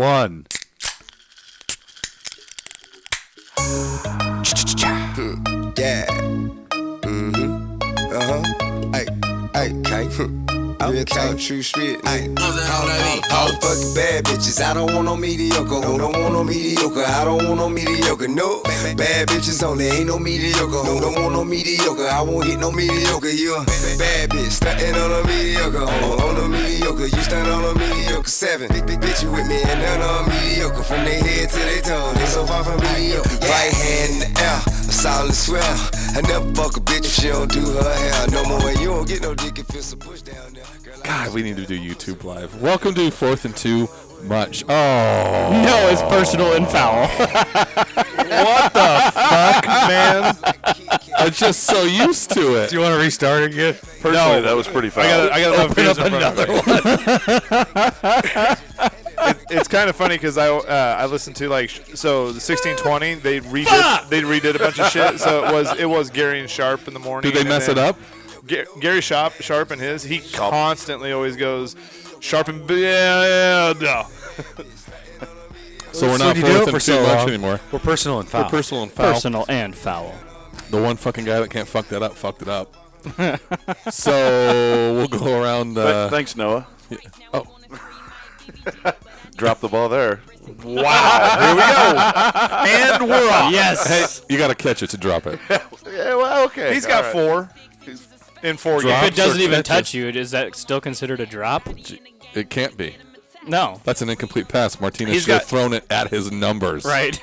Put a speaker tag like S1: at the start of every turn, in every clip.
S1: One.
S2: Yeah. Mm-hmm. Uh-huh. Ay, ay, okay. Real talk, true shit. Ay, all all the fucking bad bitches. I don't want no mediocre. I don't want no mediocre. I don't want no mediocre. No, bad bitches only. Ain't no mediocre. No, don't want no mediocre. I won't hit no mediocre. You a bad bitch. Stuntin' on a mediocre. On, on a mediocre. You stunt on a mediocre. Seven. Big, big bitch, you with me. And none on mediocre. From their head to their toe. They so far from mediocre. Right hand in the air. A solid swell. I never fuck a bitch if she don't do her hair. No more. And you don't get no dick if it's a push down there. Girl, I-
S1: God, we need to do YouTube Live. Welcome to Fourth and Two Much. Oh,
S3: No, it's personal and foul.
S1: what the fuck, man? I'm just so used to it.
S4: Do you want to restart again?
S5: Personally, that was pretty foul.
S4: I got I got enough
S1: Open
S4: views
S1: up
S4: in front
S1: another
S4: of me.
S1: one.
S4: It's kind of funny because I uh, I listened to like sh- so the 1620 they redid they redid a bunch of shit. So it was it was Gary and Sharp in the morning.
S1: Did they
S4: and
S1: mess
S4: then
S1: it up?
S4: Ga- Gary Sharp Sharp and his he constantly always goes Sharp and B- yeah, yeah, no.
S1: So we're
S3: So
S1: not
S3: you do it
S1: Fourth
S3: for
S1: and
S3: so
S1: Two Much
S3: long.
S1: anymore.
S3: We're personal and foul.
S1: We're personal and foul.
S3: Personal and foul.
S1: The one fucking guy that can't fuck that up fucked it up. so we'll go around.
S5: Th-
S1: Uh,
S5: Thanks, Noah.
S1: oh,
S5: Drop the ball there.
S4: And we're off.
S3: Yes.
S1: you got to catch it to drop it.
S5: Yeah, well, okay.
S4: He's got
S5: All right.
S4: four in four
S1: Drop.
S3: If
S4: games.
S3: it doesn't
S1: Sir
S3: even
S1: Catcher.
S3: touch you, is that still considered a drop?
S1: It can't be.
S3: No.
S1: That's an incomplete pass. Martinez
S4: He's
S1: should have
S4: got-
S1: thrown it at his numbers.
S3: Right.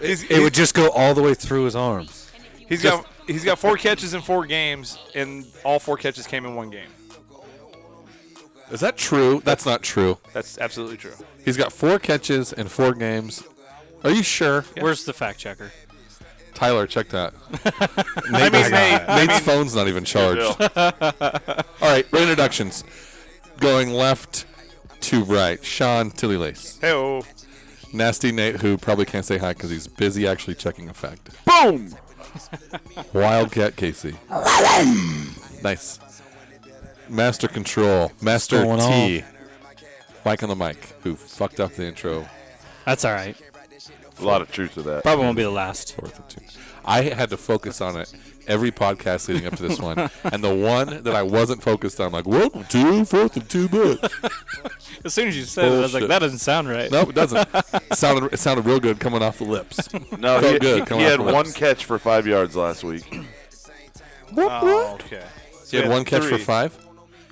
S4: He's,
S6: It would just go all the way through his arms.
S4: he's got he's got four catches in four games, and all four catches came in one game.
S1: Is that true? That's not true.
S4: That's absolutely true.
S1: He's got four catches in four games. Are you sure?
S3: Where's the fact checker?
S1: Tyler, check that. Nate
S4: I mean,
S1: doesn't-
S4: Nate, I
S1: Nate's phone's not even charged.
S5: Bill.
S1: All right, reintroductions. Going left to right. Sean Tilly Lace.
S4: Hey, oh,
S1: Nasty Nate, who probably can't say hi because he's busy actually checking effect.
S5: Boom.
S1: Wildcat Casey. nice. Master Control. Master
S6: going
S1: T. Mike on the mic, who fucked up the intro.
S3: That's all right.
S5: A lot of truth to that.
S3: Probably won't be the last.
S1: Fourth and two. I had to focus on it every podcast leading up to this one. and the one that I wasn't focused on, like, welcome to Fourth and Two Books.
S3: As soon as you said it, I was like,
S1: Bullshit.
S3: that doesn't sound right.
S1: Nope, it doesn't. it sounded it sounded real good coming off the lips.
S5: No,
S1: Felt
S5: he,
S1: good
S5: he-
S1: coming
S5: he
S1: off
S5: had
S1: the lips.
S5: one catch for five yards last week.
S4: oh, okay.
S1: He had one catch for
S4: three.
S1: five.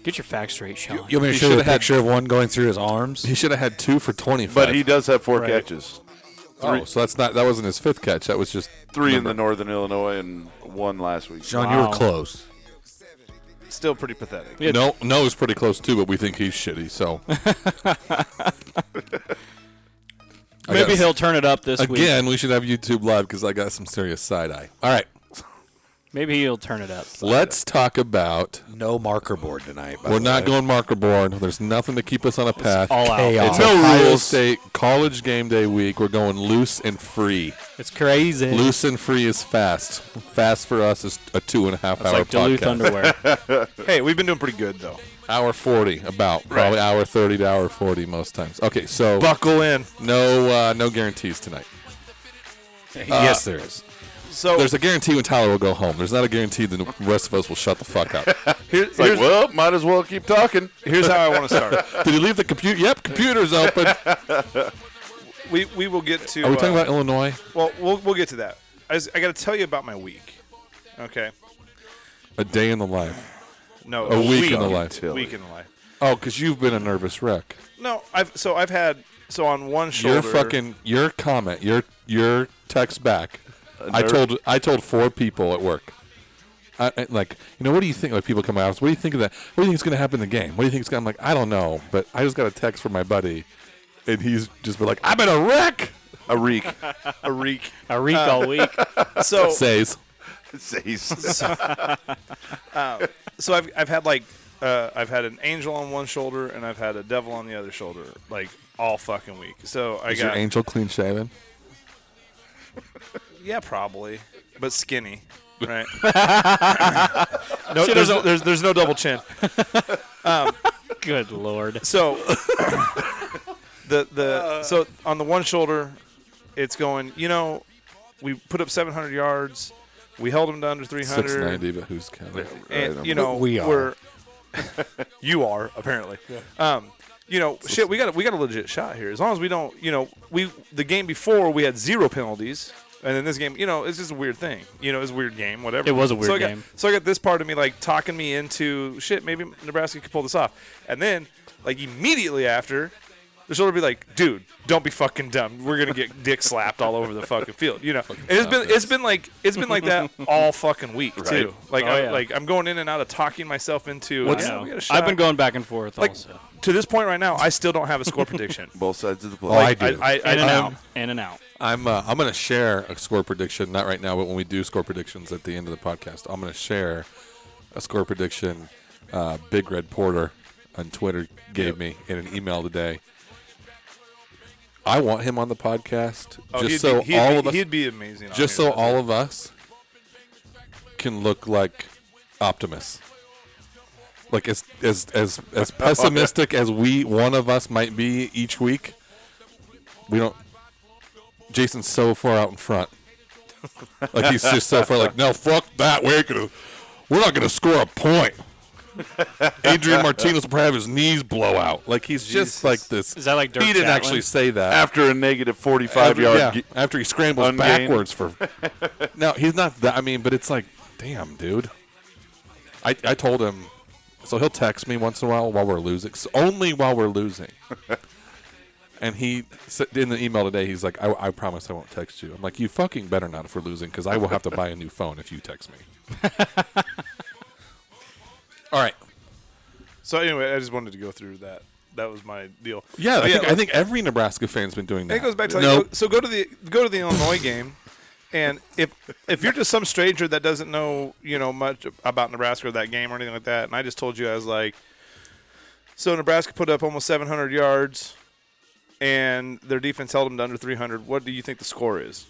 S3: Get your facts straight, Sean.
S6: You want me to
S1: He
S6: show you a
S1: should've had-
S6: picture of one going through his arms?
S1: He should have had two for twenty-five.
S5: But he does have four
S4: Right.
S5: catches.
S1: oh, so that's not that wasn't his fifth catch. That was just
S5: Three in the Northern Illinois and one last week.
S6: John, you
S3: Wow.
S6: were close.
S4: Still pretty pathetic.
S3: Yeah.
S1: No, no is pretty close too, but we think he's shitty. So I
S3: Maybe
S1: guess.
S3: he'll turn it up this week.
S1: again, we should have YouTube live because I got some serious side eye. All right,
S3: Maybe he'll turn it up.
S1: let's talk about.
S6: No marker board tonight. by
S1: We're
S6: the
S1: not
S6: way.
S1: going marker board. There's nothing to keep us on a path.
S3: All out.
S6: Chaos.
S1: it's
S6: No
S1: Ohio
S6: rules.
S1: State college game day week. We're going loose and free.
S3: It's crazy.
S1: Loose and free is fast. Fast for us is a two and a half
S3: it's
S1: hour
S3: like Duluth
S1: podcast.
S3: underwear.
S4: Uh, Hey, we've been doing pretty good though.
S1: Hour forty, about probably hour thirty to hour forty most times. Okay, so
S4: Buckle in.
S1: no uh, no guarantees tonight. Uh,
S6: yes, there is.
S4: So
S1: There's a guarantee when Tyler will go home. There's not a guarantee the rest of us will shut the fuck up.
S4: here-
S5: It's like,
S4: here's,
S5: well, might as well keep talking.
S4: here's how I want to start.
S1: Did he leave the computer? Yep, computer's open. Are
S4: we we will get to.
S1: we
S4: uh,
S1: talking about Illinois?
S4: Well, we'll we'll get to that. I, just- I got to tell you about my week. Okay.
S1: A day in the life.
S4: No.
S1: A week in the life.
S5: Tilly.
S4: Week in the life.
S1: Oh, because you've been a nervous wreck.
S4: No, I've so I've had so on one shoulder.
S1: Your fucking your comment, your your text back. I
S5: nerve-
S1: told I told four people at work. I, I- like, you know, what do you think? Like, people come out. What do you think of that? What do you think is going to happen in the game? What do you think is going? to I'm like, I don't know, but I just got a text from my buddy, and he's just been like, I've been a wreck.
S5: A reek.
S4: a reek.
S3: I reek all week.
S4: So
S1: Says
S5: Jeez.
S4: so I've I've had like uh, I've had an angel on one shoulder and I've had a devil on the other shoulder like all fucking week. So I
S1: is your
S4: got
S1: angel clean shaven?
S4: yeah probably, but skinny, right?
S3: No, she
S4: there's,
S3: doesn't.
S4: no- there's there's no double chin.
S3: Good lord.
S4: So the the so on the one shoulder, it's going. You know, we put up 700 yards. We held them to under 300.
S1: 690, but who's counting?
S4: and you know
S6: We are.
S4: we're- you are apparently. Um, you know, shit, we got a- we got a legit shot here. As long as we don't, you know, we the game before we had zero penalties, and then this game, you know, it's just a weird thing. You know, it's a weird game, whatever.
S3: It was a
S4: so
S3: weird
S4: I got,
S3: game.
S4: So I got this part of me like talking me into shit. Maybe Nebraska could pull this off, and then like immediately after. The shoulder be like, dude, don't be fucking dumb. We're gonna get dick slapped all over the fucking field, you know. And it's been, it's been like, it's been like that all fucking week too. Like,
S3: Oh,
S4: I,
S3: yeah.
S4: like like, I'm going in and out of talking myself into. uh,
S3: What's-
S4: yeah, we got a shot.
S3: I've been going back and forth
S4: like
S3: also.
S4: to this point right now. I still don't have a score prediction.
S5: Both sides of the play.
S4: Like,
S6: I do.
S4: I, I,
S3: In and
S4: I-
S3: out. In and out.
S1: I'm uh, I'm gonna share a score prediction, not right now, but when we do score predictions at the end of the podcast, I'm gonna share a score prediction. Uh, Big Red Porter on Twitter gave me in an email today. I want him on the podcast
S4: oh,
S1: just
S4: he'd
S1: so
S4: be, he'd
S1: all
S4: be-
S1: of us,
S4: he'd be amazing. on
S1: just
S4: here.
S1: so all of us can look like optimists. Like as as as as pessimistic as we one of us might be each week, we don't. Jason's so far out in front. Like he's just so far. Like no, fuck that. We're gonna we're not gonna score a point. Adrian Martinez will probably have his knees blow out. Like he's just like this.
S3: Is that like Dirk
S1: he didn't
S3: Catlin?
S1: actually say that
S5: After a negative 45
S1: after,
S5: yard.
S1: yeah,
S5: ge-
S1: after he scrambles
S5: ungained.
S1: backwards for. no, he's not that. I mean, but it's like, damn, dude. I I told him, so he'll text me once in a while while we're losing, s- only while we're losing. and he s- in the email today, he's like, I, I promise I won't text you. I'm like, you fucking better not if we're losing, because I will have to buy a new phone if you text me. All right.
S4: So anyway, I just wanted to go through that. That was my deal.
S1: Yeah,
S4: But
S1: I, think,
S4: like-
S1: I think every Nebraska fan's been doing that.
S4: It goes back to like,
S1: no.
S4: go- so go to the go to the Illinois game, and if if you're just some stranger that doesn't know you know much about Nebraska or that game or anything like that, and I just told you I was like, so Nebraska put up almost 700 yards, and their defense held them to under 300. What do you think the score is?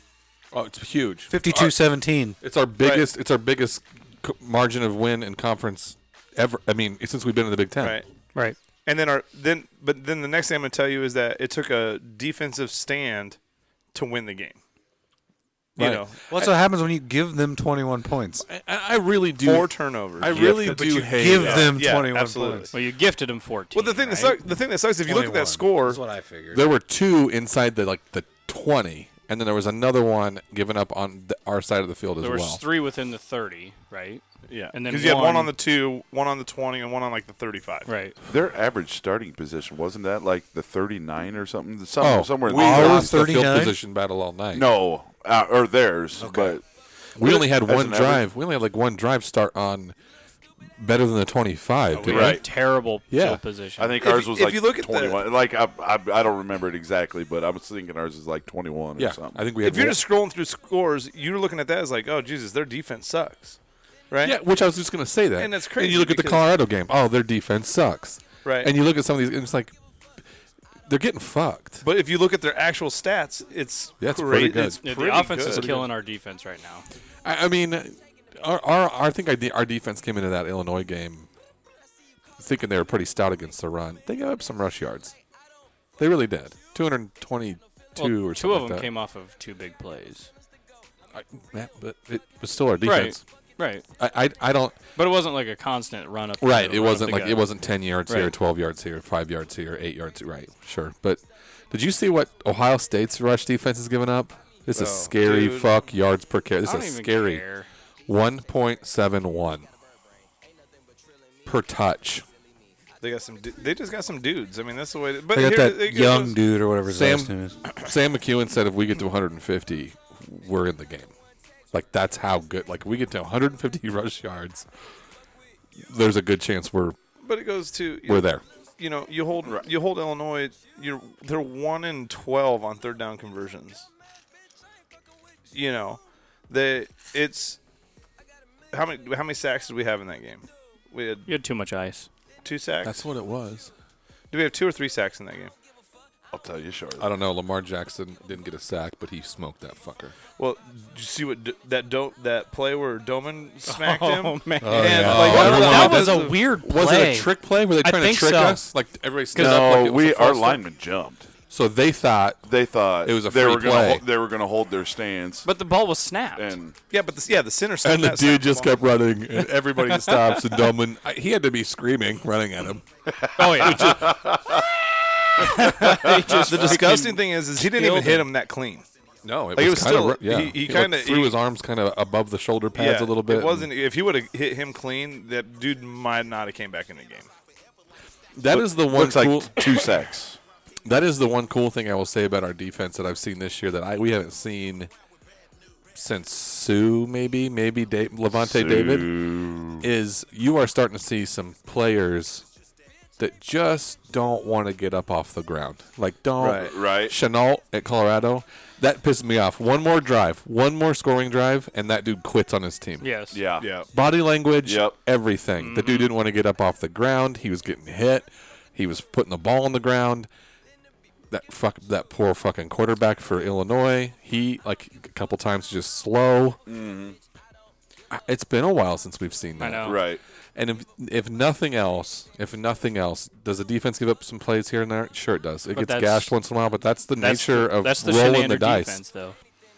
S1: Oh, it's huge.
S6: 52-17.
S1: It's our biggest. It's our biggest c- margin of win in conference ever. I mean, since we've been in the Big Ten.
S4: Right.
S3: Right.
S4: And then our then but then the next thing I'm gonna tell you is that it took a defensive stand to win the game. You
S1: Right.
S4: know,
S6: What's what happens when you give them 21 points?
S1: I, I really do.
S4: four turnovers.
S1: I really
S4: Gifted.
S1: do hate.
S6: give
S1: that.
S6: them
S4: Yeah,
S6: 21
S4: absolutely.
S6: points.
S3: Well, you gifted him 14.
S4: Well, the thing that
S3: right?
S4: sucks, the thing that sucks, if you look at that
S6: 21.
S4: score,
S6: That's what I figured.
S1: There were two inside the like the twenty, and then there was another one given up on the, our side of the field as
S3: There was
S1: well.
S3: three within the 30, right?
S4: Yeah,
S3: And then
S4: because you had one
S3: one-
S4: on the two, one on the twenty, and one on like the thirty-five.
S3: Right.
S5: Their average starting position wasn't that like the 39 or something? Some,
S1: Oh,
S5: somewhere in
S1: we
S5: there.
S1: lost the field
S6: 39?
S1: position battle all night.
S5: No, uh, or theirs, but
S1: we only had
S5: As
S1: one
S5: an average?
S1: drive. We only had like one drive start on better than the twenty-five.
S3: We
S1: didn't
S3: were
S1: we?
S3: in terrible
S1: Yeah.
S3: field position.
S5: I think
S4: If-
S5: ours was
S4: if
S5: like
S4: you look at the-
S5: 21. like I, I, I don't remember it exactly, but I was thinking ours is like 21
S1: Yeah,
S5: or something.
S1: I think we had.
S4: If you're
S1: one-
S4: just scrolling through scores, you're looking at that as like, oh Jesus, their defense sucks, right?
S1: Yeah, which I was just going to say that.
S4: And that's
S1: And
S4: crazy
S1: you look at the
S4: because-
S1: Colorado game. Oh, their defense sucks.
S4: Right.
S1: And you look at some of these, and it's like they're getting fucked.
S4: But if you look at their actual stats, it's
S1: Yeah, it's
S4: cra-
S1: pretty good.
S4: It's
S3: Yeah,
S4: pretty
S3: the offense is
S4: good.
S3: killing our defense right now.
S1: I, I mean, our, our, our I think our, de- our defense came into that Illinois game thinking they were pretty stout against the run. They gave up some rush yards. They really did. 222
S3: Well,
S1: or
S3: two
S1: something
S3: of
S1: like
S3: them
S1: that.
S3: came off of two big plays.
S1: I, yeah, but it was still our defense.
S3: Right.
S1: I, I I don't
S3: But it wasn't like a constant run up.
S1: Right.
S3: the-
S1: It
S3: run up
S1: wasn't
S3: the
S1: like
S3: gut.
S1: it wasn't ten yards here,
S3: Right.
S1: twelve yards here, five yards here, eight yards. here. Right. Sure. But did you see what Ohio State's rush defense has given up? This is
S4: Oh,
S1: scary.
S4: dude.
S1: Fuck yards per carry. This
S3: I don't
S1: is
S3: even
S1: scary.
S3: care.
S1: One point seven one per touch.
S4: They got some. du- They just got some dudes. I mean, that's the way. But
S6: They got
S4: here-
S6: that
S4: it goes-
S6: young dude or whatever his
S1: Sam-
S6: last name is.
S1: Sam McEwen said, if we get to 150, we're in the game. Like that's how good. Like if we get to 150 rush yards, there's a good chance we're
S4: But it goes to you
S1: we're
S4: know,
S1: there.
S4: You know, you hold you hold Illinois. You're they're one in twelve on third down conversions. You know, they it's how many how many sacks did we have in that game? We had
S3: You had too much ice.
S4: two sacks.
S1: what it was.
S4: Do we have two or three sacks in that game?
S5: I'll tell you shortly.
S1: I don't know. Lamar Jackson didn't get a sack, but he smoked that fucker.
S4: Well, did you see what d- that do- that play where Doman smacked him?
S3: Oh, man.
S4: And,
S1: yeah.
S4: like,
S1: Oh,
S4: that,
S1: everyone
S4: that
S1: did
S4: was a weird.
S3: weird play.
S1: Was it a trick play? Were they
S3: I
S1: trying to
S3: think
S1: trick
S3: so.
S1: us? Like everybody stood up.
S5: no,
S1: like it was
S5: we
S1: a false
S5: our
S1: start?
S5: lineman jumped.
S1: So they thought
S5: They thought
S1: It was a
S5: they
S1: free
S5: were gonna
S1: play.
S5: hol- they were going to hold their stance.
S3: But the ball was snapped.
S5: and
S4: Yeah, but the, yeah, the center. snapped
S1: and the
S4: that
S1: dude
S4: snapped
S1: just
S4: ball.
S1: kept running, and everybody stops. And Dublin, I- he had to be screaming, running at him.
S3: oh yeah. They just
S4: The disgusting thing is, is he didn't even
S3: killed
S4: hit him that clean.
S1: No, it
S4: Like, it
S1: was,
S4: was
S1: kind
S4: still-
S1: of yeah.
S4: he- he
S1: like,
S4: kinda-
S1: threw
S4: he-
S1: his arms kind of above the shoulder pads a little bit.
S4: It wasn't. If he would have hit him clean, that dude might not have came back in the game.
S1: That is the one
S5: looks like
S1: cool.
S5: two sacks.
S1: that is the one cool thing I will say about our defense that I've seen this year that I we haven't seen since Sue maybe maybe da- Levante David is you are starting to see some players that just don't want to get up off the ground like don't
S4: Right.
S5: Right.
S1: Chenault at Colorado that pissed me off one more drive one more scoring drive and that dude quits on his team
S3: Yes.
S5: Yeah.
S1: body language,
S5: Yep.
S1: everything. The dude didn't want to get up off the ground. He was getting hit. He was putting the ball on the ground. That fuck that poor fucking quarterback for Illinois. He like a couple times just slow. I- It's been a while since we've seen that.
S3: I know.
S5: Right.
S1: And if if nothing else, if nothing else, does the defense give up some plays here and there? Sure, it does. It
S3: But
S1: gets
S3: that's-
S1: gashed once in a while, but that's the
S3: That's
S1: nature
S3: the,
S1: of
S3: that's the
S1: rolling the
S3: Shenander
S1: dice.
S3: defense, though.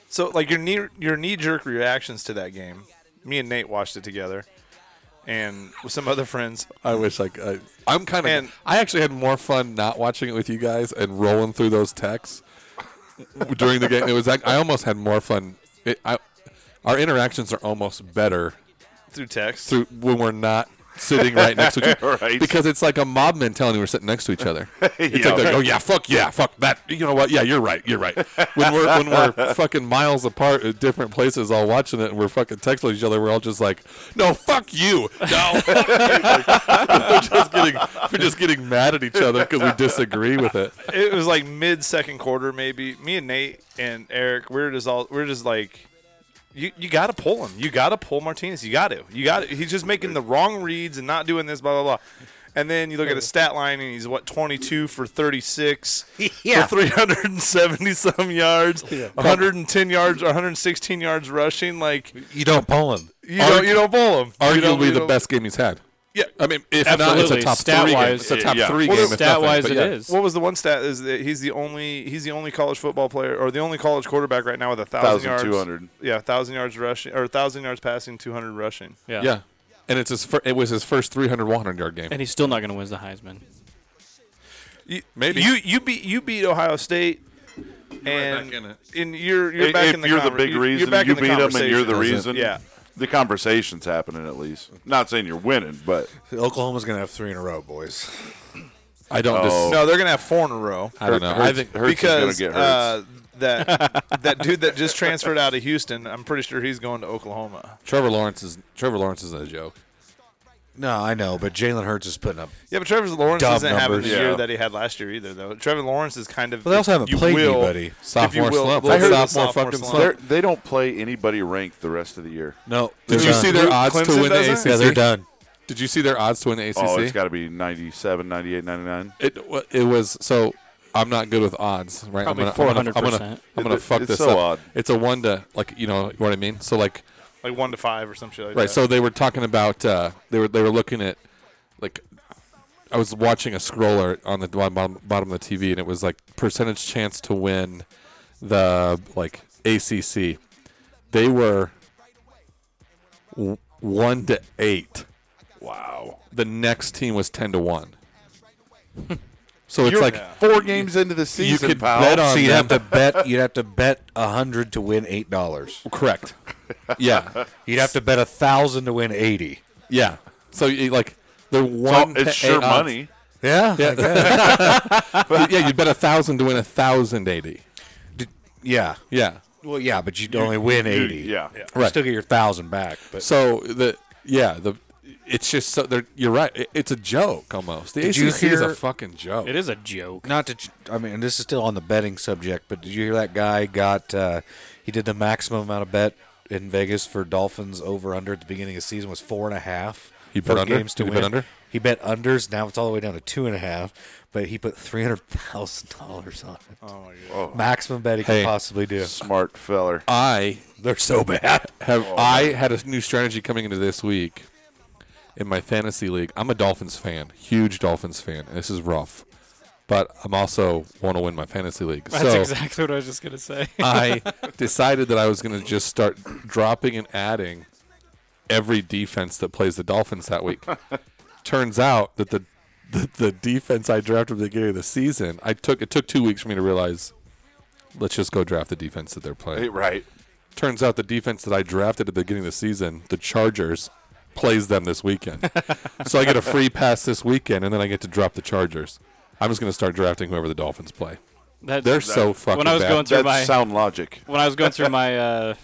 S4: So like your knee your knee jerk reactions to that game. Me and Nate watched it together, and with some other friends.
S1: I wish like I, I'm kind
S4: And-
S1: of. I actually had more fun not watching it with you guys and rolling through those texts during the game. It was like I almost had more fun. It, I, our interactions are almost better
S4: Through text,
S1: through when we're not sitting right next to each other
S5: Right.
S1: because it's like a mob mentality. We're sitting next to each other. It's
S5: Yeah.
S1: like, like, oh yeah, fuck yeah, fuck that. You know what? Yeah, you're right. You're right. When we're when we're fucking miles apart at different places, all watching it, and we're fucking texting each other. We're all just like, no, fuck you. No. fuck you." Like, we're just getting we're just getting mad at each other because we disagree with it.
S4: it was like mid second quarter, maybe. Me and Nate and Eric, we are just all we are just like, you you got to pull him. You got to pull Martinez. You got to. You got. to He's just making the wrong reads and not doing this. Blah blah blah. And then you look at his stat line, and he's what twenty two for thirty six for three hundred and seventy some yards, one hundred and ten yards, one hundred and sixteen yards rushing. Like
S6: You don't pull him.
S4: you don't you don't pull him. You don't-
S1: Arguably
S4: you
S1: the
S4: don't-
S1: best game he's had.
S4: Yeah.
S1: I mean, if not,
S3: Absolutely.
S1: it's a top three game.
S3: Stat-wise,
S1: It's a top
S5: yeah.
S1: three
S5: Well,
S1: game. if
S3: Stat wise,
S1: nothing,
S3: it
S1: but yeah.
S3: is.
S4: What was the one stat? Is that he's the only he's the only college football player or the only college quarterback right now with a thousand yards,
S5: 1,200.
S4: yeah, thousand yards rushing or thousand yards passing, two hundred rushing.
S3: yeah.
S1: Yeah. And it's his. Fir- it was his first 300 100 yard game.
S3: And he's still not going to win the Heisman.
S4: You,
S1: Maybe.
S4: you you beat you beat Ohio State, and
S1: back in it.
S4: and you're you're
S5: if
S4: back in the
S5: you're the
S4: conver-
S5: big
S4: you're-
S5: reason
S4: you're back
S5: you
S4: in the
S5: beat them and you're the
S4: conversation.
S5: reason,
S4: Yeah.
S5: the conversation's happening at least. Not saying you're winning, but
S7: Oklahoma's gonna have three in a row, boys.
S1: I don't. Dis-
S5: Oh.
S4: No, they're gonna have four in a row
S1: I don't know. I think
S5: Hurts
S4: because
S5: is going to get hurt.
S4: uh, that that dude that just transferred out of Houston, I'm pretty sure he's going to Oklahoma.
S1: Trevor Lawrence is Trevor Lawrence isn't a joke.
S6: No, I know, but Jalen Hurts is putting up.
S4: Yeah, but Trevor Lawrence
S6: Dumb
S4: isn't having the
S6: numbers.
S4: year
S5: Yeah.
S4: that he had last year either, though. Trevor Lawrence is kind of.
S6: Well, they also haven't
S4: you
S6: played
S4: will,
S6: anybody.
S1: Sophomore
S4: if you will,
S1: slump.
S4: look
S1: I
S4: at
S1: heard
S4: the
S1: sophomore fucking
S5: They're-
S1: slump.
S5: they don't play anybody ranked the rest of the year.
S6: No,
S1: Did you see their odds to
S4: Clemson
S1: win the
S4: doesn't?
S1: ACC?
S6: Yeah, they're done.
S1: Did you see their odds to win the ACC?
S5: Oh, it's got to be 97, 98, 99.
S1: it, wa- it was so. I'm not good with odds, right?
S3: Probably
S1: I'm gonna, I'm gonna, I'm gonna,
S3: 400%.
S1: I'm gonna
S5: It-
S1: fuck
S5: it's
S1: this
S5: so
S1: up.
S5: odd.
S1: It's a one to like, you know what I mean. So like,
S4: Like one to five or some shit like
S1: Right.
S4: that.
S1: So they were talking about uh, they were they were looking at like I was watching a scroller on the bottom, bottom of the TV and it was like percentage chance to win the like ACC. They were w- one to eight. Wow. The next team was ten to one. so it's
S5: You're
S1: like
S5: four games into the season,
S1: you could
S5: pal.
S1: bet on
S6: So you'd
S1: them.
S6: have to bet. You'd have to bet a hundred to win eight dollars.
S1: correct. Yeah.
S6: You'd have to bet a thousand to win eighty.
S1: Yeah. So you, like they're
S5: Oh,
S1: one. to
S5: it's sure
S1: eight odds.
S5: money.
S6: Yeah, yeah.
S1: yeah, you'd bet a thousand to win a thousand eighty.
S6: yeah.
S1: Yeah.
S6: Well, yeah, but you'd only win eighty.
S5: Yeah. yeah.
S6: You still get your thousand back. But
S1: So the yeah the it's just so they're, you're right. It, it's a joke almost. The
S6: Did
S1: ACC
S6: you
S1: is a
S6: hear-
S1: fucking joke.
S3: It is a joke.
S6: not to. ch- I mean, and this is still on the betting subject. But did you hear that guy got? Uh, he did the maximum amount of bet in Vegas for Dolphins over under at the beginning of the season was four and a half.
S1: He bet
S6: for
S1: under?
S6: games to
S1: Did he
S6: win.
S1: bet under?
S6: He bet unders. Now it's all the way down to two and a half. But he put three hundred thousand dollars on it. Oh my god! Maximum bet he
S1: Hey.
S6: could possibly do.
S5: Smart feller.
S1: I
S6: They're so bad. Oh,
S1: have I had a new strategy coming into this week in my fantasy league. I'm a Dolphins fan, huge Dolphins fan, and this is rough. but I'm also want to win my fantasy league.
S3: That's
S1: so
S3: exactly what I was just gonna say.
S1: I decided that I was going to just start dropping and adding every defense that plays the Dolphins that week. Turns out that the the, the defense I drafted at the beginning of the season, I took it took two weeks for me to realize. Let's just go draft the defense that they're playing.
S5: Right.
S1: Turns out the defense that I drafted at the beginning of the season, the Chargers, plays them this weekend. so I get a free pass this weekend, and then I get to drop the Chargers. I'm just going to start drafting whoever the Dolphins play.
S3: That,
S1: They're so fucking
S3: when I was
S1: bad.
S3: going through
S5: That's
S3: my
S5: sound logic.
S3: when I was going through my uh,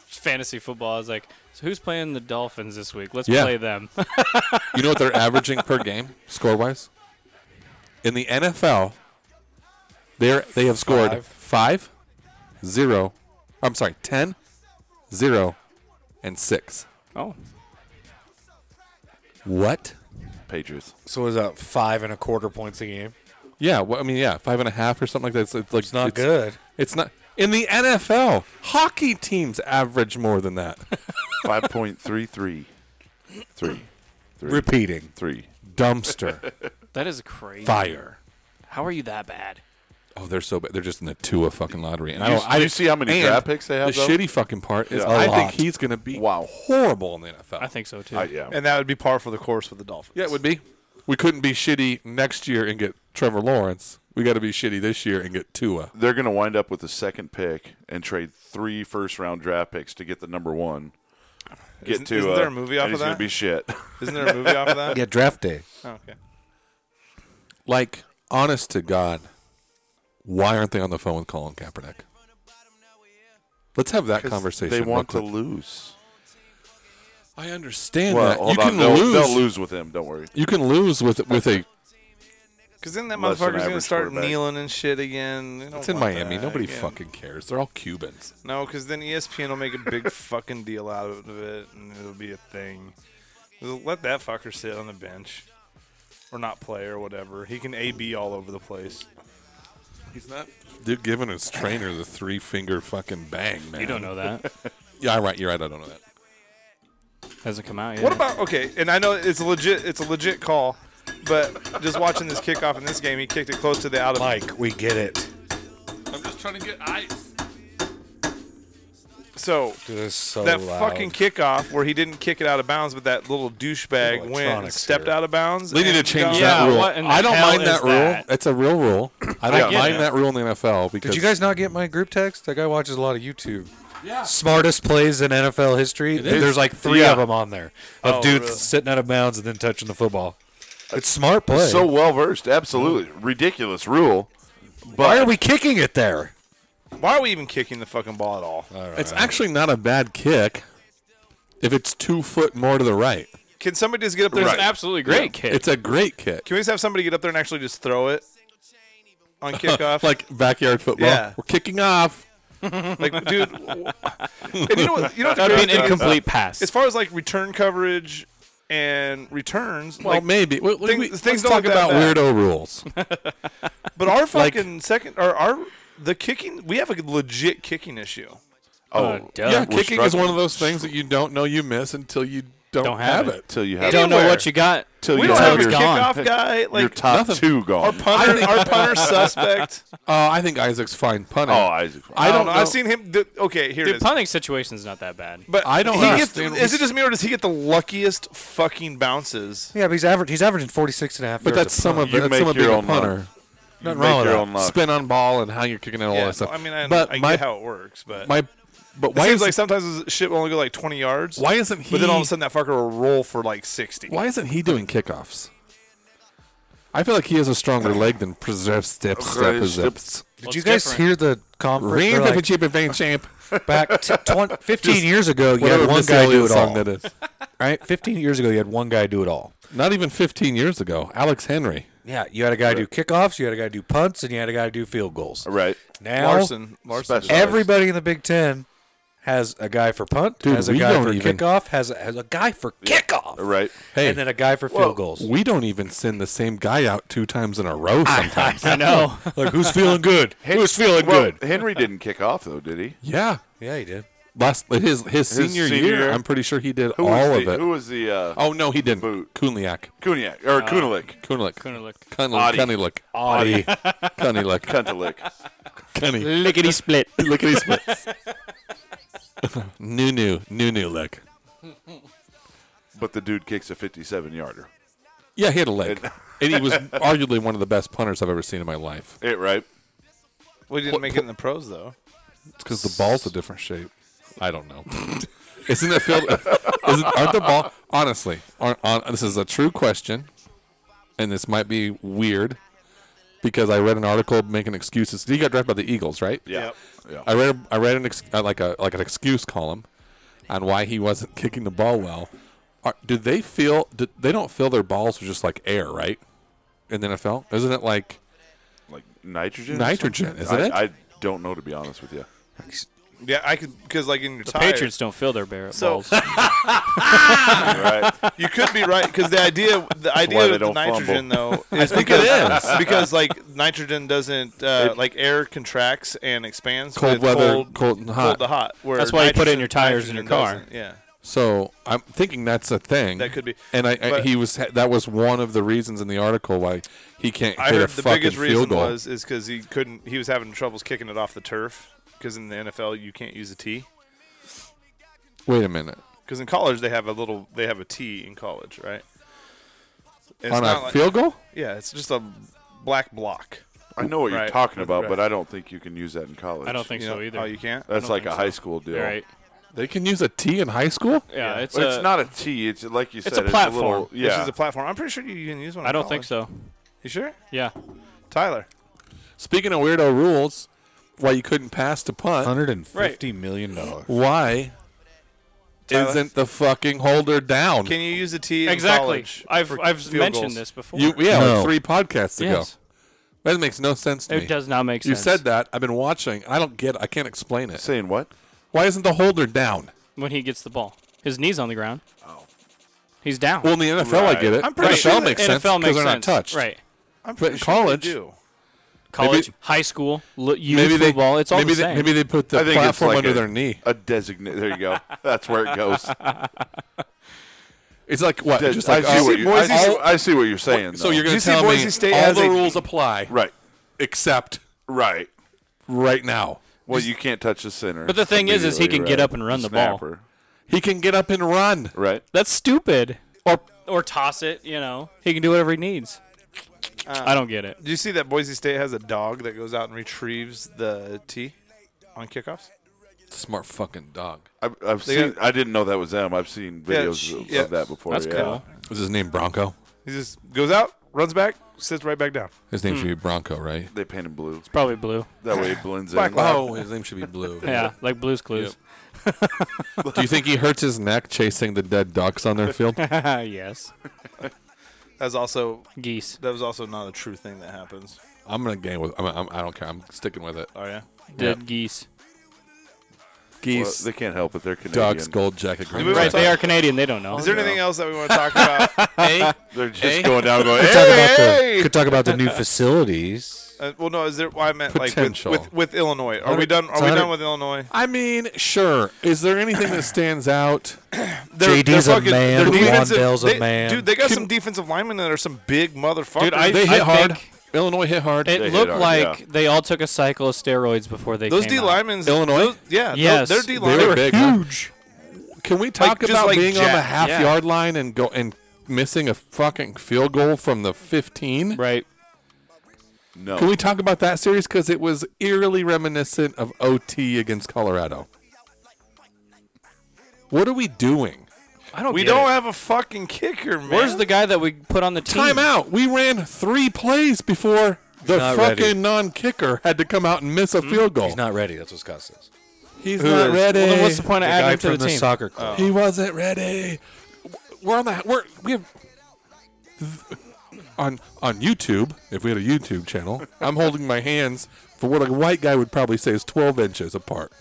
S3: fantasy football, I was like, so who's playing the Dolphins this week? Let's
S1: Yeah.
S3: play them.
S1: You know what they're averaging per game score wise? In the NFL, they're they have scored
S6: Five.
S1: five, zero, I'm sorry, ten, zero, and six.
S3: oh,
S1: What?
S5: Patriots.
S6: So is that five and a quarter points a game?
S1: Yeah, well, I mean, yeah, five and a half or something like that. It's, it's like
S6: It's not good.
S1: It's not in the NFL. Hockey teams average more than that.
S5: 5.33. Three. Three.
S6: Repeating.
S5: Three.
S1: Dumpster
S3: that is crazy.
S1: fire.
S3: How are you that bad?
S1: Oh, they're so bad. They're just in the two a fucking lottery. And I
S5: You,
S1: don't, I,
S5: you see how many
S1: and
S5: draft picks they have,
S1: the
S5: though?
S1: shitty fucking part is
S5: Yeah.
S1: I
S5: A
S1: think
S5: lot.
S1: he's going to be
S5: Wow.
S1: horrible in the NFL.
S3: I think so too.
S5: I- yeah.
S4: And that would be par for the course with the Dolphins.
S1: yeah, it would be. We couldn't be shitty next year and get Trevor Lawrence. We got to be shitty this year and get Tua.
S5: They're going to wind up with the second pick and trade three first round draft picks to get the number one. Get
S4: Isn't-
S5: to
S4: isn't
S5: uh,
S4: there a movie off
S5: and
S4: of
S5: he's gonna
S4: that?
S5: be shit.
S4: Isn't there a movie off of that?
S6: Yeah, draft day.
S4: Oh, okay.
S1: Like, honest to God, why aren't they on the phone with Colin Kaepernick? Let's have that conversation.
S5: They
S1: real
S5: want to
S1: quick.
S5: lose.
S1: I understand
S5: Well,
S1: that.
S5: hold
S1: you
S5: on.
S1: can
S5: They'll,
S1: lose.
S5: they'll lose with him. Don't worry.
S1: You can lose with with a.
S4: Because then that
S5: Less than
S4: motherfucker's gonna
S5: average
S4: start
S5: quarterback.
S4: kneeling and shit again.
S1: It's in Miami. Nobody
S4: fucking.
S1: fucking cares. They're all Cubans.
S4: No, because then E ESPN will make a big fucking deal out of it, and it'll be a thing. Let that fucker sit on the bench, or not play, or whatever. He can AB all over the place.
S1: He's not. They're giving his trainer the three finger fucking bang, man.
S3: You don't know that.
S1: Yeah, I'm right. You're right. I don't know that.
S3: Hasn't come out yet.
S4: What about okay? And I know it's a legit. It's a legit call, but just watching this kickoff in this game, he kicked it close to the out of.
S6: Mike, we get it.
S1: I'm just trying to get ice.
S4: So
S6: Dude, it's so
S4: that
S6: loud.
S4: fucking kickoff where he didn't kick it out of bounds, but that little douchebag went and
S6: Electronics
S4: stepped
S6: here.
S4: out of bounds.
S1: They need to
S4: and
S1: change that
S4: got-
S3: Yeah,
S1: rule.
S3: what in the
S1: I don't
S3: hell
S1: mind that
S3: is
S1: rule.
S3: that?
S1: It's a real rule. I don't
S3: get
S1: mind
S3: it.
S1: that rule in the NFL because
S6: Did you guys not get my group text? That guy watches a lot of YouTube. Yeah. Smartest plays in NFL history. There's like three
S5: Yeah.
S6: of them on there of
S4: Oh,
S6: dudes
S4: really?
S6: sitting out of bounds and then touching the football. It's smart play.
S5: So well versed. Absolutely ridiculous rule.
S6: why are we kicking it there?
S4: Why are we even kicking the fucking ball at all?
S1: it's actually not a bad kick if it's two foot more to the right.
S4: Can somebody just get up there?
S3: It's
S4: and
S3: an absolutely great kick.
S1: It's a great kick.
S4: Can we just have somebody get up there and actually just throw it on kickoff?
S1: like backyard football.
S4: Yeah.
S1: We're kicking off.
S4: like dude. w- and you know what? You know what the crazy
S3: That'd be an
S4: thing is?
S3: incomplete pass.
S4: As far as like return coverage and returns,
S1: Well,
S4: like,
S1: maybe. We, we-
S4: thing-
S1: we-
S4: things
S1: let's
S4: don't
S1: talk
S4: look
S1: about
S4: that bad.
S1: weirdo rules.
S4: but our fucking second or our the kicking, we have a legit kicking issue.
S3: oh,
S1: yeah,
S3: duh.
S5: we're
S1: kicking is
S5: struggling.
S1: one of those things that you don't know you miss until you don't,
S3: Don't have it.
S5: Till you
S3: You
S5: have
S3: don't know
S4: anywhere.
S3: what you got.
S5: till
S4: We
S5: you
S4: don't have a
S5: your,
S3: gone.
S4: kickoff guy.
S5: your
S4: Like
S5: top
S1: Nothing.
S5: two
S4: our
S5: gone.
S4: punter, our punter suspect.
S1: Uh, I think Isaac's fine punting.
S5: oh, Isaac.
S1: I
S4: I
S1: don't
S4: don't
S1: know.
S4: know. I've seen him. th- okay, here it
S3: The
S4: is.
S3: punting situation's not that bad.
S4: But
S1: I don't
S4: He gets,
S1: understand.
S4: is it just me or does he get the luckiest fucking bounces?
S6: Yeah, but he's average. He's averaging 46 and a half.
S1: but that's some of
S5: You
S1: it. That's
S5: make
S1: some of being
S5: your
S1: a
S5: own luck.
S1: punter.
S5: Make
S6: wrong with
S5: your
S6: that.
S5: own luck.
S1: Spin on ball and how you're kicking it, all
S4: Yeah,
S1: that stuff.
S4: I mean, I,
S1: but
S4: I
S1: my,
S4: get how it works, but
S1: my, but
S4: It
S1: why
S4: seems
S1: is
S4: like sometimes this shit will only go like 20 yards.
S1: why isn't he?
S4: But then all of a sudden that fucker will roll for like 60.
S1: why isn't he doing kickoffs? I feel like he has a stronger leg than preserve steps.
S5: Okay,
S1: Step, steps.
S6: Did
S3: Well,
S6: you
S3: it's
S6: guys
S3: different.
S6: hear the conference? They're like,
S1: champ.
S6: back t- 20, 15 years ago, you
S1: Whatever
S6: had one
S1: Missy
S6: guy do
S1: Elliott
S6: it
S1: song
S6: all.
S1: that is.
S6: Right? 15 years ago, you had one guy do it all.
S1: Not even 15 years ago, Alex Henry.
S6: Yeah, you had a guy do kickoffs, you had a guy do punts, and you had a guy do field goals.
S5: Right.
S6: Now,
S4: Larson, Larson.
S5: Special.
S6: everybody in the Big Ten has a guy for punt,
S1: Dude,
S6: has a
S1: we
S6: guy
S1: don't
S6: for
S1: even-
S6: kickoff, has a, has a guy for kickoff,
S5: Right.
S1: Hey.
S6: and then a guy for field goals.
S1: We don't even send the same guy out two times in a row sometimes.
S3: I know.
S6: like who's feeling good?
S5: Hen-
S6: who's feeling
S5: well,
S6: good?
S5: Henry didn't kick off though, did he?
S1: yeah.
S6: Yeah, he did.
S1: last his his senior,
S5: senior
S1: year,
S5: year?
S1: I'm pretty sure he did
S5: Who was
S1: all
S5: the,
S1: of it.
S5: Who was the uh,
S1: oh no, he didn't.
S5: Boot.
S1: Kunliak.
S5: Kuniak or
S4: Uh,
S5: Kunalik?
S1: Kunlik.
S3: Kunalik.
S1: Kunlik.
S5: Audi.
S1: Kunlik.
S6: Audi.
S1: Kunlik.
S5: Kuntalik.
S1: Kunlik.
S3: Lickety split.
S1: Look at his splits. New new new new lick.
S5: but the dude kicks a 57 yarder.
S1: Yeah, he had a leg, and he was arguably one of the best punters I've ever seen in my life.
S5: It right.
S4: We didn't make it in the pros though.
S1: It's because the ball's a different shape. I don't know. Isn't it filled? Isn't, aren't the ball? Honestly, aren't, on, this is a true question, and this might be weird because I read an article making excuses. He got drafted by the Eagles, right?
S5: Yeah.
S1: I read I read an ex, uh, like a like an excuse column on why he wasn't kicking the ball well. Are, do they feel? Do, they don't feel their balls with just like air, right? In the NFL, isn't it like?
S5: Like nitrogen. or
S1: Nitrogen,
S5: something?
S1: isn't
S5: I,
S1: it?
S5: I don't know to be honest with you.
S4: Yeah, I could because like in your
S3: The
S4: tire,
S3: Patriots don't fill their barrel
S4: So-
S3: balls.
S5: Right.
S4: you could be right because the idea the
S5: why
S4: idea
S5: they
S4: of the
S5: don't fumble.
S4: nitrogen though is because because like nitrogen doesn't uh, like air contracts and expands
S1: Cold
S4: with
S1: weather,
S4: cold,
S1: cold and hot.
S4: cold to hot. where
S3: That's why you put it
S4: nitrogen-
S3: in your tires in your
S4: nitrogen
S3: car.
S4: doesn't. Yeah.
S1: So I'm thinking that's a thing.
S4: That could be.
S1: And I, I
S4: But-
S1: he was that was one of the reasons in the article why he can't
S4: I
S1: hit a
S4: heard the
S1: fucking
S4: biggest
S1: field
S4: reason
S1: goal.
S4: was is because he couldn't. He was having troubles kicking it off the turf because in the NFL you can't use a tee.
S1: Wait a minute.
S4: Because in college they have a little, they have a tee in college, right? It's
S1: On a
S4: not like-
S1: field goal?
S4: yeah, it's just a black block.
S5: I know what you're
S4: Right.
S5: talking about,
S4: Right.
S5: but I don't think you can use that in college.
S3: I don't think
S4: You
S3: so
S4: know-
S3: either.
S4: Oh, you can't.
S5: that's
S3: don't
S5: like
S3: think
S5: a
S3: so.
S5: high school deal.
S3: You're right.
S1: They can use a tee in high school?
S3: Yeah, it's,
S5: Well, It's,
S3: a-
S5: not a tee. It's like you said.
S3: a platform.
S5: little-
S3: This
S5: yeah.
S4: This is a platform. I'm pretty sure you can use one.
S3: I
S4: in
S3: don't think
S4: college.
S3: so.
S4: You sure,
S3: Yeah.
S4: Tyler?
S1: Speaking of weirdo rules, why you couldn't pass to punt?
S6: Hundred and fifty million dollars.
S1: Why
S4: Tyler?
S1: isn't the fucking holder down?
S4: Can you use a tee in
S3: Exactly.
S4: college?
S3: I've
S4: for
S3: I've
S4: field
S3: mentioned
S4: goals?
S3: this before.
S1: you, yeah,
S6: No.
S1: like three podcasts ago.
S3: yes.
S1: That makes no sense to me.
S3: It does not make
S1: you
S3: sense.
S1: said that. I've been watching. I don't get. it. I can't explain it.
S5: Saying what?
S1: Why isn't the holder down?
S3: when he gets the ball. His knee's on the ground. Oh. He's down.
S1: Well, in the NFL, I get it.
S4: I'm pretty
S1: NFL
S4: sure that
S1: makes sense
S3: NFL makes
S1: they're not
S3: sense.
S1: touched.
S3: Right.
S4: I'm
S1: But
S4: pretty
S1: in
S4: sure they
S1: college,
S4: do.
S3: College, high school, l- youth
S1: maybe they
S3: football. It's all
S1: maybe
S3: the same.
S1: They, maybe they put the
S5: I think it's
S1: platform
S5: like
S1: under
S5: a-
S1: their knee.
S5: A designate. There you go. That's where it goes.
S1: It's like what?
S5: Des-
S1: just like
S5: I, see
S1: all-
S5: what you, I,
S1: all-
S5: see, I see what you're saying.
S1: so you're
S5: though.
S1: going
S4: you
S1: to
S4: see
S1: tell
S4: Boise
S1: me
S4: State
S1: all
S4: has
S1: the
S4: a-
S1: rules apply,
S5: right.
S1: Except
S5: Right.
S1: right now,
S5: Well, you can't touch the center.
S3: But the thing is, is he can get up and run the ball.
S1: he can get up and run.
S5: Right.
S3: That's stupid. Or or toss it, you know. He can do whatever he needs.
S1: Uh.
S3: I don't get it.
S4: Do you see that Boise State has a dog that goes out and retrieves the tee on kickoffs?
S1: Smart fucking dog.
S5: I've, I've
S4: They
S5: seen.
S4: got-
S5: I didn't know that was them. I've seen
S4: Yeah,
S5: videos
S4: she-
S5: of,
S4: yeah.
S5: of that
S1: Oh,
S5: before.
S3: That's
S5: yeah.
S3: cool.
S1: Is his name Bronco?
S4: He just goes out, runs back, sits right back down.
S1: His name should
S3: Hmm.
S1: be Bronco, right?
S5: They paint him blue.
S3: Probably blue.
S5: That way it blends
S4: Black
S5: in.
S4: Lives
S1: Oh, his name should be Blue.
S3: Yeah, like Blue's Clues.
S1: Do you think he hurts his neck chasing the dead ducks on their field?
S3: yes.
S4: That's also
S3: Geese.
S4: that was also not a true thing that happens.
S1: I'm gonna game with. I'm, I'm, I don't care. I'm sticking with it.
S4: Oh yeah.
S3: Dead geese.
S5: Well,
S1: Geese,
S5: they can't help it. They're Canadian.
S1: ducks, gold jacket, green.
S4: we-
S1: jacket.
S3: Right, they are Canadian. They don't know.
S4: Is there anything else that we want to talk about?
S5: They're just going down. Going.
S6: Could talk about the could talk about the new facilities.
S4: Uh, well, no. Is there? Well, I meant like with,
S1: Potential.
S4: with with Illinois. Are we done? Are we done with Illinois?
S1: I mean, sure. Is there anything that stands out?
S4: They're,
S6: JD's a man,
S4: they're
S6: Juwan
S4: defensive-
S6: Bell's a
S4: they-
S6: man.
S4: Dude, they got some defensive linemen that are some big motherfuckers.
S3: Dude, I,
S1: They
S3: I
S1: hit hard.
S3: think
S1: Illinois hit hard.
S3: It
S5: They hit
S3: looked
S5: hard,
S3: like
S5: yeah.
S3: they all took a cycle of steroids before they
S4: those
S3: came
S4: D
S3: out.
S4: linemen.
S1: Illinois?
S4: Yeah.
S3: Yes.
S4: Those, their
S1: They
S4: D
S3: They
S4: linemen.
S1: were big, huh? Can we
S4: Like,
S1: talk
S4: just
S1: about
S4: like
S1: being on the
S4: Jack-
S1: half
S3: yeah.
S1: yard line and go and missing a fucking field goal from the 15?
S3: Right.
S5: No.
S1: Can we talk about that series because it was eerily reminiscent of OT against Colorado? What are we doing?
S3: I don't
S4: We
S3: get
S4: don't
S3: it.
S4: have a fucking kicker, man.
S3: Where's the guy that we put on the team?
S1: Timeout. We ran three plays before the
S6: Hmm. not ready. Hmm?
S1: fucking non-kicker had to come out and miss a field goal.
S6: He's not ready. That's what Scott says.
S1: He's not ready.
S3: Well, then what's the point
S6: The
S3: of
S6: guy
S3: adding
S6: from
S3: him to the,
S6: the
S3: team?
S6: soccer club.
S1: He wasn't ready. We're on the we're we have on on YouTube. If we had a YouTube channel, I'm holding my hands for what a white guy would probably say is 12 inches apart.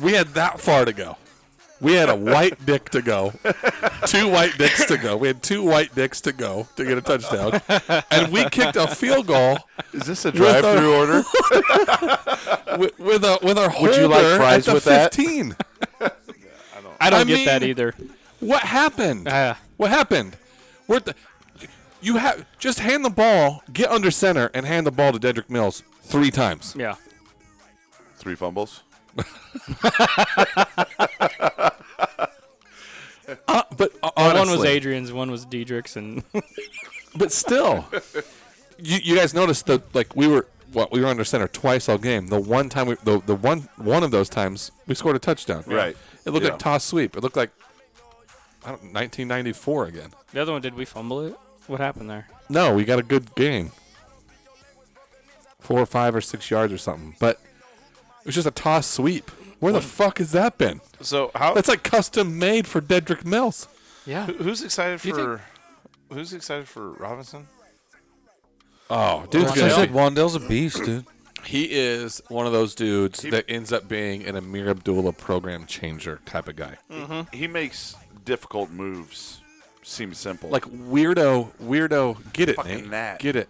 S1: we had that far to go. We had a white dick to go, two white dicks to go. We had two white dicks to go to get a touchdown, and we kicked a field goal
S5: Is this a
S1: our-
S5: drive-through order?
S1: with, with our with our
S5: Would you like
S1: holder
S5: fries
S1: at the
S5: with that?
S1: 15.
S3: I don't
S1: I
S3: get that
S1: mean-
S3: either.
S1: What happened?
S3: Ah.
S1: what happened? We're at the, you have just hand the ball, get under center, and hand the ball to Dedrick Mills three times.
S3: Yeah.
S5: Three fumbles.
S1: Uh, but uh,
S3: One was
S1: honestly-
S3: Adrian's, one was Diedrich's, and
S1: but still, you, you guys noticed that like we were what we were under center twice all game. The one time we the, the one one of those times we scored a touchdown.
S5: Right.
S1: It looked
S5: Yeah.
S1: like toss sweep. It looked like I don't 1994 again.
S3: the other one did we fumble it? What happened there?
S1: No, we got a good game. Four or five or six yards or something. But it was just a toss sweep. Where the fuck has that been?
S4: So how?
S1: That's like custom made for Dedrick Mills.
S3: Yeah.
S4: who- who's excited
S3: You think-
S4: for? Who's excited for Robinson?
S1: Oh, dude's
S6: I said Wandell's a beast, dude.
S1: He is one of those dudes that ends up being an Amir Abdullah program changer type of guy.
S5: He makes difficult moves seem simple.
S1: Like weirdo, weirdo. Get it,
S5: Fucking
S1: Nate.
S5: that.
S1: Get it.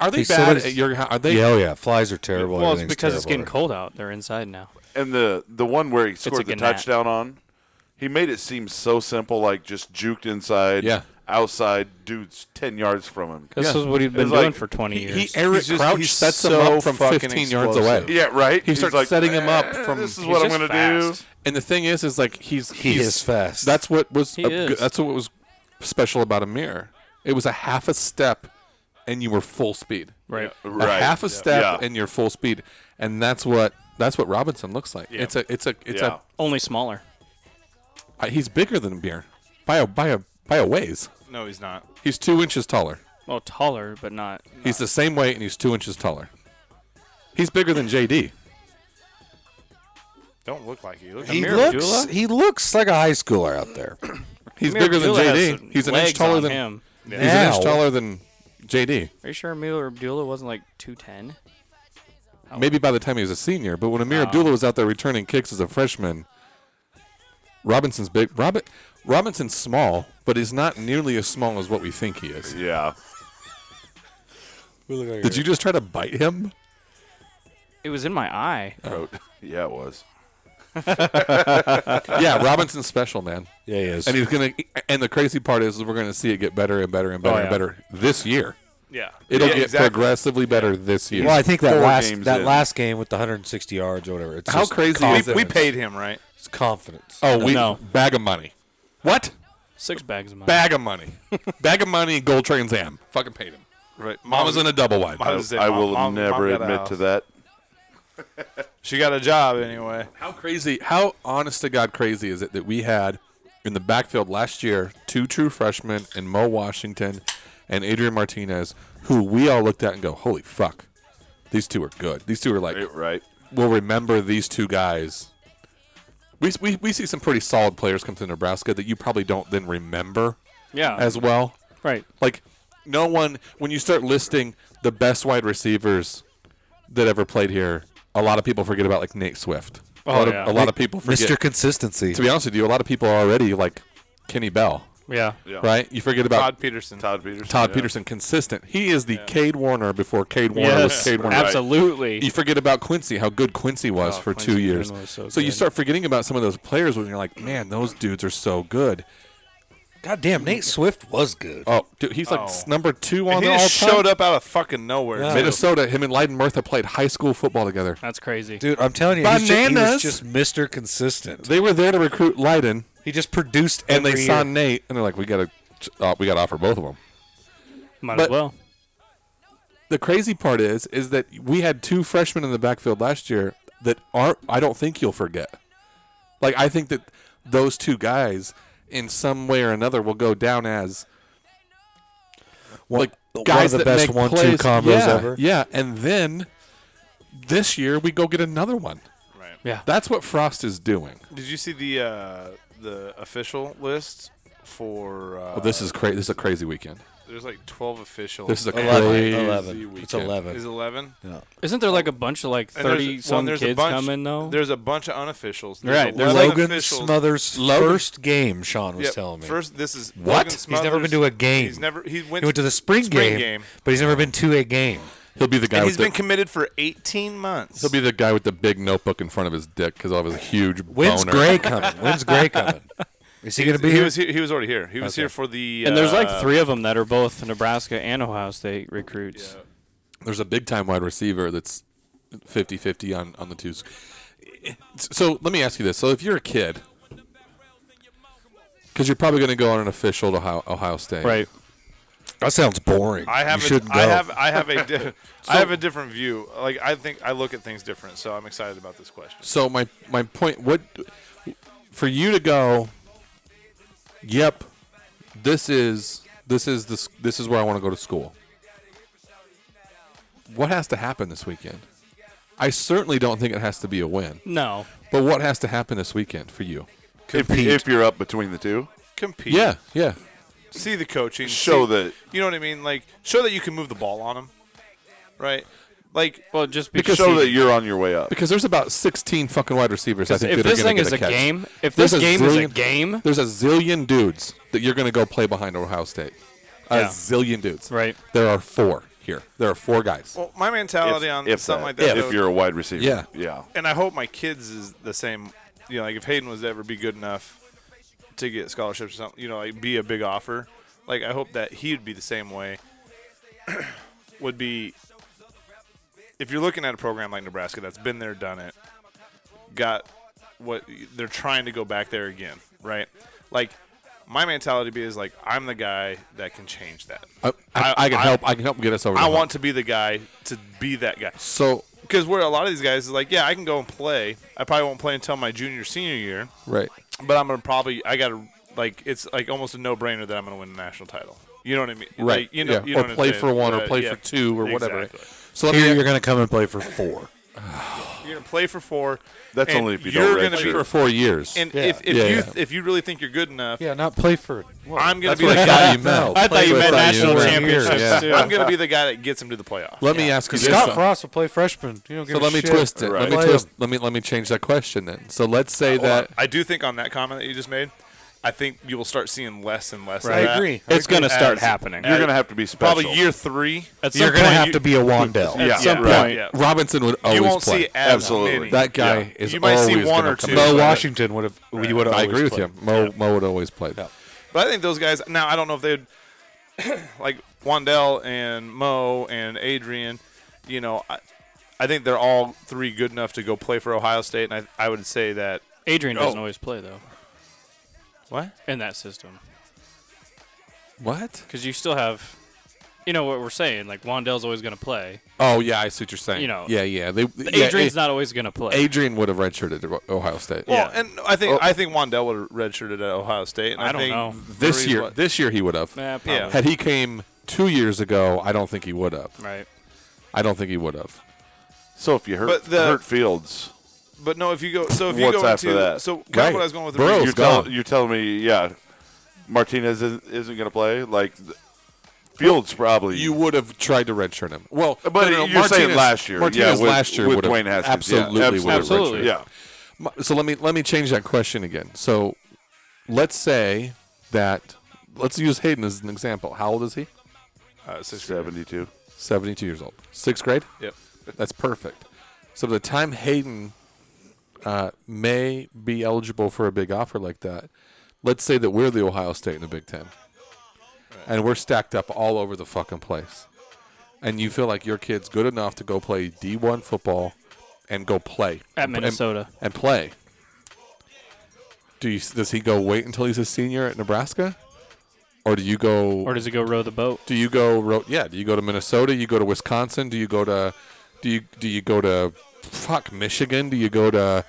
S1: Are they
S6: He's
S1: bad
S6: so-
S1: at your? Are they?
S6: Yeah, oh yeah, flies are terrible.
S3: Well, it's
S6: everything's
S3: because it's
S6: terrible.
S3: getting cold out. They're inside now.
S5: and the the one where he scored
S3: like
S5: the
S3: a gnat.
S5: touchdown on, he made it seem so simple. Like just juked inside.
S1: Yeah.
S5: Outside, dudes ten yards from him.
S3: This
S1: Yeah.
S3: is what he's been
S5: It's
S3: doing
S5: like,
S3: for 20
S1: He,
S3: years.
S1: he Eric
S4: He's just-
S1: Crouch
S4: he's
S1: sets him
S4: so
S1: up from
S4: fucking
S1: 15 yards
S4: explosive.
S1: away.
S5: Yeah, right.
S1: He
S5: He's
S1: starts
S5: like,
S1: setting him up
S5: "Eh,
S1: from-
S5: This is
S1: He's
S5: what I'm
S3: just
S5: gonna
S3: fast.
S5: do.
S1: And the thing is, is like he's
S6: He
S1: he's,
S6: is fast.
S1: That's what was
S3: He
S1: a good-
S3: is.
S1: that's what was special about Amir. It was a half a step, and you were full speed.
S3: right.
S5: Right.
S1: a half a step
S5: Yeah.
S1: and you're full speed, and that's what that's what Robinson looks like. It's a it's a it's
S5: Yeah.
S3: Only smaller.
S1: a he's bigger than Beer by a by a by a ways.
S4: No, he's not.
S1: He's two inches taller.
S3: Well, taller, but not.
S1: He's the same weight and he's two inches taller. He's bigger than JD.
S4: Don't look like he. Looks
S6: He
S3: Amir
S6: looks.
S3: Abdullah?
S6: He looks like a high schooler out there.
S1: He's
S3: Amir
S1: bigger
S3: Abdullah
S1: than
S3: has
S1: JD.
S3: some
S1: He's an inch
S3: legs
S1: taller
S3: on
S1: than
S3: him.
S1: he's an
S6: Now-
S1: inch taller than JD.
S3: Are you sure Amir Abdullah wasn't like 210?
S1: Maybe by the time he was a senior, but when Amir Abdullah was out there returning kicks as a freshman, Robinson's big. Robin, Robinson's small, but he's not nearly as small as what we think he is.
S5: Yeah.
S1: Did you just try to bite him?
S3: It was in my eye.
S1: Oh.
S5: Yeah, it was.
S1: yeah, Robinson's special, man.
S6: Yeah, he is.
S1: And he's gonna. And the crazy part is, we're gonna see it get better and better and better
S3: Oh,
S1: and
S3: yeah.
S1: better this year.
S4: yeah.
S1: It'll
S5: Yeah,
S1: get
S5: exactly.
S1: progressively better this year.
S6: well, I think that
S5: four
S6: last
S5: games
S6: that
S5: in.
S6: last game with the 160 yards or whatever. It's
S1: How
S6: just
S1: crazy
S6: confidence.
S1: is it?
S4: We paid him right.
S6: It's confidence.
S1: oh, we
S3: No.
S1: bag of money. What
S3: Six bags of money.
S1: bag of money? bag of money. Gold Trans Am. Fucking paid him.
S4: Right.
S1: Mama's in a double wide.
S5: I,
S4: I was
S5: I
S4: saying,
S5: will
S4: Mom- Mom-
S5: never
S4: Mom got
S5: admit
S4: out.
S5: to that.
S4: She got a job anyway.
S1: How crazy? How honest to God crazy is it that we had in the backfield last year two true freshmen and Mo Washington and Adrian Martinez, who we all looked at and go, "Holy fuck, these two are good. These two are like
S5: Right, Right.
S1: we'll remember these two guys. We, we, we see some pretty solid players come to Nebraska that you probably don't then remember
S3: Yeah.
S1: as well.
S3: right.
S1: Like, no one, when you start listing the best wide receivers that ever played here, a lot of people forget about, like, Nate Swift. a
S3: Oh,
S1: lot,
S3: yeah.
S1: of, a lot of people forget.
S6: Mr. Consistency.
S1: To be honest with you, a lot of people are already, like, Kenny Bell,
S3: Yeah.
S5: Yeah.
S1: right? You forget about
S4: Todd
S1: Todd,
S4: Peterson.
S5: Todd Peterson. yeah.
S1: Peterson, consistent. He is the Cade Warner before Cade Warner was
S3: Yes.
S1: Cade Warner.
S3: Absolutely.
S1: You forget about Quincy, how good Quincy was
S3: Oh,
S1: for
S3: Quincy
S1: two
S3: Boone
S1: years.
S3: was
S1: So,
S3: so
S1: you
S3: good.
S1: start forgetting about some of those players when you're like, man, those dudes are so good.
S6: God damn, Nate Swift was good.
S1: Oh, dude, he's like
S4: Oh.
S1: s- number two on
S4: And he
S1: the all time.
S4: just showed up out of fucking nowhere.
S6: Yeah.
S4: too.
S1: Minnesota. Him and Leiden Murtha played high school football together.
S3: That's crazy.
S6: Dude, I'm telling you, he's ju-
S1: Bananas.
S6: he was just Mr. Consistent.
S1: They were there to recruit Leiden,
S6: He just produced
S1: and they
S6: every
S1: saw
S6: year.
S1: Nate, and they're like, we gotta, uh, we gotta offer both of them.
S3: Might
S1: but-
S3: as well.
S1: the crazy part is is that we had two freshmen in the backfield last year that aren't I don't think you'll forget. Like I think that those two guys in some way or another will go down as like
S6: one of
S1: guys
S6: the
S1: that
S6: best
S1: make
S6: one-two
S1: plays.
S6: combos
S1: yeah,
S6: ever.
S1: Yeah, and then this year we go get another one.
S4: Right.
S3: Yeah.
S1: That's what Frost is doing.
S4: Did you see the uh, the official list for? Uh,
S1: Oh, this is crazy. This is a crazy weekend.
S4: There's like 12 official.
S1: This is a crazy
S6: 11. 11. It's
S1: weekend.
S6: 11.
S4: Is 11?
S3: Isn't there like a bunch of like
S4: And there's-
S3: thirty
S4: well,
S3: some
S4: there's a
S3: kids
S4: bunch-
S3: coming though?
S4: There's a bunch of unofficials.
S3: Right, there's
S4: 11
S6: Logan
S4: officials.
S6: Smother's first game, Sean was
S4: Yeah,
S6: telling me.
S4: First, this is
S6: What?
S4: Logan
S6: He's never been
S4: Smothers.
S6: to a game.
S4: He's never. He went,
S6: he went to the spring,
S4: spring
S6: game,
S4: game.
S6: but he's never been to a game.
S1: He'll be the guy.
S4: And
S1: With
S4: he's
S1: the,
S4: been committed for 18 months.
S1: he'll be the guy with the big notebook in front of his dick because of his huge
S6: When's
S1: boner.
S6: Gray coming? When's Gray coming? Is he going to be
S4: he
S6: here?
S4: was he, he was already here. He was here for the
S3: and there's
S4: uh,
S3: like three of them that are both Nebraska and Ohio State recruits.
S1: There's a big time wide receiver that's 50-50 on on the twos. So let me ask you this: So if you're a kid, because you're probably going to go on an official to Ohio, Ohio State,
S3: Right.
S6: that sounds boring.
S4: I have
S6: you
S4: a,
S6: shouldn't go.
S4: I have I have a di- I have a different view. Like I think I look at things different, so I'm excited about this question.
S1: So my my point, what for you to go? Yep, this is this is this this is where I want to go to school. What has to happen this weekend? I certainly don't think it has to be a win,
S3: No.
S1: but what has to happen this weekend for you?
S5: If, if you're up between the two,
S4: Compete.
S1: Yeah, yeah.
S4: See the coaching.
S5: show
S4: see-
S5: that
S4: You know what I mean? Like show that you can move the ball on them, right? Like
S3: Well, just
S1: Because
S3: because,
S5: show
S1: he-
S5: that you're on your way up.
S1: Because there's about 16 fucking wide receivers. I think
S3: if
S1: that are
S3: this
S1: gonna
S3: thing
S1: get
S3: is
S1: a
S3: a
S1: catch.
S3: game, if
S1: There's
S3: this game is a
S1: zillion-
S3: game,
S1: there's a zillion dudes that you're going to go play behind Ohio State. A
S3: Yeah.
S1: zillion dudes.
S3: Right.
S1: There are four here. There are four guys.
S4: well, my mentality on something
S5: that-
S4: like that.
S5: if
S4: though,
S5: you're a wide receiver,
S1: Yeah.
S5: yeah.
S4: and I hope my kids is the same. You know, like if Hayden was to ever be good enough to get scholarships or something, you know, like be a big offer. Like I hope that he'd be the same way. would be if you're looking at a program like Nebraska that's been there, done it, got what they're trying to go back there again, right? Like my mentality be is like I'm the guy that can change that.
S1: I, Uh, Uh-huh. I,
S4: I-
S1: I can
S4: I-
S1: help. I can help get us over.
S4: I
S1: the hump.
S4: want to be the guy to be that guy
S1: So
S4: because where a lot of these guys is like, yeah, I can go and play. I probably won't play until my junior senior year,
S1: right.
S4: but I'm gonna probably I gotta like it's like almost a no brainer that I'm gonna win the national title. You know what I mean?
S1: Right.
S4: Like, you know,
S1: yeah.
S4: you know
S1: or
S4: what I'm
S1: play
S4: saying?
S1: for one,
S4: Uh,
S1: or play
S4: yeah.
S1: for two, or whatever.
S4: Exactly.
S1: So let
S6: Here
S1: me
S6: you're going to come and play for four.
S4: You're gonna play for four.
S5: That's
S4: and
S5: only if you
S4: you're
S5: don't
S4: gonna
S5: redshirt.
S4: be
S1: for four years.
S4: and if, if
S1: Yeah,
S4: you
S1: yeah.
S4: if you really think you're good enough,
S6: Yeah, not play for.
S4: I'm gonna
S1: That's
S4: be
S1: what
S4: the
S1: I
S4: guy.
S1: thought you meant.
S3: I thought
S1: That's
S3: you meant
S1: what I thought you
S3: national
S1: were.
S3: championships
S1: Yeah.
S3: too.
S4: I'm gonna be the guy that gets him to the playoff.
S1: Let me ask you this.
S6: Scott
S1: though.
S6: Frost will play freshman. You don't give
S1: So
S6: a
S1: let me
S6: shit.
S1: twist it. Let me
S6: Play
S1: twist.
S6: him.
S1: Let me let me change that question then. So let's say
S4: Hold on.
S1: that
S4: I do think on that comment that you just made, I think you will start seeing less and less. of
S6: I
S4: that.
S6: agree.
S3: It's going to start
S4: As-
S3: happening.
S5: You're gonna have to be special.
S4: Uh, Probably year three.
S3: At some
S6: You're going to
S3: point,
S6: have
S3: you-
S6: to be a Wandell.
S5: yeah,
S3: some
S5: right.
S3: point.
S4: Yeah.
S1: Robinson would always
S4: you won't
S1: play.
S4: see as
S5: Absolutely.
S4: many.
S1: That guy
S4: Yeah.
S1: is
S4: You might see
S1: always
S4: one
S1: gonna
S4: or
S1: come
S4: two.
S6: Mo
S1: Right.
S6: Washington would have. You would have.
S1: I agree with
S6: played.
S1: you. Mo Mo would always play. that.
S4: But I think those guys. Now I don't know if they'd like Wandell and Mo and Adrian. You know, I, I think they're all three good enough to go play for Ohio State, and I, I would say that.
S3: Adrian doesn't
S4: Oh.
S3: always play though
S4: What?
S3: in that system
S1: What?
S3: because you still have, you know what we're saying. Like Wandell's always going to play.
S1: Oh yeah, I see what you're saying.
S3: You know.
S1: Yeah, yeah. They, yeah,
S3: Adrian's
S1: A-
S3: not always going to play.
S1: Adrian would have redshirted at Ohio State.
S4: Well,
S3: Yeah.
S4: and I think I think Wandell would have redshirted at Ohio State. And I,
S3: I don't
S4: think
S3: know.
S1: this
S4: Murray's
S1: year,
S4: what-
S1: this year he would have.
S3: Eh, probably.
S4: Yeah.
S1: Had he came two years ago, I don't think he would have.
S3: Right.
S1: I don't think he would have.
S5: So if you hurt,
S4: But the-
S5: hurt Fields,
S4: But no, if you go, so if you
S5: What's
S4: go
S5: after
S4: into
S5: that?
S4: so kind
S1: Right.
S4: of what I was going with.
S1: Burrow's
S4: originally-
S5: you're, tell,
S1: gone.
S5: you're telling me, yeah, Martinez isn't, isn't going to play. Like th- Fields probably.
S1: You would have tried to redshirt him. Well,
S5: but
S1: no, no, no,
S5: you're saying
S1: Martinez-
S5: last year,
S1: Martinez
S5: yeah, with,
S1: last year
S5: with
S1: would have
S5: Dwayne Haskins,
S1: absolutely
S5: yeah,
S1: would have
S3: Absolutely.
S5: redshirted. Yeah,
S1: My- so let me let me change that question again. So let's say that let's use Hayden as an example. How old is he?
S4: Uh, sixth grade.
S5: seventy-two.
S1: 72 years old. 6th grade?
S4: Yep.
S1: That's perfect. So by the time Hayden uh, may be eligible for a big offer like that, let's say that we're the Ohio State in the Big 10. And we're stacked up all over the fucking place. And you feel like your kid's good enough to go play D1 football and go play
S3: At
S1: And- and-
S3: Minnesota.
S1: and play. Do you does he go wait until he's a senior at Nebraska, or do you go?
S3: Or does he go row the boat?
S1: do you go? ro- Yeah, do you go to Minnesota? You go to Wisconsin? Do you go to? Do you do you go to? Fuck Michigan? Do you go to?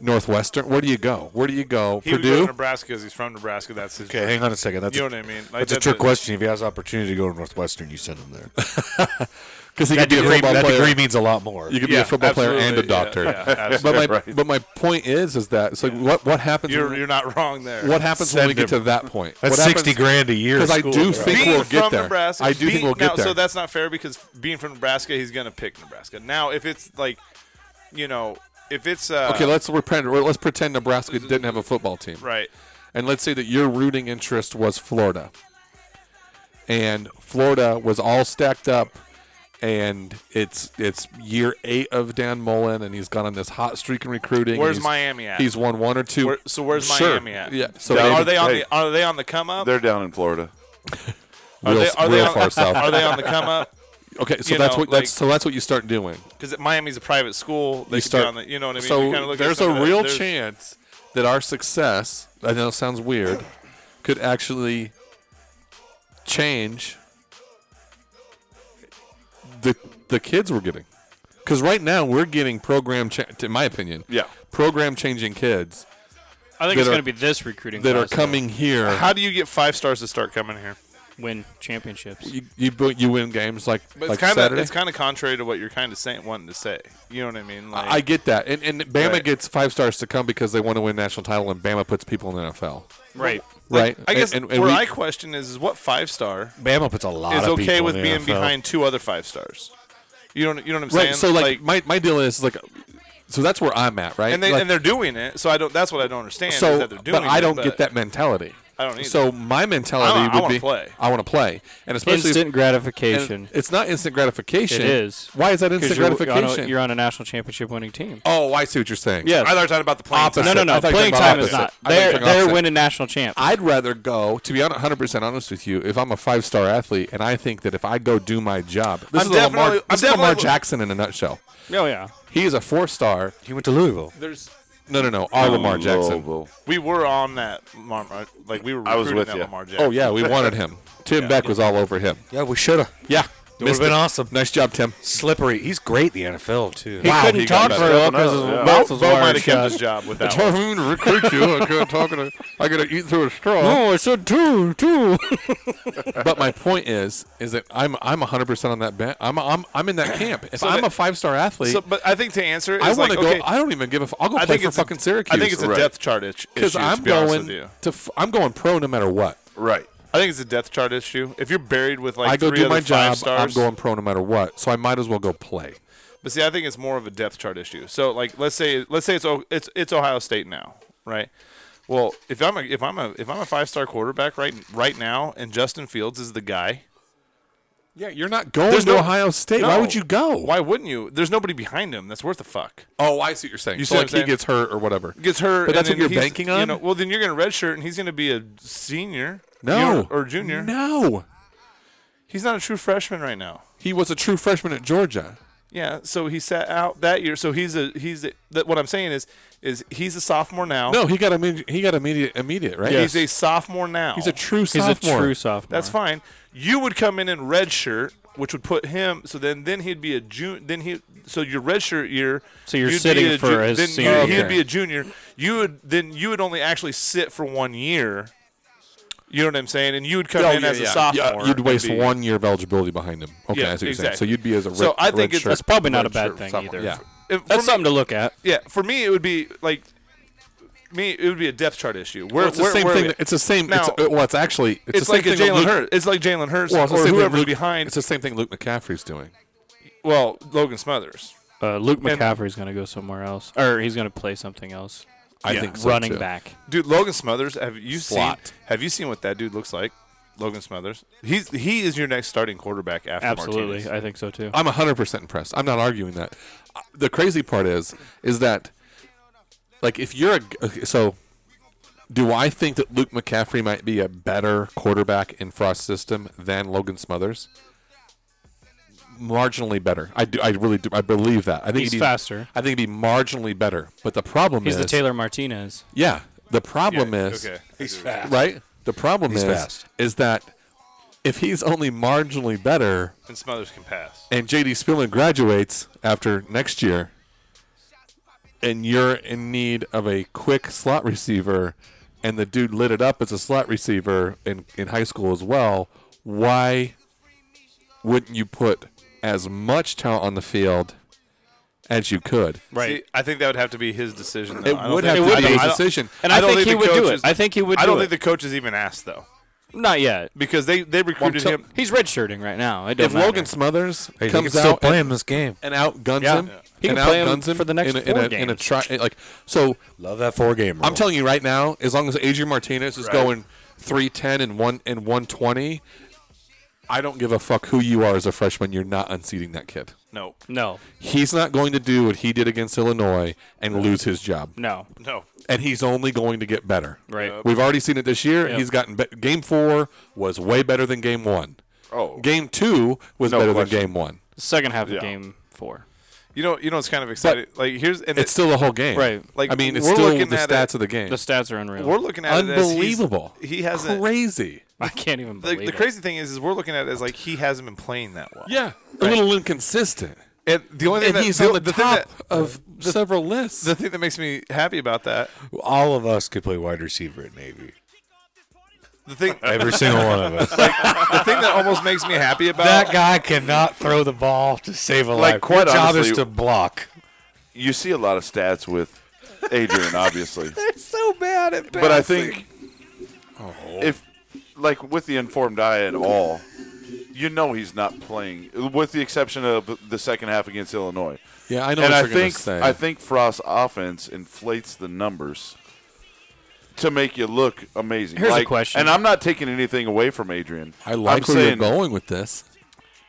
S1: Northwestern. Where do you go? Where do you go?
S4: He would go to
S1: Purdue.
S4: Nebraska because he's from Nebraska. That's his.
S6: Okay, hang on a second. That's
S4: You know
S6: a,
S4: what I mean? Like,
S6: that's a trick question. If he has opportunity to go to Northwestern, you send him there.
S1: Because he
S6: That
S1: could be a
S6: degree,
S1: football
S6: that
S1: player.
S6: degree means a lot more.
S1: You could be a football player and a
S4: absolutely, yeah,
S1: doctor.
S4: yeah, absolutely.
S1: but my but my point is is that it's like what what happens
S4: You're
S1: when,
S4: you're not wrong there.
S1: what happens when
S6: Send
S1: we get
S6: him.
S1: to that point?
S6: That's
S1: What happens-
S6: sixty grand a year.
S1: Because I
S6: school,
S1: do
S6: bro.
S1: think
S4: being
S1: we'll get
S4: from
S1: there.
S4: Nebraska,
S1: I do think
S4: being-
S1: we'll get
S4: now,
S1: there.
S4: So that's not fair because being from Nebraska, he's gonna pick Nebraska. Now, if it's like, you know, if it's uh,
S1: okay, let's pretend let's pretend Nebraska didn't have a football team,
S4: right,
S1: and let's say that your rooting interest was Florida, and Florida was all stacked up, and it's it's year eight of Dan Mullen, and he's gone on this hot streak in recruiting.
S4: Where's
S1: he's-
S4: Miami at?
S1: He's won one or two.
S4: Where- so where's
S1: Sure.
S4: Miami at?
S1: Yeah. So
S4: Now, are
S1: maybe-
S4: they on
S5: hey.
S4: the are they on the come up?
S5: They're down in Florida.
S4: Are
S1: real,
S4: they, are
S1: real
S4: they on,
S1: far south.
S4: Are they on the come up?
S1: okay, so
S4: you
S1: that's
S4: know,
S1: what that's
S4: like-
S1: so that's what you start doing.
S4: Because Miami's a private
S1: you
S4: school. They could be
S1: start.
S4: on the, you know what I mean.
S1: So
S4: You kinda look at
S1: there's
S4: some
S1: a
S4: of the-
S1: real
S4: there's-
S1: chance that our success, I know it sounds weird, could actually change the the kids we're getting. Because right now we're getting program, cha- in my opinion,
S5: Yeah.
S1: program changing kids
S3: I think
S1: that
S3: it's
S1: are-
S3: going to be this recruiting
S1: that are
S3: class, though.
S1: coming here.
S4: How do you get five stars to start coming here?
S3: win championships.
S1: You, you bu- you win games like
S4: But
S1: like
S4: it's kind of
S1: Saturday.
S4: it's kind of contrary to what you're kind of saying wanting to say. You know what I mean? Like,
S1: I get that, and and Bama
S4: Right.
S1: gets five stars to come because they want to win national title, and Bama puts people in the NFL.
S3: Right.
S1: Right.
S4: I guess
S1: and, and, and
S4: where
S1: we-
S4: I question is, is what five star
S6: Bama puts a lot
S4: is
S6: of
S4: okay
S6: people
S4: with
S6: in the
S4: being
S6: NFL.
S4: behind two other five stars. You don't you know what I'm saying?
S1: right. So like, my my deal is like, so that's where I'm at, right?
S4: and they
S1: Like,
S4: and they're doing it. So I don't. That's what I don't understand. is
S1: so,
S4: that they're doing
S1: but I
S4: it,
S1: don't
S4: but
S1: get that mentality.
S4: I don't either.
S1: So my mentality
S4: I- I
S1: would
S4: wanna
S1: be,
S4: play.
S1: I want to play, and especially if-
S3: Instant
S1: and
S3: gratification.
S1: it's not instant gratification.
S3: It is.
S1: Why is that instant
S3: 'Cause you're- You're on,
S1: gratification?
S3: a, you're on a national championship winning team.
S1: oh, I see what you're saying.
S3: Yes.
S4: I thought you were talking about the playing
S1: Opposite.
S4: time.
S3: no, no,
S1: I
S3: no.
S1: thought you
S3: Playing
S1: were talking
S3: time is not.
S1: opposite. I thought you were
S3: They're
S1: talking
S3: they're
S1: opposite.
S3: winning national champs.
S1: I'd rather go to be 100 percent honest with you. If I'm a five star athlete, and I think that if I go do my job, this
S4: I'm
S1: is a Lamar,
S4: definitely- I'm
S1: this is Lamar
S4: definitely-
S1: Jackson in a nutshell.
S3: Oh yeah.
S1: He is a four star.
S6: He went to Louisville.
S1: There's no, no, no. All Lamar Jackson.
S5: Louisville.
S4: We were on that Lamar. Like we were.
S5: I was
S4: recruiting
S5: with
S4: that
S5: you.
S4: Lamar Jackson.
S1: Oh yeah, we wanted him. Tim Beck was all over him.
S6: Yeah, we should have.
S1: Yeah,
S6: Would have
S1: missed it.
S6: been awesome.
S1: Nice job, Tim.
S6: Slippery. He's great in the NFL too.
S3: He couldn't talk very well because his
S5: Yeah.
S3: mouth was
S4: Bo might
S3: wide
S4: have kept his
S3: shut.
S4: job with that. one.
S1: told him to recruit you. I couldn't talk to. I gotta eat through a straw.
S3: Oh, I said two, two.
S1: But my point is, is that I'm I'm 100 percent on that bench. I'm I'm I'm in that camp. If I'm a five star athlete,
S4: So, but I think to answer, it
S1: I
S4: is
S1: want
S4: like,
S1: to
S4: okay,
S1: go. I don't even give a. F- I'll go
S4: I
S1: play
S4: think
S1: for
S4: it's a-
S1: fucking Syracuse.
S4: I think it's a depth chart itch- issue.
S1: because I'm
S4: to be honest
S1: going
S4: with you.
S1: to. F- I'm going pro no matter what.
S5: Right.
S4: I think it's a depth chart issue. If you're buried with like
S1: I go
S4: three
S1: do
S4: other
S1: my
S4: five
S1: job.
S4: Stars,
S1: I'm going pro no matter what. So I might as well go play.
S4: But see, I think it's more of a depth chart issue. So like, let's say let's say it's O- it's it's Ohio State now, right? Well, if I'm a if I'm a if I'm a five star quarterback right right now, and Justin Fields is the guy,
S1: Yeah, you're not going to
S4: no-
S1: Ohio State. Why
S4: No.
S1: would you go?
S4: Why wouldn't you? There's nobody behind him that's worth a fuck.
S1: Oh, I see what you're saying.
S4: You
S1: so
S4: see what
S1: like
S4: I'm
S1: he
S4: saying?
S1: gets hurt or whatever.
S4: Gets hurt,
S1: But that's
S4: and
S1: what
S4: then
S1: you're
S4: he's-
S1: banking
S4: you
S1: on?
S4: know, well, then you're gonna redshirt, and he's gonna be a senior,
S1: No.
S4: you know, or junior.
S1: No.
S4: He's not a true freshman right now.
S1: He was a true freshman at Georgia.
S4: Yeah, so he sat out that year. So he's a he's a, that what I'm saying is is he's a sophomore now.
S1: No, he got immediate. He got immediate. Immediate, right?
S4: he's a sophomore now.
S1: He's a true
S3: He's a
S1: sophomore.
S3: true sophomore.
S4: That's fine. You would come in in red shirt, which would put him. So then, then he'd be a junior. Then he. So your red shirt year.
S3: So you're
S4: you'd be
S3: sitting
S4: a
S3: for his
S4: then
S3: senior
S4: you'd-
S3: year.
S4: He'd be a junior. You would then you would only actually sit for one year. You know what I'm saying? And you would come
S1: Oh,
S4: in
S1: yeah,
S4: as
S1: yeah.
S4: a sophomore.
S1: Yeah, you'd
S4: and
S1: waste
S4: be-
S1: one year of eligibility behind him. Okay,
S4: Yeah,
S1: I see what you're saying. So
S4: exactly.
S1: you'd be as a red,
S4: So I think
S1: red shirt.
S4: it's- that's
S3: That's probably not a
S1: red
S3: bad
S1: shirt
S3: thing
S1: sophomore.
S3: either.
S1: Yeah.
S4: If- for
S3: That's
S4: me-
S3: something to look at.
S4: Yeah, for me it would be like me. It would be a depth chart issue. Where,
S1: Well, it's the
S4: where-
S1: same
S4: where are
S1: thing.
S4: we
S1: that-
S4: at?
S1: It's the same. it's,
S4: Now-
S1: uh, well, it's actually it's,
S4: It's,
S1: the same
S4: like
S1: thing
S4: a
S1: that
S4: Jalen
S1: Luke-
S4: Hurst. It's like Jalen Hurst
S1: Well, it's the
S4: or
S1: same thing
S4: whoever's
S1: Luke-
S4: behind.
S1: It's the same thing Luke McCaffrey's doing.
S4: well, Logan Smothers.
S3: Uh, Luke
S4: And-
S3: McCaffrey's going to go somewhere else, or he's going to play something else.
S1: I think so
S3: running
S1: too.
S3: back.
S4: Dude, Logan Smothers, have you
S1: Slot.
S4: seen have you seen what that dude looks like? Logan Smothers. He's he is your next starting quarterback after
S3: Absolutely,
S4: Martinez.
S3: I think so too.
S1: I'm 100% impressed. I'm not arguing that. Uh, The crazy part is is that like if you're a g- okay, so do I think that Luke McCaffrey might be a better quarterback in Frost's system than Logan Smothers? Marginally better. I do. I really do. I believe that. I think
S3: He's
S1: he'd be,
S3: faster.
S1: I think he'd be marginally better. But the problem
S3: He's
S1: is
S3: the Taylor Martinez.
S1: Yeah. The problem is
S4: Okay.
S1: right. The problem
S6: He's
S1: is
S6: fast.
S1: is that if he's only marginally better,
S4: And Smothers can pass.
S1: and JD Spillman graduates after next year, and you're in need of a quick slot receiver, and the dude lit it up as a slot receiver in, in high school as well, why wouldn't you put as much talent on the field as you could?
S3: Right.
S4: See, I think that would have to be his decision. Though.
S1: It
S4: I don't
S1: would
S4: think-
S1: have
S4: I
S1: to
S4: don't-
S1: be
S4: I
S1: his
S4: don't-
S1: decision.
S3: and
S4: I
S3: I
S4: don't
S3: think
S4: think
S3: he
S4: the
S3: would do it.
S4: coaches-
S3: I think he would.
S4: I
S3: do
S4: don't
S3: it.
S4: think the coaches even asked though
S3: Not yet.
S4: because they they recruited
S1: tell-
S4: him.
S3: He's redshirting right now. It
S1: If
S3: doesn't
S1: Logan
S3: matter.
S1: Smothers
S6: Hey, they can
S1: comes
S6: still
S1: out
S6: play
S1: and,
S6: him this game.
S1: and outguns
S3: Yeah.
S1: him,
S3: He
S1: and
S3: can play him
S1: outguns him
S3: for the next
S1: in a, in
S3: four
S1: a, in a
S3: games.
S1: try, like so.
S6: Love that four game.
S1: I'm telling you right now, as long as Adrian Martinez is going 310 and one and 120, I don't give a fuck who you are as a freshman. You're not unseating that kid.
S4: No,
S3: No.
S1: He's not going to do what he did against Illinois and lose his job.
S3: No.
S4: no.
S1: And he's only going to get better.
S3: Right.
S1: We've already seen it this year.
S3: Yep.
S1: He's gotten be- game four was way better than game one.
S5: Oh.
S1: Game two was
S5: No
S1: better
S5: question.
S1: than game one.
S3: Second half
S5: Yeah.
S3: of game four.
S4: You know, you know, it's kind of exciting. like here's and
S1: It's still the whole game.
S3: Right.
S1: Like I mean, it's
S4: we're
S1: still the
S4: looking at
S1: stats
S4: it-
S1: of the game.
S3: The stats are unreal.
S4: we're looking at
S1: Unbelievable.
S4: It as he's- he hasn't.
S1: crazy.
S3: I can't even
S4: the,
S3: believe
S4: the
S3: it.
S4: crazy thing is, is we're looking at it as like he hasn't been playing that well.
S1: Yeah. A little inconsistent.
S4: And the only thing
S1: and
S4: that,
S1: he's
S4: the,
S1: on the,
S4: the
S1: top
S4: Thing that,
S1: of several lists.
S4: the thing that makes me happy about that,
S6: all of us could play wide receiver at Navy.
S4: the thing, the
S6: Every single one of us.
S4: thing that almost makes me happy about
S6: that guy cannot throw the ball to save a
S5: Like,
S6: life.
S5: quite
S6: Your job is
S5: honestly-
S6: to block.
S5: You see a lot of stats with Adrian, obviously.
S6: It's so bad at
S5: but I think
S1: Oh.
S5: if like with the informed eye at all, you know he's not playing, with the exception of the second half against Illinois.
S1: yeah, I know what
S5: and I
S1: you're going
S5: think
S1: to say.
S5: I think Frost's offense inflates the numbers to make you look amazing.
S3: Here's a
S5: Like-
S3: question.
S5: and I'm not taking anything away from Adrian.
S1: I like
S5: I'm
S1: where you're
S5: saying
S1: going with this.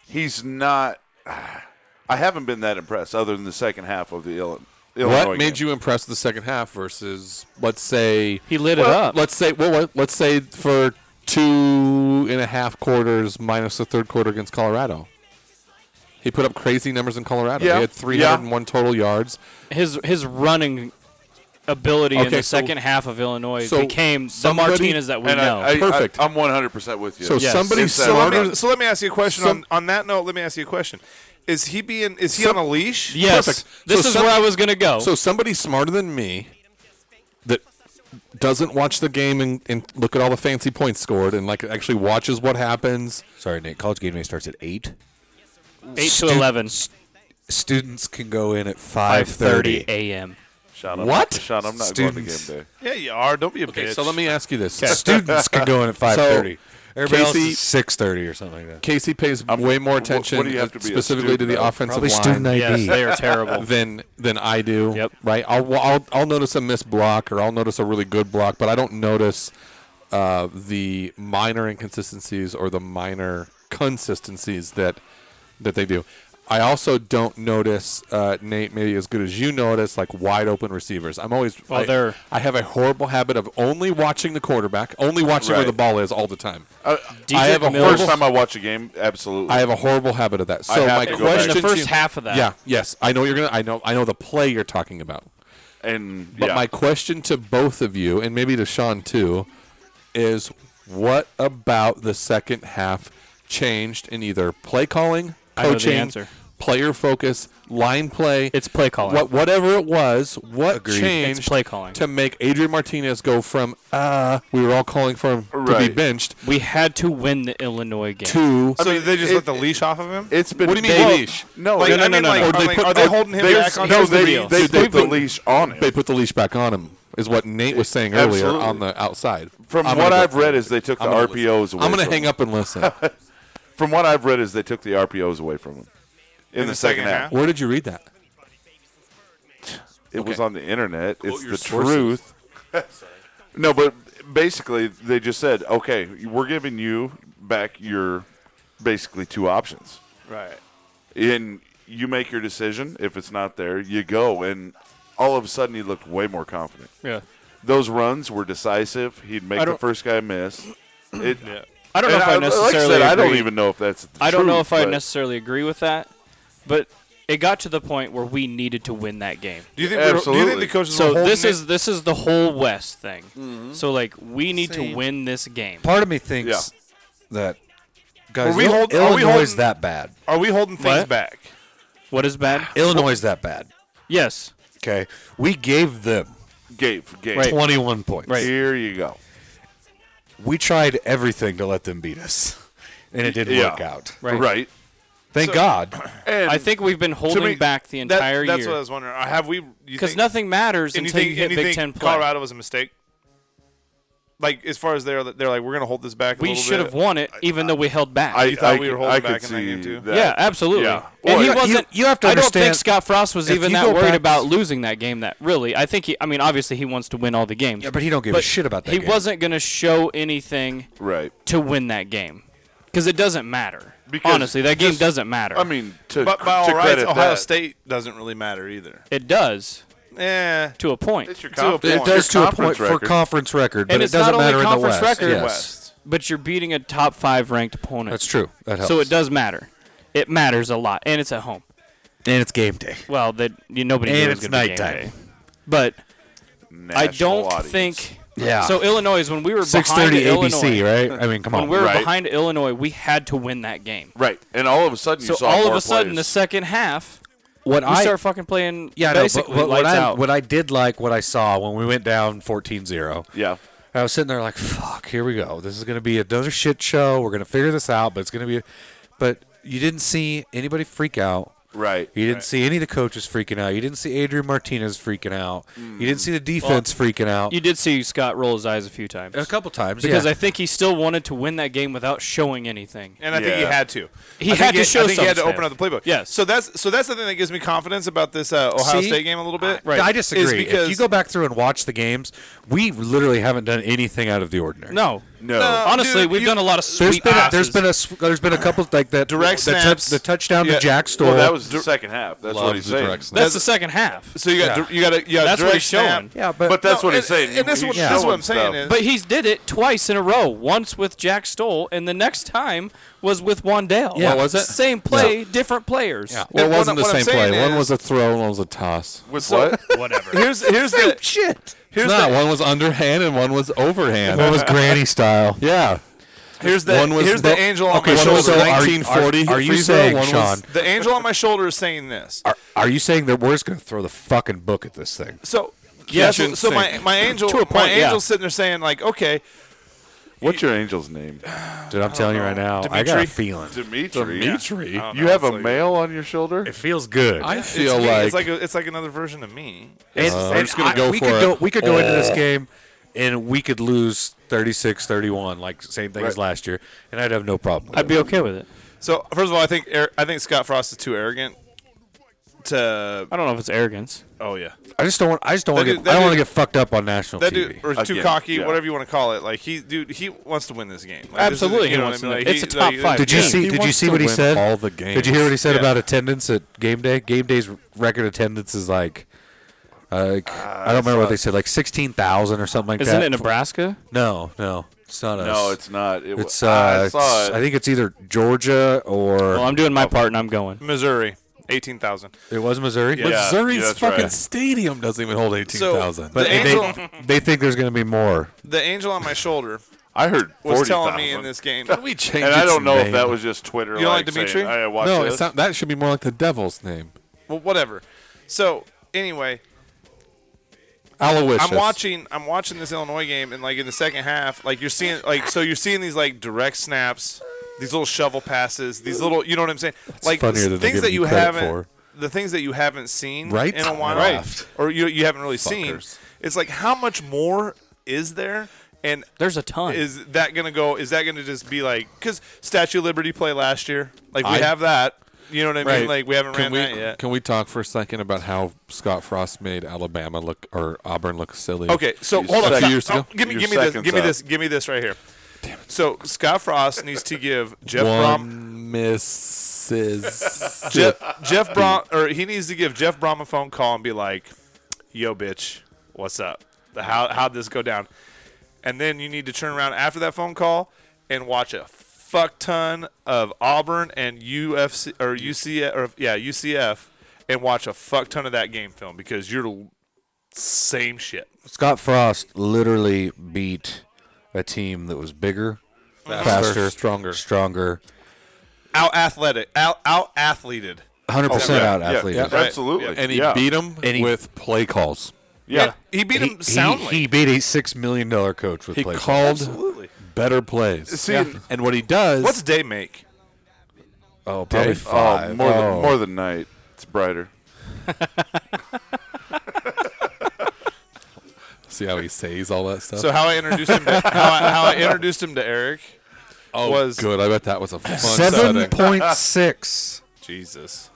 S5: He's not. I haven't been that impressed, other than the second half of the Illi- Illinois.
S1: What made
S5: game.
S1: you impressed with the second half versus, let's say,
S3: He lit it
S1: Well,
S3: up.
S1: Let's say, well, what- let's say for two and a half quarters minus the third quarter against Colorado. He put up crazy numbers in Colorado.
S5: Yeah.
S1: He had 301 total yards.
S3: his his running ability in
S1: Okay,
S3: the
S1: so-
S3: second half of Illinois
S1: so
S3: became the
S1: somebody-
S3: Martinez that we
S5: And
S3: know.
S5: I, I,
S1: Perfect.
S5: I, am 100 percent with you.
S1: So
S3: Yes.
S1: somebody
S5: It's that-
S4: So let, me,
S1: smarter-
S4: so let me ask you a question
S1: Some-
S4: on, on that note. Let me ask you a question: Is he being? Is he
S1: Some-
S4: on a leash?
S3: yes,
S1: perfect.
S3: this
S1: So
S3: is
S1: some-
S3: where I was gonna go.
S1: So somebody smarter than me that doesn't watch the game and, and look at all the fancy points scored and like actually watches what happens.
S6: Sorry, Nate. College game day starts at eight.
S3: Eight to
S6: Stu-
S3: eleven,
S6: Students can go in at
S3: five
S6: five
S3: thirty
S6: thirty.
S3: a.m.
S5: Sean, I'm
S1: What?
S5: Not, Sean, I'm not
S6: Students.
S5: going to game day.
S4: Yeah, you are. Don't be a bitch.
S1: So let me ask you this:
S6: Students can go in at five thirty. Everybody else
S1: Casey-
S6: is six thirty or something like that.
S1: Casey pays way more attention
S5: what do you have to be, a
S1: specifically to
S5: student,
S1: the
S5: though?
S1: offensive
S6: Probably student
S1: line
S6: ID.
S3: Yes, they are terrible.
S1: than than I do.
S3: Yep.
S1: Right. I'll, I'll I'll notice a missed block or I'll notice a really good block, but I don't notice uh, the minor inconsistencies or the minor consistencies that that they do. I also don't notice uh, Nate maybe as good as you notice like wide open receivers. I'm always
S3: Well,
S1: I-
S3: they're-
S1: I have a horrible habit of only watching the quarterback, only watching where
S5: Right.
S1: the ball is all the time.
S5: Uh,
S3: Dietrich
S1: I have a
S3: Mills-
S5: First time I watch a game, absolutely.
S1: I have a horrible habit of that. So
S5: have
S1: my
S5: to go back.
S1: question
S3: in the
S1: to-
S3: first half of that.
S1: Yeah. Yes, I know you're gonna. I know. I know the play you're talking about.
S5: and
S1: But
S5: yeah,
S1: my question to both of you, and maybe to Sean too, is what about the second half changed in either play calling,
S3: I know the
S1: coaching,
S3: answer.
S1: player focus, line play?
S3: It's play calling.
S1: What, whatever it was, what changed
S3: It's play calling.
S1: to make Adrian Martinez go from uh, we were all calling for him to be
S5: Right.
S1: benched
S3: we had to win the Illinois game.
S1: to
S4: So
S5: mean,
S4: they just
S5: it-
S4: let the leash off of him?
S5: it's been.
S1: What do you mean
S5: Well,
S1: leash?
S5: No,
S4: like,
S5: no,
S4: I
S5: no,
S4: mean,
S5: no,
S4: like,
S5: no.
S1: Or
S4: I'm
S1: they
S4: like,
S1: put-
S4: are they
S1: or
S4: holding him
S5: they-
S4: back on?
S5: no,
S4: his
S5: they,
S4: deal?
S5: they,
S1: Dude,
S5: they
S1: they
S5: put the
S1: put-
S5: leash on him.
S1: They put the leash back on him, is what Nate was saying earlier
S5: Absolutely.
S1: on the outside.
S5: From
S1: I'm
S5: what
S1: gonna go
S5: I've read,
S1: through.
S5: is they took
S1: I'm
S5: the
S1: gonna
S5: RPOs
S1: listen.
S5: away.
S1: I'm going
S5: from
S1: to hang
S5: him.
S1: up and listen.
S5: From what I've read, is they took the RPOs away from him in, the, second, half.
S1: Where did you read that?
S5: It was on the internet. it's
S1: your
S5: the
S1: sources.
S5: truth. no, but basically they just said, okay, we're giving you back your basically two options,
S4: Right.
S5: and you make your decision. If it's not there, you go. And all of a sudden, he looked way more confident.
S3: Yeah.
S5: Those runs were decisive. He'd make the
S3: don't-
S5: first guy miss. It,
S3: I don't know
S5: and
S3: if I,
S5: like
S3: necessarily.
S5: said, I don't
S3: agree.
S5: even know if that's. The
S3: I don't know if I
S5: necessarily.
S3: necessarily agree with that, but it got to the point where we needed to win that game.
S4: Do you think? we're- Do you think
S5: Absolutely.
S4: the coaches were
S3: So
S4: holding
S3: this
S4: it-
S3: is this is the whole West thing. So like we need to win this game.
S6: Part of me thinks that guys,
S4: Are we
S6: Ill-
S4: hold- are we
S6: Illinois is
S4: holding-
S6: that bad.
S4: Are we holding things
S3: What?
S4: back?
S3: What is bad?
S6: Illinois is that bad.
S3: Yes.
S6: Okay, we gave them
S5: Gave, gave.
S3: Right.
S6: 21 points.
S5: Here you go.
S6: We tried everything to let them beat us, and it didn't
S5: Yeah.
S6: work out.
S3: Right.
S5: Right.
S6: Thank God.
S5: And
S3: I think we've been holding
S4: me,
S3: back the
S4: That-
S3: entire
S4: that's what I
S3: year
S4: was wondering. Uh, Have we? you
S3: because
S4: think-
S3: nothing matters
S4: And you
S3: until you
S4: think,
S3: hit
S4: and you
S3: Big
S4: think
S3: Ten play.
S4: Colorado was a mistake? Like as far as they're they're like we're gonna hold this back. a
S3: we
S4: little
S3: should
S4: bit.
S3: have won it, even though we held back.
S5: I,
S4: You thought
S5: I,
S4: we were
S5: c-
S4: holding
S5: I
S4: back
S5: could
S4: in that
S5: see
S4: game, too?
S5: that.
S3: yeah, absolutely.
S5: Yeah.
S3: And
S5: Well,
S3: he
S5: you-
S3: wasn't.
S6: you- you have to
S3: I don't think
S6: understand-
S3: Scott Frost was
S6: if
S3: even
S6: you
S3: that
S6: go
S3: worried
S6: back-
S3: about losing that game. That really, I think he. I mean, obviously he wants to win all the games.
S6: Yeah, but he don't give a shit about that
S3: He
S6: game.
S3: wasn't going to show anything
S5: Right.
S3: to win that game because it doesn't matter.
S5: Because
S3: Honestly, that game
S5: just-
S3: doesn't matter.
S5: I mean, to,
S4: But by all
S5: to
S4: rights,
S5: credit
S4: Ohio
S5: that,
S4: State doesn't really matter either.
S3: it does
S4: Eh,
S3: to a point.
S5: It's your
S4: To a
S5: conference.
S4: point.
S6: It
S5: It's
S6: does
S5: your
S6: to a point
S5: conference
S6: for
S5: record.
S6: conference record, but
S3: And
S6: it
S3: it's not
S6: doesn't
S3: only
S6: matter in the
S3: conference
S6: West.
S3: record,
S6: yes.
S4: West.
S3: but you're beating a top five ranked opponent.
S6: That's true. That helps.
S3: So it does matter. It matters a lot, and it's at home.
S6: and it's game day.
S3: Well, that you, nobody knew
S6: And
S3: it was
S6: it's
S3: going to be game
S6: nighttime.
S3: day. But I
S5: National
S3: don't
S5: audience.
S3: think.
S6: Yeah.
S3: So Illinois is when we were
S6: six
S3: behind
S6: thirty ABC,
S3: Illinois,
S6: right? I mean, come
S3: When
S6: on.
S3: we were
S5: Right.
S3: behind Illinois, we had to win that game.
S5: Right. And all of a sudden, you
S3: So
S5: saw
S3: all of
S5: more
S3: a sudden, the
S5: players.
S3: second half,
S6: what
S3: we start fucking playing.
S6: yeah, no, but,
S3: basically
S6: but what
S3: lights
S6: I
S3: out.
S6: what I did like what I saw when we went down 14-0.
S5: yeah.
S6: I was sitting there like, fuck, here we go. This is going to be another shit show. We're going to figure this out, but it's going to be. But you didn't see anybody freak out.
S5: Right.
S6: You didn't see any of the coaches freaking out. You didn't see Adrian Martinez freaking out. You didn't see the defense freaking out.
S3: you did see Scott roll his eyes a few times
S6: a couple times,
S3: because
S6: yeah.
S3: I think he still wanted to win that game without showing anything.
S4: and I think he
S5: Yeah.
S4: had to.
S3: He
S4: I think
S3: had to show
S4: I think he had to
S3: some
S4: open up the playbook.
S3: Yes.
S4: So that's so that's the thing that gives me confidence about this uh, Ohio
S6: See?
S4: State game a little bit.
S3: Right.
S6: I
S4: is
S6: disagree.
S4: because
S6: if you go back through and watch the games, we literally haven't done anything out of the ordinary.
S3: No,
S5: No.
S3: honestly,
S4: dude,
S3: we've
S4: you-
S3: done a lot of
S6: There's
S3: sweet
S6: been a,
S3: passes.
S6: there's been a sw- there's been a couple like that
S4: Direct
S6: the, tou-
S4: snaps.
S6: the touchdown
S4: Yeah.
S6: to Jack Stoll.
S5: Well, that was the second half. That's what
S1: Loves
S5: he's
S1: the
S5: saying.
S1: direct snap.
S3: that's the second half.
S4: So you got dir- you got a you got a
S3: That's what
S4: direct
S3: he's showing.
S4: snap.
S6: yeah, but,
S5: But that's
S4: No,
S5: what he's
S4: and-
S5: saying.
S4: And this
S5: He's
S4: is what this is what
S5: showing
S4: I'm saying
S5: stuff.
S4: is
S3: But he's did it twice in a row. Once with Jack Stoll, and the next time was with Wandale.
S1: Yeah. What was it?
S3: Same play, different players.
S6: Yeah.
S1: Well, it
S4: And what
S1: wasn't
S4: I-
S1: the
S4: what I'm
S1: same play.
S4: saying
S1: one
S4: is-
S1: was a throw, and one was a toss.
S5: With what?
S3: Whatever.
S4: here's here's the
S6: shit.
S1: It's
S4: here's
S1: not.
S4: the
S1: One was underhand, and one was overhand.
S6: That was granny style.
S1: yeah.
S4: here's the
S1: one was
S4: here's the
S1: the-
S4: angel on
S1: okay,
S4: my
S1: one
S4: shoulder.
S1: was the 1940
S6: Are, are you
S1: free throw,
S6: saying,
S1: one was-
S6: Sean?
S4: The angel on my shoulder is saying this.
S6: Are, are you saying that we're just going to throw the fucking book at this thing?
S4: So
S3: Yes,
S4: so,
S3: and
S4: so my
S3: sink.
S4: my angel
S3: To a point,
S4: my
S3: yeah.
S4: angel's sitting there saying like okay
S5: What's your angel's name?
S6: Dude, I'm telling you right now, I got
S4: Dimitri?
S6: a feeling.
S5: Dimitri.
S1: Dimitri.
S5: You have a male on your shoulder?
S6: It feels good.
S1: I
S4: it's
S1: feel
S4: me.
S1: like,
S4: it's like a, it's like another version of me.
S6: and,
S1: we're just gonna go
S6: we
S1: for
S6: could
S1: it.
S6: go uh, we could go into this
S1: Oh.
S6: game and we could lose 36-31 like same thing as last year and I'd have no problem with
S3: I'd
S6: it.
S3: be okay with it.
S4: So first of all, I think Ar- I think Scott Frost is too arrogant to.
S3: I don't know if it's arrogance.
S4: Oh yeah,
S6: I just don't want I just don't want
S4: That
S6: to
S4: dude-
S6: get
S4: that
S6: I don't want to
S4: dude-
S6: get fucked up on national
S4: that
S6: TV.
S4: dude or too
S5: Again,
S4: cocky,
S5: yeah.
S4: whatever you want to call it. Like he, dude, he wants to win this game. Like, this is-
S3: Absolutely,
S4: you
S3: he
S4: know
S3: wants
S4: what I mean?
S3: to
S4: Like,
S3: win. It's
S4: he-
S3: a top
S4: like,
S3: five.
S6: Did you
S3: He
S6: see? Did you
S1: wants
S6: see
S1: to
S6: what he
S1: win
S6: said?
S1: all the
S6: Did you hear what he said
S4: games.
S6: about attendance at game day? Game day's record attendance is like, uh, like
S5: Ah,
S6: I don't remember what they said, like sixteen thousand or something like
S3: Isn't
S6: that.
S3: it Nebraska?
S6: no, no, it's not us.
S5: no, it's not. It, wa-
S6: it's. Uh,
S5: I saw
S6: it's-
S5: it.
S6: I think it's either Georgia or
S3: Well, I'm doing my part and I'm going.
S4: Missouri, eighteen thousand.
S6: it was Missouri.
S5: Yeah,
S1: Missouri's
S5: yeah, that's
S1: fucking
S5: right.
S1: stadium doesn't even hold eighteen thousand.
S6: But
S4: The
S6: they,
S4: angel-
S6: they think there's going to be more.
S4: The angel on my shoulder
S5: I heard
S4: was
S5: 40,000.
S4: telling me in this game.
S1: we change
S5: And I
S1: its
S5: don't know if
S1: name.
S5: that was just Twitter.
S4: You don't like
S5: saying,
S4: Dimitri?
S5: "Hey, watch
S1: No,
S5: this."
S1: it's not, that should be more like the devil's name.
S4: Well, whatever. So anyway,
S1: Aloysius.
S4: I'm watching. I'm watching this Illinois game, and like in the second half, like you're seeing, like so you're seeing these like direct snaps, these little shovel passes, these little, you know what I'm saying? like
S6: funnier than they
S4: things
S6: give
S4: that
S6: you
S4: you
S6: credit
S4: haven't,
S6: for.
S4: the things that you haven't seen
S1: Right?
S4: in a while,
S1: Right.
S4: Or you you haven't really
S1: Fuckers.
S4: seen. It's like how much more is there? And
S3: There's a ton.
S4: is that gonna go? Is that gonna just be like because Statue of Liberty play last year? Like we
S1: I-
S4: have that. You know what I mean?
S1: Right.
S4: Like we haven't ran
S1: can we,
S4: that yet.
S1: Can we talk for a second about how Scott Frost made Alabama look or Auburn look silly?
S4: Okay, so hold on.
S1: Two
S4: stop.
S1: years
S4: Stop.
S1: ago?
S4: Give me,
S5: Your
S4: give me this,
S5: second's
S4: give me
S5: up.
S4: this, give me this right here. So Scott Frost needs to give Jeff Brom,
S1: One misses.
S4: Jeff, Jeff Brom, or he needs to give Jeff Brom a phone call and be like, "Yo, bitch, what's up? How how'd this go down?" And then you need to turn around after that phone call and watch a fuck ton of Auburn and UFC or UCF or yeah UCF and watch a fuck ton of that game film because you're the same shit.
S6: Scott Frost literally beat a team that was bigger, faster,
S1: stronger.
S6: stronger.
S4: Out athletic, out out athleted.
S6: hundred percent
S5: yeah,
S6: out
S5: yeah,
S6: athlete.
S5: yeah, absolutely.
S1: and he
S5: yeah.
S1: beat him
S6: And he-
S1: with play calls.
S5: Yeah,
S4: He beat
S6: He,
S4: him soundly.
S6: he, he beat a six million dollar coach with
S1: He
S6: play calls.
S1: called better plays.
S5: See,
S1: And what he does,
S4: What's day make?
S6: Oh, probably
S5: oh,
S6: five.
S5: more
S1: Oh.
S5: than more than night. It's brighter.
S1: see how he says all that stuff.
S4: So how I introduced him to, how, I, how I introduced him to Eric
S1: oh,
S4: was-
S1: good. I bet that was a fun
S6: Seven
S1: setting.
S6: point six.
S4: Jesus.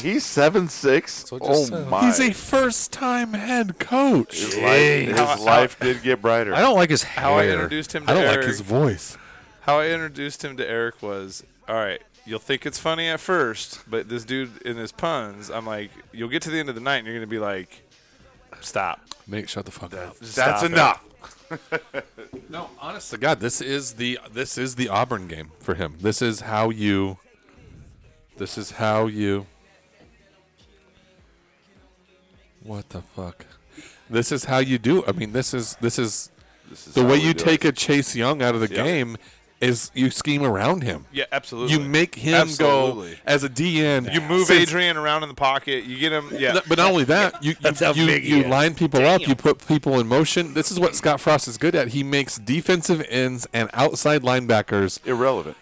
S5: He's seven six.
S6: what I
S5: Oh
S6: just said.
S5: my!
S1: He's a first-time head coach.
S5: his life, his life did get brighter.
S6: I don't like his hair.
S4: How I introduced him to
S1: I don't
S4: Eric.
S1: like his voice.
S4: how I introduced him to Eric was all right. You'll think it's funny at first, but this dude in his puns, I'm like, you'll get to the end of the night and you're gonna be like, stop.
S1: Nate, shut the fuck up.
S4: Just
S5: That's
S4: stop it."
S5: enough.
S1: No, honest to God, this is the this is the Auburn game for him. This is how you. This is how you. What the fuck? This is how you do. I mean, this is this is
S5: This is
S1: the
S5: how
S1: way
S5: we
S1: you
S5: do
S1: take
S5: it.
S1: a Chase Young out of the game. Is you scheme around him.
S4: Yeah, absolutely.
S1: You make him
S4: Absolutely.
S1: go as a DN.
S4: You move
S1: since-
S4: Adrian around in the pocket. You get him. Yeah.
S1: But not only that, you you, you, you line people up, you put people in motion. This is what Scott Frost is good at. He makes defensive ends and outside linebackers
S5: Irrelevant.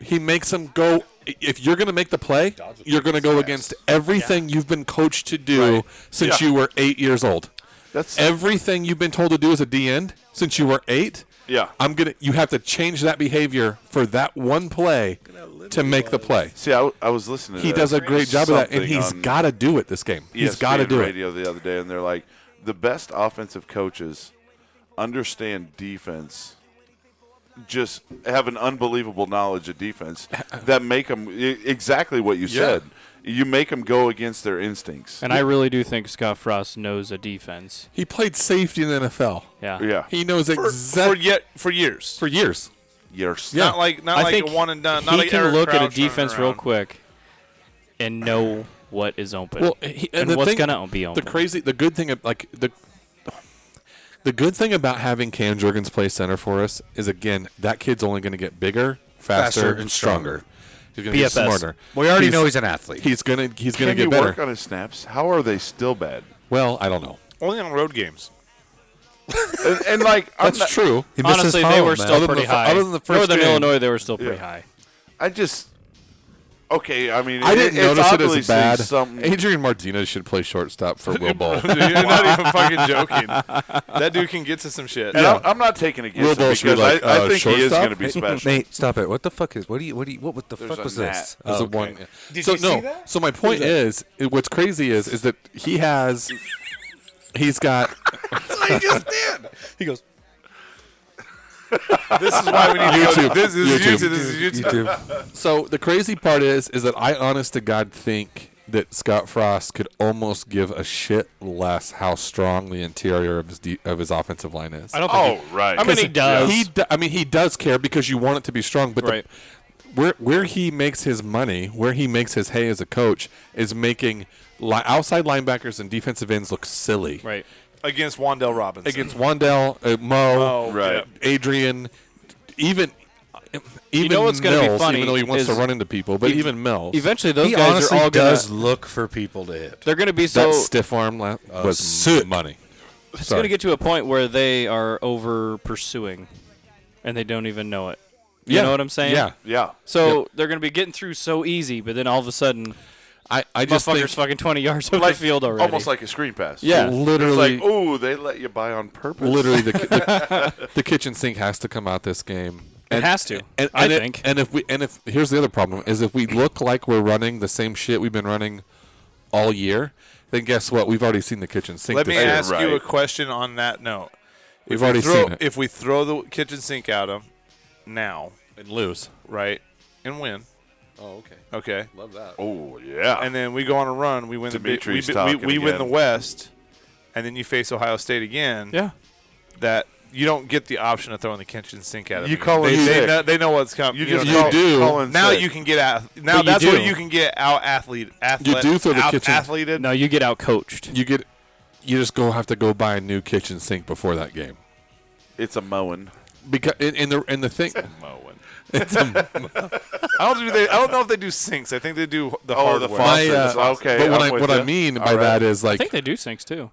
S1: he makes them go. If you're going to make the play, you're going to go against everything you've been coached to do since
S5: Yeah.
S1: you were eight years old.
S5: That's
S1: Everything you've been told to do as a D end since you were eight.
S5: Yeah.
S1: I'm gonna. You have to change that behavior for that one play to make the play.
S5: See, I, w- I was listening. to
S1: He
S5: that.
S1: does a great job of that, and
S5: Something
S1: he's
S5: on E
S1: got to do it this game. He's got to
S5: ESPN
S1: do it.
S5: radio the other day, and they're like, the best offensive coaches understand defense. Just have an unbelievable knowledge of defense that make them exactly what you said. You make them go against their instincts.
S3: And I really do think Scott Frost knows a defense.
S1: He played safety in the NFL.
S3: Yeah.
S5: yeah,
S1: He knows
S4: for
S1: exactly
S4: yet for years.
S1: for, years.
S5: yes.
S1: Yeah.
S4: Not like not
S3: I
S4: like
S3: think
S4: a one and done.
S3: he
S4: Not like
S3: can
S4: Eric
S3: look
S4: Crouch
S3: at a
S4: running
S3: defense real
S4: around.
S3: quick and know what is open.
S1: Well, he, and,
S4: uh,
S3: and,
S1: the
S3: what's
S1: thing-
S3: gonna be
S1: the
S3: open.
S1: crazy the good thing ab- like the the good thing about having Cam Jurgens play center for us is again that kid's only going to get bigger, faster,
S6: Faster
S1: and
S6: and
S1: stronger. He's going to get
S3: BFS.
S1: smarter.
S6: We already
S1: He's-
S6: know he's an athlete.
S1: He's gonna he's gonna
S5: Can you
S1: get better.
S5: work on his snaps? How are they still bad?
S1: well, I don't know.
S4: Only on road games.
S5: And, and like, I'm
S1: That's
S5: not-
S1: true.
S6: He misses
S3: Honestly, they
S6: home,
S3: were
S6: man.
S3: still
S1: Other than
S3: pretty
S1: the fir-
S3: high.
S1: other than the first
S3: Northern
S1: game.
S3: Illinois, they were still pretty
S5: Yeah.
S3: high.
S5: I just okay. I mean,
S1: I didn't
S5: it,
S1: notice
S5: it's
S1: it as
S5: obviously
S1: bad.
S5: Something.
S1: Adrian Martinez should play shortstop for Will Bowl.
S4: You're not even fucking joking. That dude can get to some shit.
S5: And I'm, I'm not taking against
S1: Will
S5: him
S1: Bowl should
S5: because
S1: be like,
S5: I, I
S1: uh,
S5: think he is
S1: shortstop?
S5: going to be special.
S6: Nate, stop it! What the fuck is? What do you? What do you? What, what the
S5: There's
S6: fuck
S5: a
S6: was this?
S5: gnat.
S1: There's
S6: Oh,
S1: a one.
S4: Did
S1: so
S4: you see
S1: no.
S4: that?
S1: So my point is, it- what's crazy is, is that he has, he's got.
S6: he goes.
S4: This is why we need to go
S1: YouTube.
S4: to This is
S1: YouTube.
S4: YouTube. This is YouTube.
S1: So the crazy part is, is that I, honest to God, think that Scott Frost could almost give a shit less how strong the interior of his de- of his offensive line is.
S3: I don't think
S5: Oh, right.
S3: I mean, he does.
S1: He, do- I mean, he does care because you want it to be strong. But the-
S3: Right.
S1: where where he makes his money, where he makes his hay as a coach, is making li- outside linebackers and defensive ends look silly.
S3: right.
S4: Against Wandell Robinson.
S1: Against Wandell, uh, Mo,
S4: Oh,
S5: Right.
S4: yeah.
S1: Adrian, even. Even
S3: know what's gonna be
S1: Mills,
S3: funny
S1: even though he wants to
S3: is- e-
S1: run into people, but
S3: Ev-
S1: even Mills,
S3: Eventually, those
S6: he
S3: guys are
S6: honestly
S3: all gonna.
S6: does look for people to hit.
S3: They're gonna be
S1: that
S3: so.
S1: stiff arm la- was
S6: sick.
S1: money.
S3: It's gonna get to a point where they are over pursuing, and they don't even know it. You
S1: Yeah.
S3: know what I'm saying?
S1: Yeah,
S5: Yeah.
S3: So they're gonna be getting through so easy, but then all of a sudden,
S1: I, I just
S3: motherfuckers
S1: think
S3: fucking 20 yards over the field already.
S5: Almost like a screen pass.
S3: Yeah. oh,
S1: literally,
S5: Like, oh, they let you buy on purpose.
S1: literally the, the, the kitchen sink has to come out this game.
S3: it has to.
S1: And,
S3: I
S1: and it-
S3: think.
S1: and if we and if here's the other problem is if we look like we're running the same shit we've been running all year, then guess what? We've already seen the kitchen sink.
S4: Let
S1: this
S4: me
S1: year.
S4: ask you a
S5: right.
S4: question on that note.
S1: We've already
S4: throw,
S1: seen it.
S4: If we throw the kitchen sink at him now,
S1: and lose.
S4: right, and win,
S1: Oh, okay.
S4: okay,
S1: Love that.
S5: Oh, yeah.
S4: and then we go on a run, we win
S5: Dimitri's
S4: the big, we,
S5: talking
S4: we, we win
S5: again.
S4: the West, and then you face Ohio State again.
S3: yeah.
S4: That you don't get the option of throwing the kitchen sink at him.
S5: You call
S4: they,
S5: it
S4: they,
S5: sick.
S4: know, they know what's coming.
S5: you just
S4: know,
S5: call,
S1: do.
S5: Call in
S4: now
S5: sick.
S4: you can get out. Now
S3: you
S4: that's
S3: do.
S4: where you can get out athlete. athlete
S1: do throw the
S4: out
S1: kitchen-
S4: athleted.
S3: No, you get out coached.
S1: You get. You just go have to go buy a new kitchen sink before that game.
S5: It's a mowing.
S1: Because in, in the in the thing,
S4: Mowing. I don't do they, I don't know if they do sinks. I think they do the
S5: Oh, the
S4: hardware.
S5: faucet.
S1: My, uh,
S5: Okay,
S1: but what
S5: I'm
S1: I
S5: with
S1: what
S5: ya.
S1: I mean by
S5: All right.
S1: that is
S3: I
S1: like
S3: think they do sinks too.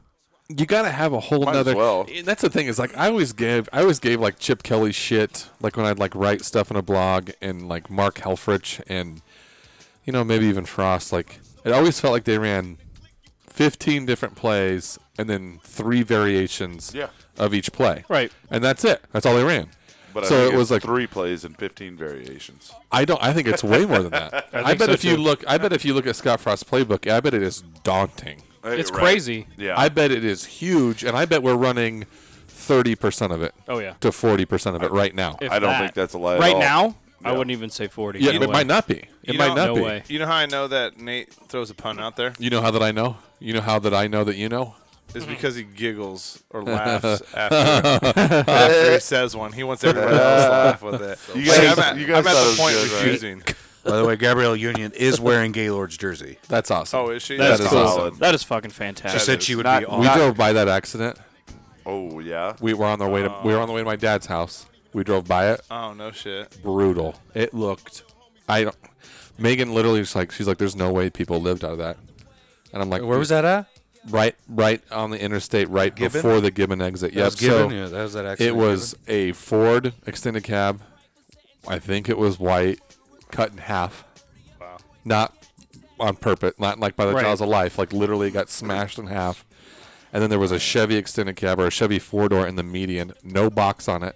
S1: you got to have a whole
S5: Might as
S1: nother.
S5: well.
S1: and That's the thing is like I always gave I always gave like Chip Kelly shit like when I'd like write stuff in a blog and like Mark Helfrich and you know maybe even Frost like it always felt like they ran 15 different plays and then three variations
S5: Yeah.
S1: of each play.
S3: Right.
S1: And that's it. That's all they ran.
S5: But I
S1: so
S5: think
S1: it
S5: it's
S1: was like
S5: three plays and 15 variations.
S1: I don't. I think it's way more than that. I,
S3: think
S1: bet
S3: so,
S1: if you
S3: too.
S1: look, I bet if you look at Scott Frost's playbook, I bet it is daunting.
S3: It's
S5: Right.
S3: crazy.
S5: Yeah.
S1: I bet it is huge, and I bet we're running thirty percent of it
S3: Oh yeah.
S1: to forty percent of it right now.
S3: If
S5: I don't
S3: that.
S5: think that's a lie at
S3: Right
S5: all.
S3: now, I
S5: No.
S3: wouldn't even say 40.
S1: yeah, it
S3: no way.
S1: might not be. It
S4: You
S1: might
S4: don't-
S1: not
S3: no
S1: be.
S3: way.
S4: You know how I know that Nate throws a pun out there
S1: You know how that I know. You know how that I know that you know.
S4: is because he giggles or laughs after, after he says one. He wants everybody else to laugh with it.
S5: You
S4: Like,
S5: guys-
S4: I'm at,
S5: you guys
S4: I'm at
S5: thought it
S4: the
S5: was
S4: point
S5: good, right?
S4: refusing.
S6: By the way, Gabrielle Union is wearing Gaylord's jersey.
S1: That's awesome.
S4: Oh, is she?
S3: That is
S1: is
S3: cool.
S5: awesome.
S3: That is fucking
S6: She
S3: fantastic.
S6: said she would
S5: not-
S6: be on.
S1: we drove by that accident.
S5: Oh, yeah.
S1: We were on the way to. We were on the way to my dad's house. We drove by it.
S4: Oh no, shit.
S1: brutal. It looked. I don't. Megan literally was like, she's like, "There's no way people lived out of that," and I'm like,
S6: Where was that at?
S1: Right, right on the interstate, right
S6: Gibbon?
S1: before the Gibbon exit.
S6: That
S1: Yep.
S6: was Gibbon?
S1: So
S6: yeah, that was that accident.
S1: it was a Ford extended cab. I think it was white, cut in half. Wow. Not on purpose. Not like by the
S3: Right.
S1: jaws of life. Like literally got smashed in half. And then there was a Chevy extended cab or a Chevy four door in the median. No box on it.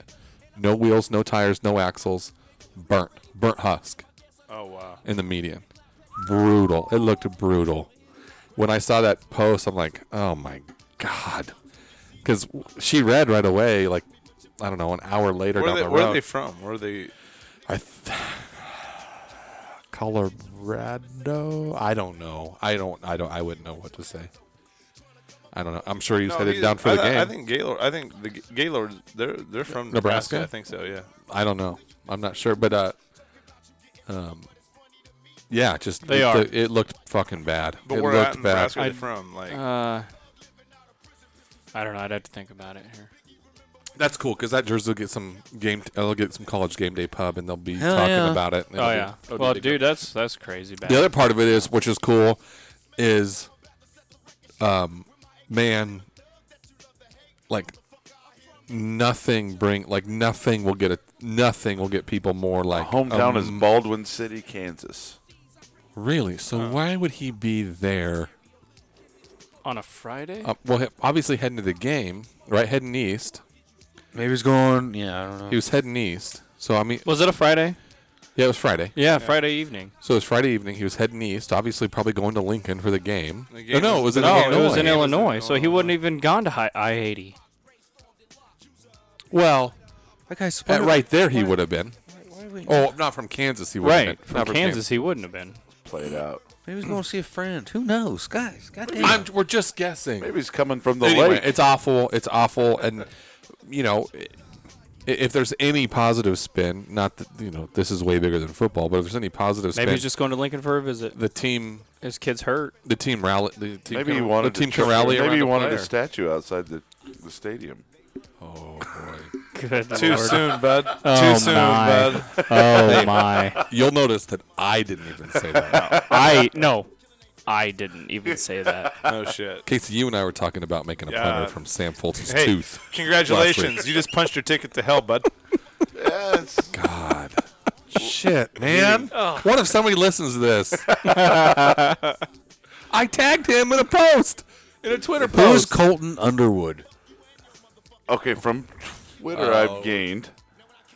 S1: No wheels. No tires. No axles. Burnt. Burnt husk
S4: Oh wow.
S1: in the median. Brutal. It looked brutal. When I saw that post, I'm like, oh my god, because she read right away. Like, I don't know, an hour later
S4: Where,
S1: down
S4: they,
S1: the
S4: where are
S1: road.
S4: they from? Where are they?
S1: I th- Colorado. I don't know. I don't. I don't. I wouldn't know what to say. I don't know. I'm sure he's
S4: No,
S1: headed
S4: he-
S1: down for
S4: I,
S1: the
S4: I-
S1: game.
S4: I think Gaylord. I think the G- Gaylords. They're they're from
S1: Nebraska?
S4: Nebraska. I think so. Yeah.
S1: I don't know. I'm not sure, but uh, um, yeah, just
S3: They
S1: it,
S3: are.
S1: It, looked fucking bad.
S4: But
S1: it
S4: where
S1: looked
S4: at in
S1: bad.
S4: Nebraska are they
S3: I-
S4: from? Like,
S3: Uh, I don't know. I'd have to think about it here.
S1: That's cool because that jersey will get some game. uh, They'll get some college game day pub, and they'll be
S6: Hell
S1: talking
S6: yeah. uh,
S1: about it. and
S3: oh
S1: it'll be-
S3: yeah.
S1: it'll be
S3: Well,
S1: big.
S3: dude, that's that's crazy. Bad.
S1: the other part of it is, which is cool, is, um, man, like nothing bring like nothing will get a nothing will get people more like
S5: Hometown is
S1: um,
S5: Baldwin City, Kansas.
S1: really. So why would he be there?
S3: on a Friday.
S1: Uh, well, he- obviously heading to the game, right? Heading east.
S6: Maybe he's going. Yeah, I don't know.
S1: He was heading east. So I mean,
S3: was it a Friday?
S1: yeah, it was Friday.
S3: Yeah, Friday evening.
S1: So it was Friday evening. He was heading east, obviously probably going to Lincoln for the game.
S4: The game
S1: oh, no, it was
S4: was-
S1: in
S4: the
S3: No,
S4: game
S1: Illinois.
S3: it was in
S4: Illinois.
S3: Illinois, so he wouldn't even gone to I eighty.
S1: well,
S6: That guy's
S1: at
S6: split
S1: right there he would have been. Oh, not from Kansas. He would have
S3: Right
S1: been.
S3: from
S1: Not
S3: Kansas, he wouldn't have been.
S5: Played out.
S6: Maybe he's going to see a friend. Who knows, guys? Goddamn.
S1: I'm, we're just guessing.
S5: Maybe he's coming from the
S1: anyway,
S5: lake.
S1: it's awful. It's awful, and you know, i- if there's any positive spin, not that you know this is way bigger than football, but if there's any positive spin,
S3: Maybe he's just going to Lincoln for a visit.
S1: the team.
S3: His kid's hurt.
S1: The team rally. The team
S5: Maybe
S1: can,
S5: he wanted
S1: the team
S5: to
S1: can rally
S5: Maybe
S1: around
S5: he
S1: the
S5: wanted
S1: player.
S5: a statue outside the, the stadium.
S3: Good
S4: too
S3: lord.
S4: soon, bud.
S3: Oh,
S4: too soon,
S3: my.
S4: bud.
S3: Oh my!
S1: You'll notice that I didn't even say that.
S3: I no, I didn't even say that.
S4: No shit.
S1: Casey, you and I were talking about making a
S4: Yeah.
S1: punter from Sam Fulton's
S4: Hey,
S1: tooth.
S4: congratulations! You just punched your ticket to hell, bud.
S5: Yes.
S1: God. Shit, man. What if somebody listens to this? I tagged him in a post, in a Twitter
S6: Who's
S1: post.
S6: Colton Underwood?
S5: okay, from Twitter,
S1: Uh,
S5: I've gained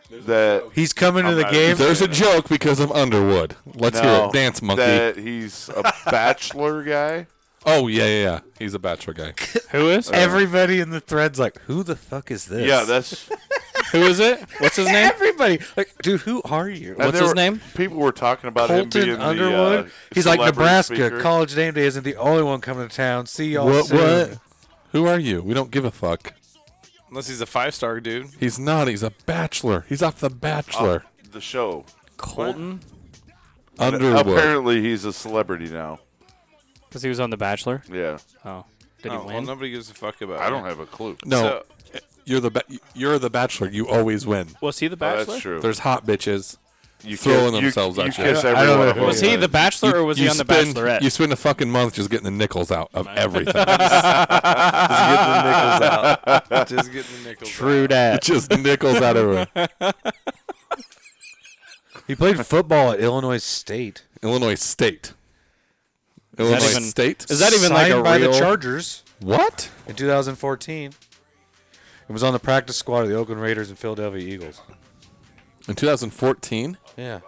S5: that.
S6: He's coming to
S5: I'm
S6: the
S5: not-
S6: game.
S1: There's a joke because of Underwood. Let's hear
S5: No,
S1: it. Dance monkey.
S5: That he's a bachelor guy.
S1: oh, yeah, yeah, yeah. He's a bachelor guy.
S3: Who is?
S6: Everybody in the thread's like, "Who the fuck is this?"
S5: Yeah, that's.
S3: Who is it? What's his name?
S6: everybody. Like, dude, who are you?
S5: and
S3: What's
S5: there
S3: his
S5: were-
S3: name?
S5: People were talking about him
S6: Colton
S5: being
S6: Underwood.
S5: The, uh,
S6: He's like
S5: celebrity
S6: Nebraska.
S5: speaker.
S6: College Name Day isn't the only one coming to town. See
S5: Oh,
S6: y'all
S1: What-
S6: soon.
S1: what? Who are you? We don't give a fuck.
S4: Unless he's a five-star dude.
S1: He's not. He's a bachelor. He's off The Bachelor.
S5: the show.
S3: Colton,
S1: Underwood.
S5: Uh, Apparently, he's a celebrity now.
S3: because he was on The Bachelor.
S5: Yeah,
S3: Oh, did
S4: Oh, well,
S3: he win?
S4: nobody gives a fuck about.
S5: I don't
S4: it.
S5: have a clue.
S1: No,
S4: So-
S1: you're the ba- you're the bachelor. You always win.
S3: Was he The
S5: Oh,
S3: Bachelor?
S5: that's true.
S1: There's hot bitches.
S5: you
S1: Throwing
S5: kiss,
S1: themselves
S5: you,
S1: at
S5: you.
S1: you.
S5: Kiss
S1: I
S5: every
S7: don't
S5: one
S7: know
S5: of
S7: who
S5: them.
S3: Was he the Bachelor or was he on the
S1: spend,
S3: Bachelorette?
S1: You spend a fucking month just getting the nickels out of everything.
S4: Just getting the nickels.
S3: True that.
S1: just nickels out of everywhere.
S6: He played football at Illinois State.
S1: Illinois State. Illinois
S3: even-
S1: State.
S3: Is that even like
S6: Signed
S3: a
S6: by
S3: real?
S6: the Chargers
S1: what?
S6: in 2014. It was on the practice squad of the Oakland Raiders and Philadelphia Eagles.
S1: In 2014.
S6: Yeah.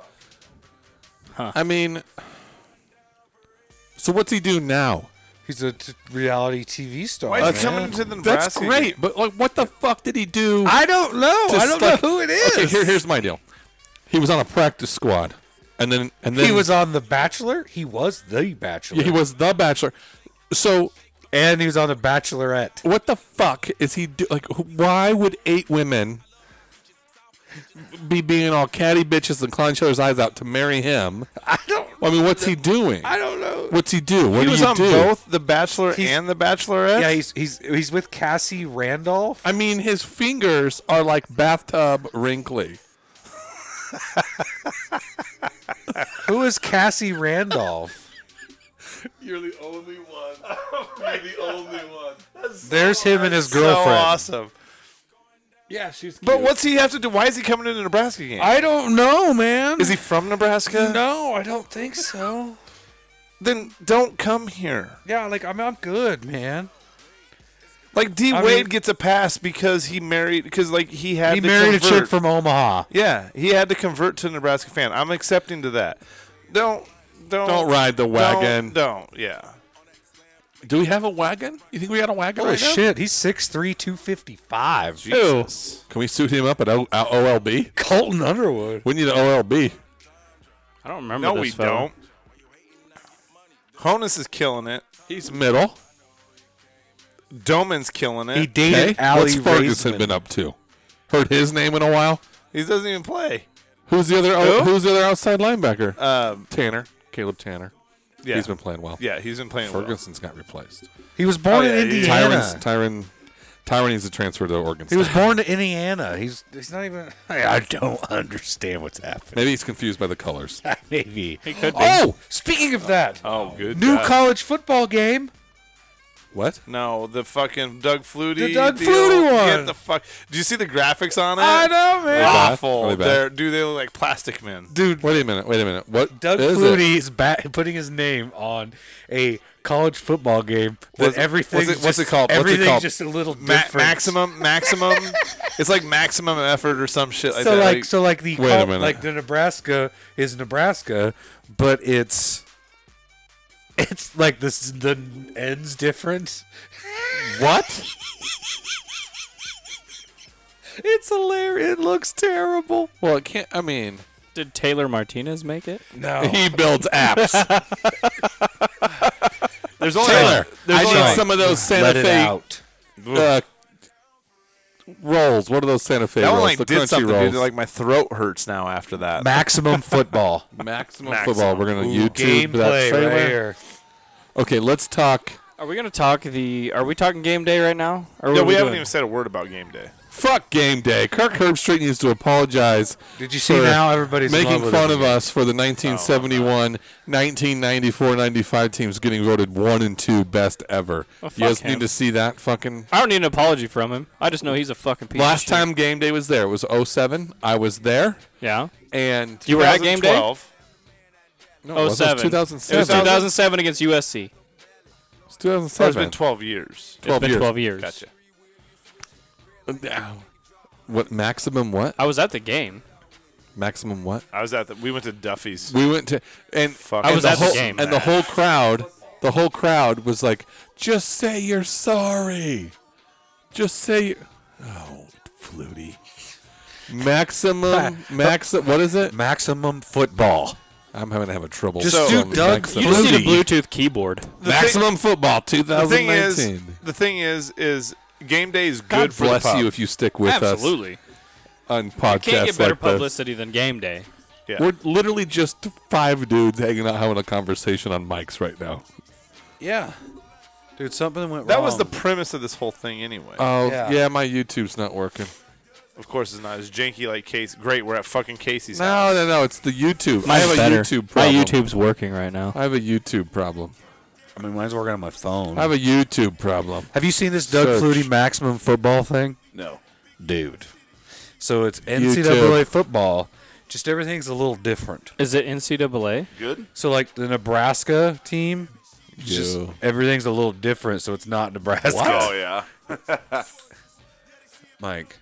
S1: I mean, so what's he do now?
S6: He's a t- reality TV star.
S4: Why is he
S6: man.
S4: coming into the
S1: That's
S4: Nebraska?
S1: great, but like, what the fuck did he do?
S6: I don't know.
S1: to
S6: I don't
S1: stuck-
S6: know who it is.
S1: Okay, here, here's my deal. He was on a practice squad, and then and then
S6: he was on The Bachelor. He was The Bachelor.
S1: yeah, he was the Bachelor. So
S6: and he was on The Bachelorette.
S1: what the fuck is he do? Like, wh- why would eight women be being all catty bitches and clawing each other's eyes out to marry him?
S6: I don't.
S1: I mean, what's he doing?
S4: I don't know.
S1: What's he do? What
S4: he
S1: do
S4: was
S1: you
S4: on
S1: do?
S4: both The Bachelor
S6: He's-
S4: and The Bachelorette.
S6: Yeah, he's he's he's with Cassie Randolph.
S1: I mean, his fingers are like bathtub wrinkly.
S6: Who is Cassie Randolph?
S4: You're the only one. You're the only one.
S6: There's him and his
S4: So
S6: girlfriend.
S4: awesome.
S1: Yeah, she's.
S4: But what's he have to do? Why is he coming to the Nebraska game?
S1: I don't know, man.
S4: is he from Nebraska?
S1: No, I don't think so.
S4: Then don't come here.
S6: Yeah, like I'm I'm good, man.
S4: Like D
S6: I
S4: Wade
S6: mean-
S4: gets a pass because he married because like he had
S6: He
S4: to
S6: married a
S4: convert.
S6: chick from Omaha.
S4: Yeah, he had to convert to Nebraska fan. I'm accepting to that. Don't don't
S1: Don't ride the wagon.
S4: Don't, don't yeah.
S1: Do we have a wagon? You think we got a wagon
S6: Holy
S1: right now?
S6: shit, he's 6'3", 255.
S1: Jesus. Can we suit him up at o- at OLB?
S6: Colton Underwood.
S1: We need an OLB.
S3: I don't remember.
S4: No,
S3: this
S4: we
S3: fella.
S4: don't. Honus is killing it.
S1: He's middle.
S4: Doman's killing it.
S6: He
S4: He,
S1: Okay.
S6: dated Allie
S1: What's Ferguson
S6: Raisman.
S1: been up to? Heard his name in a while.
S4: doesn't even play.
S1: Who's the other? oh, Who's the other outside linebacker?
S6: Uh,
S4: Um,
S1: Tanner, Caleb Tanner.
S4: yeah,
S1: He's been playing well.
S4: yeah, he's been playing well.
S1: Ferguson's got replaced.
S6: He was born
S4: Oh, yeah,
S6: in
S4: he-
S6: Indiana.
S1: Tyron's Tyron. Tyron needs to transfer to Oregon
S6: He
S1: State.
S6: was born in Indiana. He's he's not even. I, I don't understand what's happening.
S1: Maybe he's confused by the colors.
S6: Maybe.
S3: He could be.
S6: Oh, speaking of that,
S4: Oh, good.
S6: new
S4: God.
S6: college football game.
S1: What?
S4: No, the fucking Doug Flutie.
S6: The Doug
S4: deal.
S6: Flutie one.
S4: Get the fuck. Do you see the graphics on it?
S6: know, man.
S1: Are
S4: Awful.
S1: they bad?
S4: They're, dude, they look like plastic men.
S1: Dude, wait a minute. Wait a minute. What?
S6: Doug
S1: is it?
S6: Flutie is back, putting his name on a college football game. That
S4: Was it-
S6: everything.
S4: was it- what's it called? What's it
S6: Everything's
S4: called?
S6: just a little
S4: Ma-
S6: different.
S4: maximum, maximum. it's like maximum effort or some shit like
S6: so
S4: that.
S6: like, so like the
S1: Wait a
S6: col-
S1: minute.
S6: like the Nebraska is Nebraska, but it's it's like this the ends different.
S1: What?
S6: It's hilarious. It looks terrible.
S1: Well, it can't. I mean,
S3: Did Taylor Martinez make it?
S6: No.
S1: he builds apps.
S4: there's only
S1: Taylor,
S4: There's
S1: I
S4: only
S1: need some of those Santa
S6: Let it
S1: Fe
S6: out.
S1: uh, rolls. What are those Santa Fe
S4: that one
S1: rolls?
S4: like
S1: the
S4: did
S1: crunchy
S4: something,
S1: rolls.
S4: dude. Like my throat hurts now after that.
S6: Maximum football.
S1: maximum, football. We're gonna YouTube that
S6: Gameplay
S1: trailer.
S6: right here.
S1: Okay, let's talk.
S3: Are we gonna talk the? Are we talking game day right now? Or
S4: yeah,
S3: what are
S4: we haven't
S3: doing?
S4: even said a word about game day.
S1: Fuck game day. Kirk Herbstreit needs to apologize.
S6: Did you see
S1: for
S6: now everybody's in
S1: making
S6: love with
S1: fun
S6: him.
S1: of us for the 1971,
S3: Oh,
S1: 1994, 95 teams getting voted one and two best ever? you
S3: fuck
S1: guys
S3: him.
S1: need to see that fucking
S3: I don't need an apology from him. I just know he's a fucking piece. of
S1: Last
S3: shit.
S1: time game day was there, it was 07. I was there,
S3: yeah.
S1: and
S3: You were at game day.
S4: 2012.
S1: no, it
S3: Oh
S1: wasn't.
S3: seven.
S1: It was 2007.
S3: It was 2007 against USC.
S1: It's
S4: Oh, It's
S1: 2007.
S4: been 12 years.
S1: 12
S3: it's been
S1: years.
S3: 12 years.
S4: Gotcha.
S1: Ow. What maximum? What
S3: I was at the game.
S1: maximum? What
S4: I was at the. We went to Duffy's.
S1: we went to and
S4: Fuck.
S1: and
S4: I was
S1: the
S3: at the
S1: whole-
S3: game.
S1: and the whole crowd, the whole crowd was like, "Just say you're sorry, just say." you-" Oh, Flutie. Maximum, maximum. What is it?
S6: Maximum football.
S1: I'm having to have a trouble.
S6: Just
S1: so,
S6: do Doug
S3: You just need a
S6: Flutie.
S3: Bluetooth keyboard.
S1: Maximum football
S4: The thing
S1: 2019.
S4: is, the thing is, is game day is good
S1: God
S4: for
S1: bless
S4: the pub.
S1: you if you stick with us
S3: Absolutely.
S1: on podcasts
S3: Can't get better
S1: like this.
S3: publicity than game day.
S4: Yeah.
S1: We're literally just five dudes hanging out having a conversation on mics right now.
S6: Yeah. Dude, something went
S4: that
S6: wrong.
S4: was the premise of this whole thing anyway.
S1: Oh
S6: Yeah.
S1: yeah. my YouTube's not working.
S4: Of course, it's not as janky like Casey. Great, we're at fucking Casey's
S1: No,
S4: house.
S1: no, no. It's the YouTube. I
S3: Mine's
S1: have a
S3: better.
S1: YouTube
S3: My
S1: problem.
S3: YouTube's working right now.
S1: I have a YouTube problem.
S6: I mean, mine's working on my phone.
S1: I have a YouTube problem.
S6: Have you seen this Doug
S1: Search.
S6: Flutie maximum football thing?
S5: No.
S6: Dude. So it's NCAA football. Just everything's a little different.
S3: Is it NCAA?
S5: Good?
S6: So like the Nebraska team, it's just
S1: Yo.
S6: everything's a little different. So it's not Nebraska.
S5: Oh, yeah.
S6: Mike.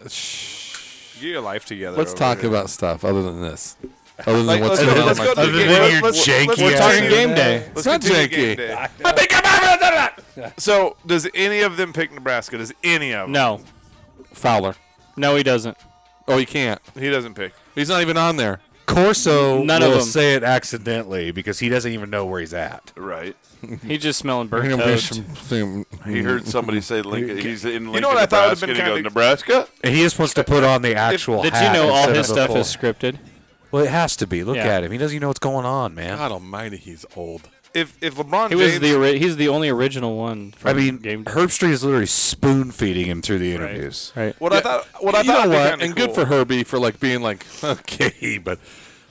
S4: Get your life together.
S1: Let's
S4: over
S1: talk
S4: here.
S1: about stuff other than this. Other than
S4: Like,
S1: what's
S4: let's,
S1: going on.
S4: let's
S1: in my
S4: go to
S1: phone.
S4: the game. Let's, let's,
S6: janky
S4: let's,
S6: ass
S4: talk
S6: shit.
S4: game day.
S1: It's
S4: Let's
S1: not
S4: continue
S1: janky.
S4: game day. So, does any of them pick Nebraska? Does any of them?
S3: No.
S1: Fowler.
S3: No, he doesn't.
S1: Oh, he can't.
S4: He doesn't pick.
S1: He's not even on there.
S6: Corso
S3: None of
S6: will
S3: them.
S6: say it accidentally because he doesn't even know where he's at.
S5: Right.
S3: He's just smelling burnt
S1: Gonna be
S3: toast.
S1: some thing-
S5: He heard somebody say Lincoln. He's in Lincoln,
S4: You know what I thought
S5: Nebraska.
S4: would've been
S5: and he goes,
S4: kinda-
S5: Nebraska?
S6: And he just wants to put on the actual
S3: Did you
S6: hat
S3: know all
S6: instead
S3: his
S6: of the
S3: stuff
S6: full-
S3: is scripted?
S6: Well, it has to be. Look
S3: Yeah.
S6: at him. He doesn't even know what's going on, man.
S1: God almighty, he's old.
S4: If if LeBron
S3: He
S4: James,
S3: was the ori- he's the only original one. From
S6: I mean,
S3: game day.
S6: Herb Street is literally spoon feeding him through the interviews.
S3: right.
S4: what I thought, what I
S1: you
S4: thought,
S1: know
S4: would be
S1: what?
S4: kinda
S1: And
S4: cool.
S1: good for Herbie for like being like, okay, but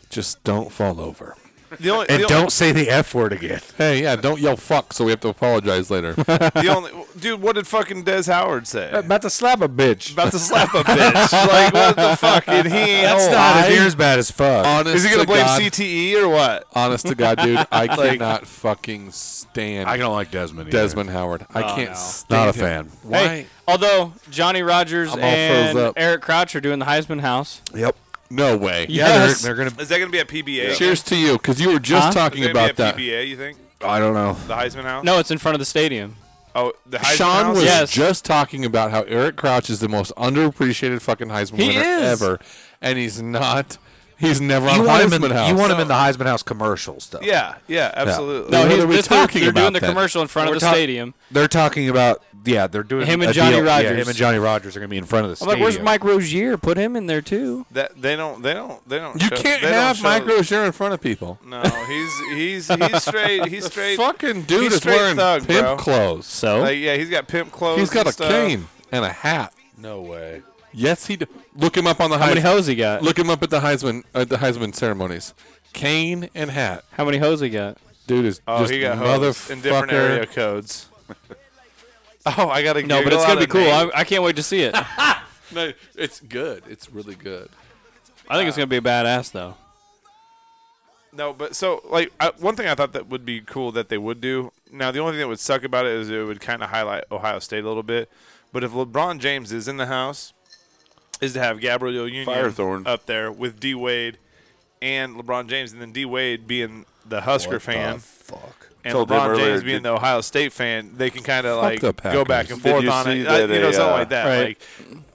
S1: just don't fall over.
S4: The only,
S6: And
S4: the
S6: don't say the F word again.
S1: Hey, yeah, don't yell fuck so we have to apologize later.
S4: Only, the only dude. What did fucking Des Howard say?
S6: About to slap a bitch.
S4: About to slap a bitch. like what the fuck? And he ain't
S6: That's
S4: old.
S6: not as near as bad as fuck.
S1: honest
S4: Is he gonna
S1: to
S4: blame
S1: God,
S4: CTE or what?
S1: Honest to God, dude, I cannot fucking stand
S6: don't like Desmond. either.
S1: Desmond Howard. I
S4: Oh,
S1: can't
S3: no.
S1: stand
S6: Not a
S1: him.
S6: fan.
S1: Why?
S3: Hey, although Johnny Rogers
S1: I'm all froze
S3: and
S1: up.
S3: Eric Crouch are doing the Heisman House.
S6: Yep.
S1: No way.
S3: Yes.
S6: They're, they're gonna.
S4: Is that gonna be at PBA? Is
S1: Cheers to you, because you were just
S3: Huh?
S4: that
S1: talking
S4: gonna
S1: about
S4: be at
S1: that.
S4: PBA. You think
S6: I don't know.
S4: the Heisman House?
S3: No, it's in front of the stadium.
S4: Oh, the Heisman
S1: Sean
S4: House.
S1: was
S3: Yes.
S1: just talking about how Eric Crouch is the most underappreciated fucking Heisman
S3: He
S1: winner
S3: is.
S1: ever, and he's not. He's never on
S6: You want, him
S1: Heisman
S6: in,
S1: House.
S6: you want him in the Heisman House commercial stuff.
S4: Yeah, yeah, absolutely.
S1: No,
S3: No,
S1: What
S3: he's
S1: are we
S3: this whole-
S1: talking
S3: They're doing
S1: about
S3: the
S1: then?
S3: commercial in front
S6: We're
S3: of the
S6: talk-
S3: stadium.
S6: They're talking about yeah. They're doing
S3: Him and
S6: a
S3: Johnny
S6: deal. Yeah,
S3: Rogers.
S6: him and Johnny Rogers are gonna be in front of the
S3: I'm like, where's
S6: stadium.
S3: Mike Rozier? Put him in there too.
S4: That they don't, they don't, they don't.
S1: you
S4: show-
S1: can't
S4: they don't
S1: have
S4: show-
S1: Mike Rozier in front of people.
S4: No, he's he's he's straight. He's straight.
S1: fucking dude
S4: he's
S1: is
S4: straight
S1: wearing
S4: thug,
S1: pimp
S4: bro.
S1: clothes.
S3: So
S4: Like, yeah, he's got pimp clothes.
S1: He's got
S4: and
S1: a
S4: stuff.
S1: cane and a hat.
S6: No way.
S1: Yes, he. Do. Look him up on the
S3: how many
S1: Heisman.
S3: hoes he got?
S1: Look him up at the Heisman at the Heisman ceremonies. Cane and hat.
S3: How many hoes he got?
S1: Dude is
S4: Oh,
S1: just
S4: he got hoes
S1: motherfucker.
S4: in different area codes. oh, I gotta.
S3: No, but
S4: giggle
S3: it's
S4: out
S3: gonna
S4: a
S3: be cool.
S4: name.
S3: I, I can't wait to see it. I
S1: No, it's good. It's really good.
S3: think it's gonna be badass though.
S4: No, but so like I, one thing I thought that would be cool that they would do. Now the only thing that would suck about it is it would kind of highlight Ohio State a little bit. But if LeBron James is in the house, is to have Gabriel Union
S5: Firethorn.
S4: up there with D Wade and LeBron James, and then D Wade being the Husker fan.
S6: fuck.
S4: And
S5: Told him
S4: LeBron
S5: earlier,
S4: James being
S5: did-
S4: the Ohio State fan, they can kind of like
S1: the
S4: go back
S1: Packers.
S4: and
S5: Did
S4: forth
S5: you
S4: on
S5: see
S4: it, Uh,
S5: that
S4: you know,
S5: they,
S4: something
S5: uh,
S4: like that.
S3: Right.
S4: Like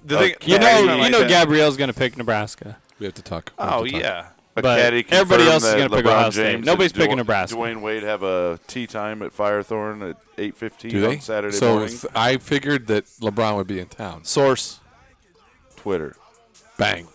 S4: the thing,
S3: You know,
S4: Packers
S3: you
S4: not like
S3: know,
S4: that.
S3: Gabrielle's gonna pick Nebraska.
S1: We have to talk. We have
S4: Oh
S1: to talk.
S4: yeah,
S5: A
S3: But
S5: caddy
S3: everybody
S5: confirmed
S3: else is
S5: that
S3: gonna pick
S5: LeBron
S3: Ohio State.
S5: James and
S3: Nobody's
S5: Dwa-
S3: picking Nebraska.
S5: Dwayne Wade have a tea time at Firethorn at eight fifteen
S1: Do they?
S5: on Saturday
S1: so
S5: morning.
S1: th- I figured that LeBron would be in town. So
S4: source.
S5: Twitter.
S1: bang.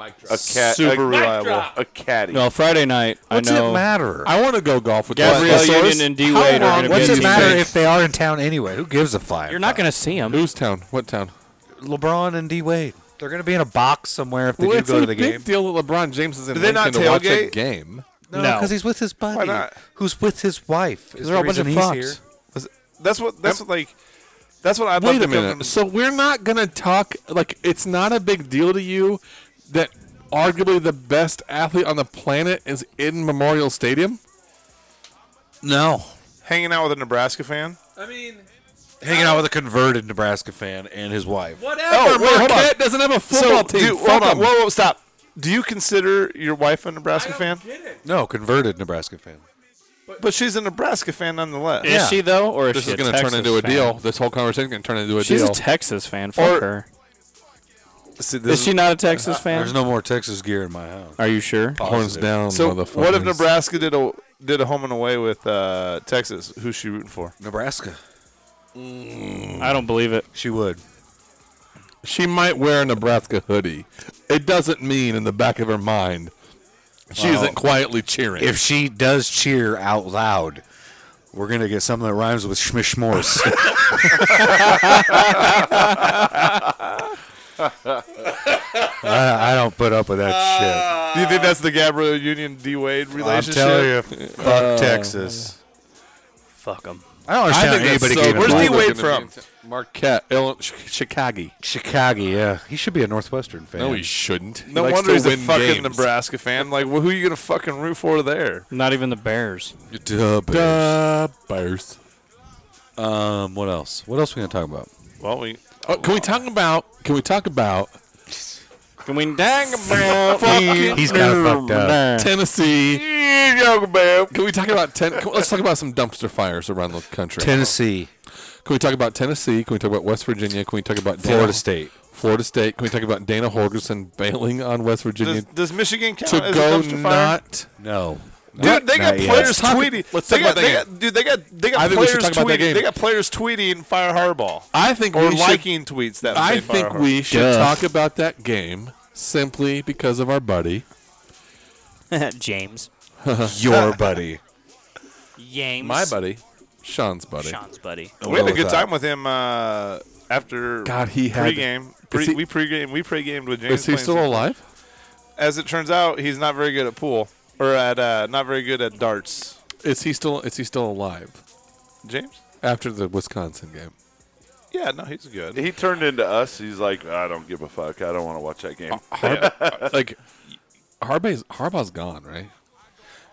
S5: A cat.
S4: Super
S5: a,
S4: reliable.
S5: A caddy.
S3: No, Friday night.
S6: What's
S3: I know.
S6: it matter?
S1: I want to go golf with
S3: Gabrielle
S1: What's the source?
S3: Union and D Wade
S1: How
S3: are
S1: long-
S3: gonna be.
S1: Yeah,
S6: What's
S3: a
S6: it
S1: team
S6: matter
S1: thing.
S6: if they are in town anyway? Who gives a flying?
S3: You're not gonna see him.
S1: Who's town? What town?
S6: LeBron and D Wade. They're gonna be in a box somewhere if they
S1: Well,
S6: do
S1: it's
S6: go
S1: a
S6: to the
S1: big
S6: game.
S1: deal that LeBron James is in
S4: Do they not
S1: Lincoln to watch a
S4: tailgate?
S1: game.
S6: No,
S3: No.
S6: because he's with his buddy,
S4: Why not?
S6: who's with his wife. Is
S3: they're all a
S6: the
S3: bunch of
S6: reason he's
S3: fucks.
S6: here.
S4: That's what. That's what, like. That's what I'd love
S1: Wait
S4: to
S1: a
S4: come
S1: minute.
S4: from-
S1: So we're not gonna talk like it's not a big deal to you that arguably the best athlete on the planet is in Memorial Stadium.
S6: No,
S4: hanging out with a Nebraska fan.
S6: hanging out with a converted Nebraska fan and his wife.
S1: Whatever. Marquette doesn't have a football team.
S4: dude,
S1: Fuck
S4: hold on.
S1: 'em.
S4: Whoa, whoa, stop. Do you consider your wife a Nebraska fan?
S6: No, converted Nebraska fan.
S4: But she's a Nebraska fan nonetheless.
S3: Is she though, or is
S1: This
S3: she
S1: is
S3: going
S1: gonna
S3: to
S1: turn into a deal. This whole conversation is gonna turn into a
S3: She's
S1: deal.
S3: a Texas fan. Fuck
S4: Or-
S3: her.
S4: See, this
S3: Is she not a Texas fan?
S6: There's no more Texas gear in my house.
S3: Are you sure?
S1: Horns down,
S4: so what if
S1: motherfuckers.
S4: Nebraska did a did a home and away with uh, Texas? Who's she rooting for?
S6: Nebraska.
S3: I don't believe it.
S6: She would.
S1: She might wear a Nebraska hoodie. It doesn't mean in the back of her mind she isn't quietly cheering.
S6: If she does cheer out loud, we're gonna get something that rhymes with schmishmorse. I, I don't put up with that
S4: Do you
S1: Uh,
S4: think that's the Gabriel Union D Wade
S6: shit. I'm
S4: relationship?
S6: telling you, fuck Texas.
S3: Fuck them.
S6: Uh, I don't understand how anybody gave him
S4: Where's
S6: a
S4: D
S6: fuck.
S4: Wade from?
S1: Marquette, Illinois, Chicago.
S6: Chicago. Yeah, he should be a Northwestern fan.
S1: No, he shouldn't. He
S4: No
S1: likes
S4: wonder
S1: to
S4: he's a
S1: win games.
S4: fucking Nebraska fan. Like, well, who are you gonna fucking root for there?
S3: Not even the Bears.
S6: Duh, Bears.
S1: Duh, Bears.
S6: Um, what else? What else we gonna talk about?
S4: Well, we
S1: Oh, can we talk about? Can we talk about
S3: Can we dang about
S6: He's kind of fucked up.
S1: Tennessee?
S5: Yoga
S1: Can we talk about ten? can- Let's talk about some dumpster fires around the country.
S6: Tennessee,
S1: Can we talk about Tennessee? Can we talk about West Virginia? Can we talk about Dana-
S6: Florida State.
S1: Florida State. Can we talk about Dana Holgerson bailing on West Virginia
S4: does, does Michigan count
S1: to
S4: as
S1: go
S4: a dumpster fire?
S1: not?
S6: No.
S4: Dude, they got
S6: Not yet.
S4: players
S1: Let's talk-
S4: tweeting.
S1: let's
S4: they
S1: talk
S4: got,
S1: about
S4: they
S1: that
S4: got, dude, they got they
S1: I
S4: got
S1: think we should
S4: players
S1: talk about that
S4: tweeting.
S1: game.
S4: They got players tweeting fire hardball
S1: I think
S4: or
S1: we should.
S4: liking tweets that
S1: I
S4: say Fire
S1: think
S4: Hardball.
S1: we should
S3: Duh.
S1: talk about that game simply because of our buddy.
S3: James.
S6: Your buddy.
S3: James.
S1: My buddy, Sean's buddy.
S3: Sean's buddy.
S1: We'll
S4: we had
S1: go
S4: a
S1: with
S4: good
S1: that.
S4: time with him uh, after
S1: God, he had-
S4: pregame. Pre,
S1: he-
S4: we pregame. We pregamed with James.
S1: Is he
S4: playing
S1: still
S4: some-
S1: alive?
S4: As it turns out, he's not very good at pool or at uh, not very good at darts.
S1: Is he still? Is he still alive
S4: James?
S1: after the Wisconsin game?
S4: Yeah, no, he's good.
S5: He turned into us. He's like, I don't give a fuck. I don't want to watch that game.
S4: uh,
S1: Like Harbaugh's Harbaugh's gone, right?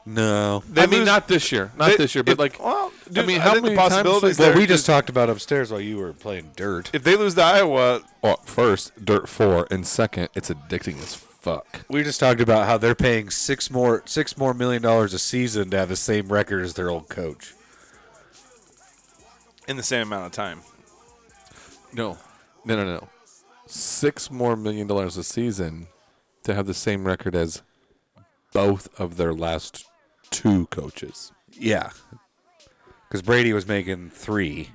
S6: No.
S4: They
S1: I mean,
S4: lose-
S1: not this year, not
S4: they-
S1: this year, but
S4: if-
S1: like,
S4: well,
S1: I
S4: dude,
S1: mean,
S4: I
S1: how
S4: think the
S1: many times
S4: possibilities
S1: like,
S6: Well, we just talked about upstairs while you were playing dirt.
S4: If they lose to Iowa,
S1: well, first dirt four, and second, it's addicting as fuck.
S6: We just talked about how they're paying six more six more million dollars a season to have the same record as their old coach.
S4: in the same amount of time.
S1: No, no, no, no. Six more million dollars a season to have the same record as both of their last two coaches.
S6: Yeah, because Brady was making three.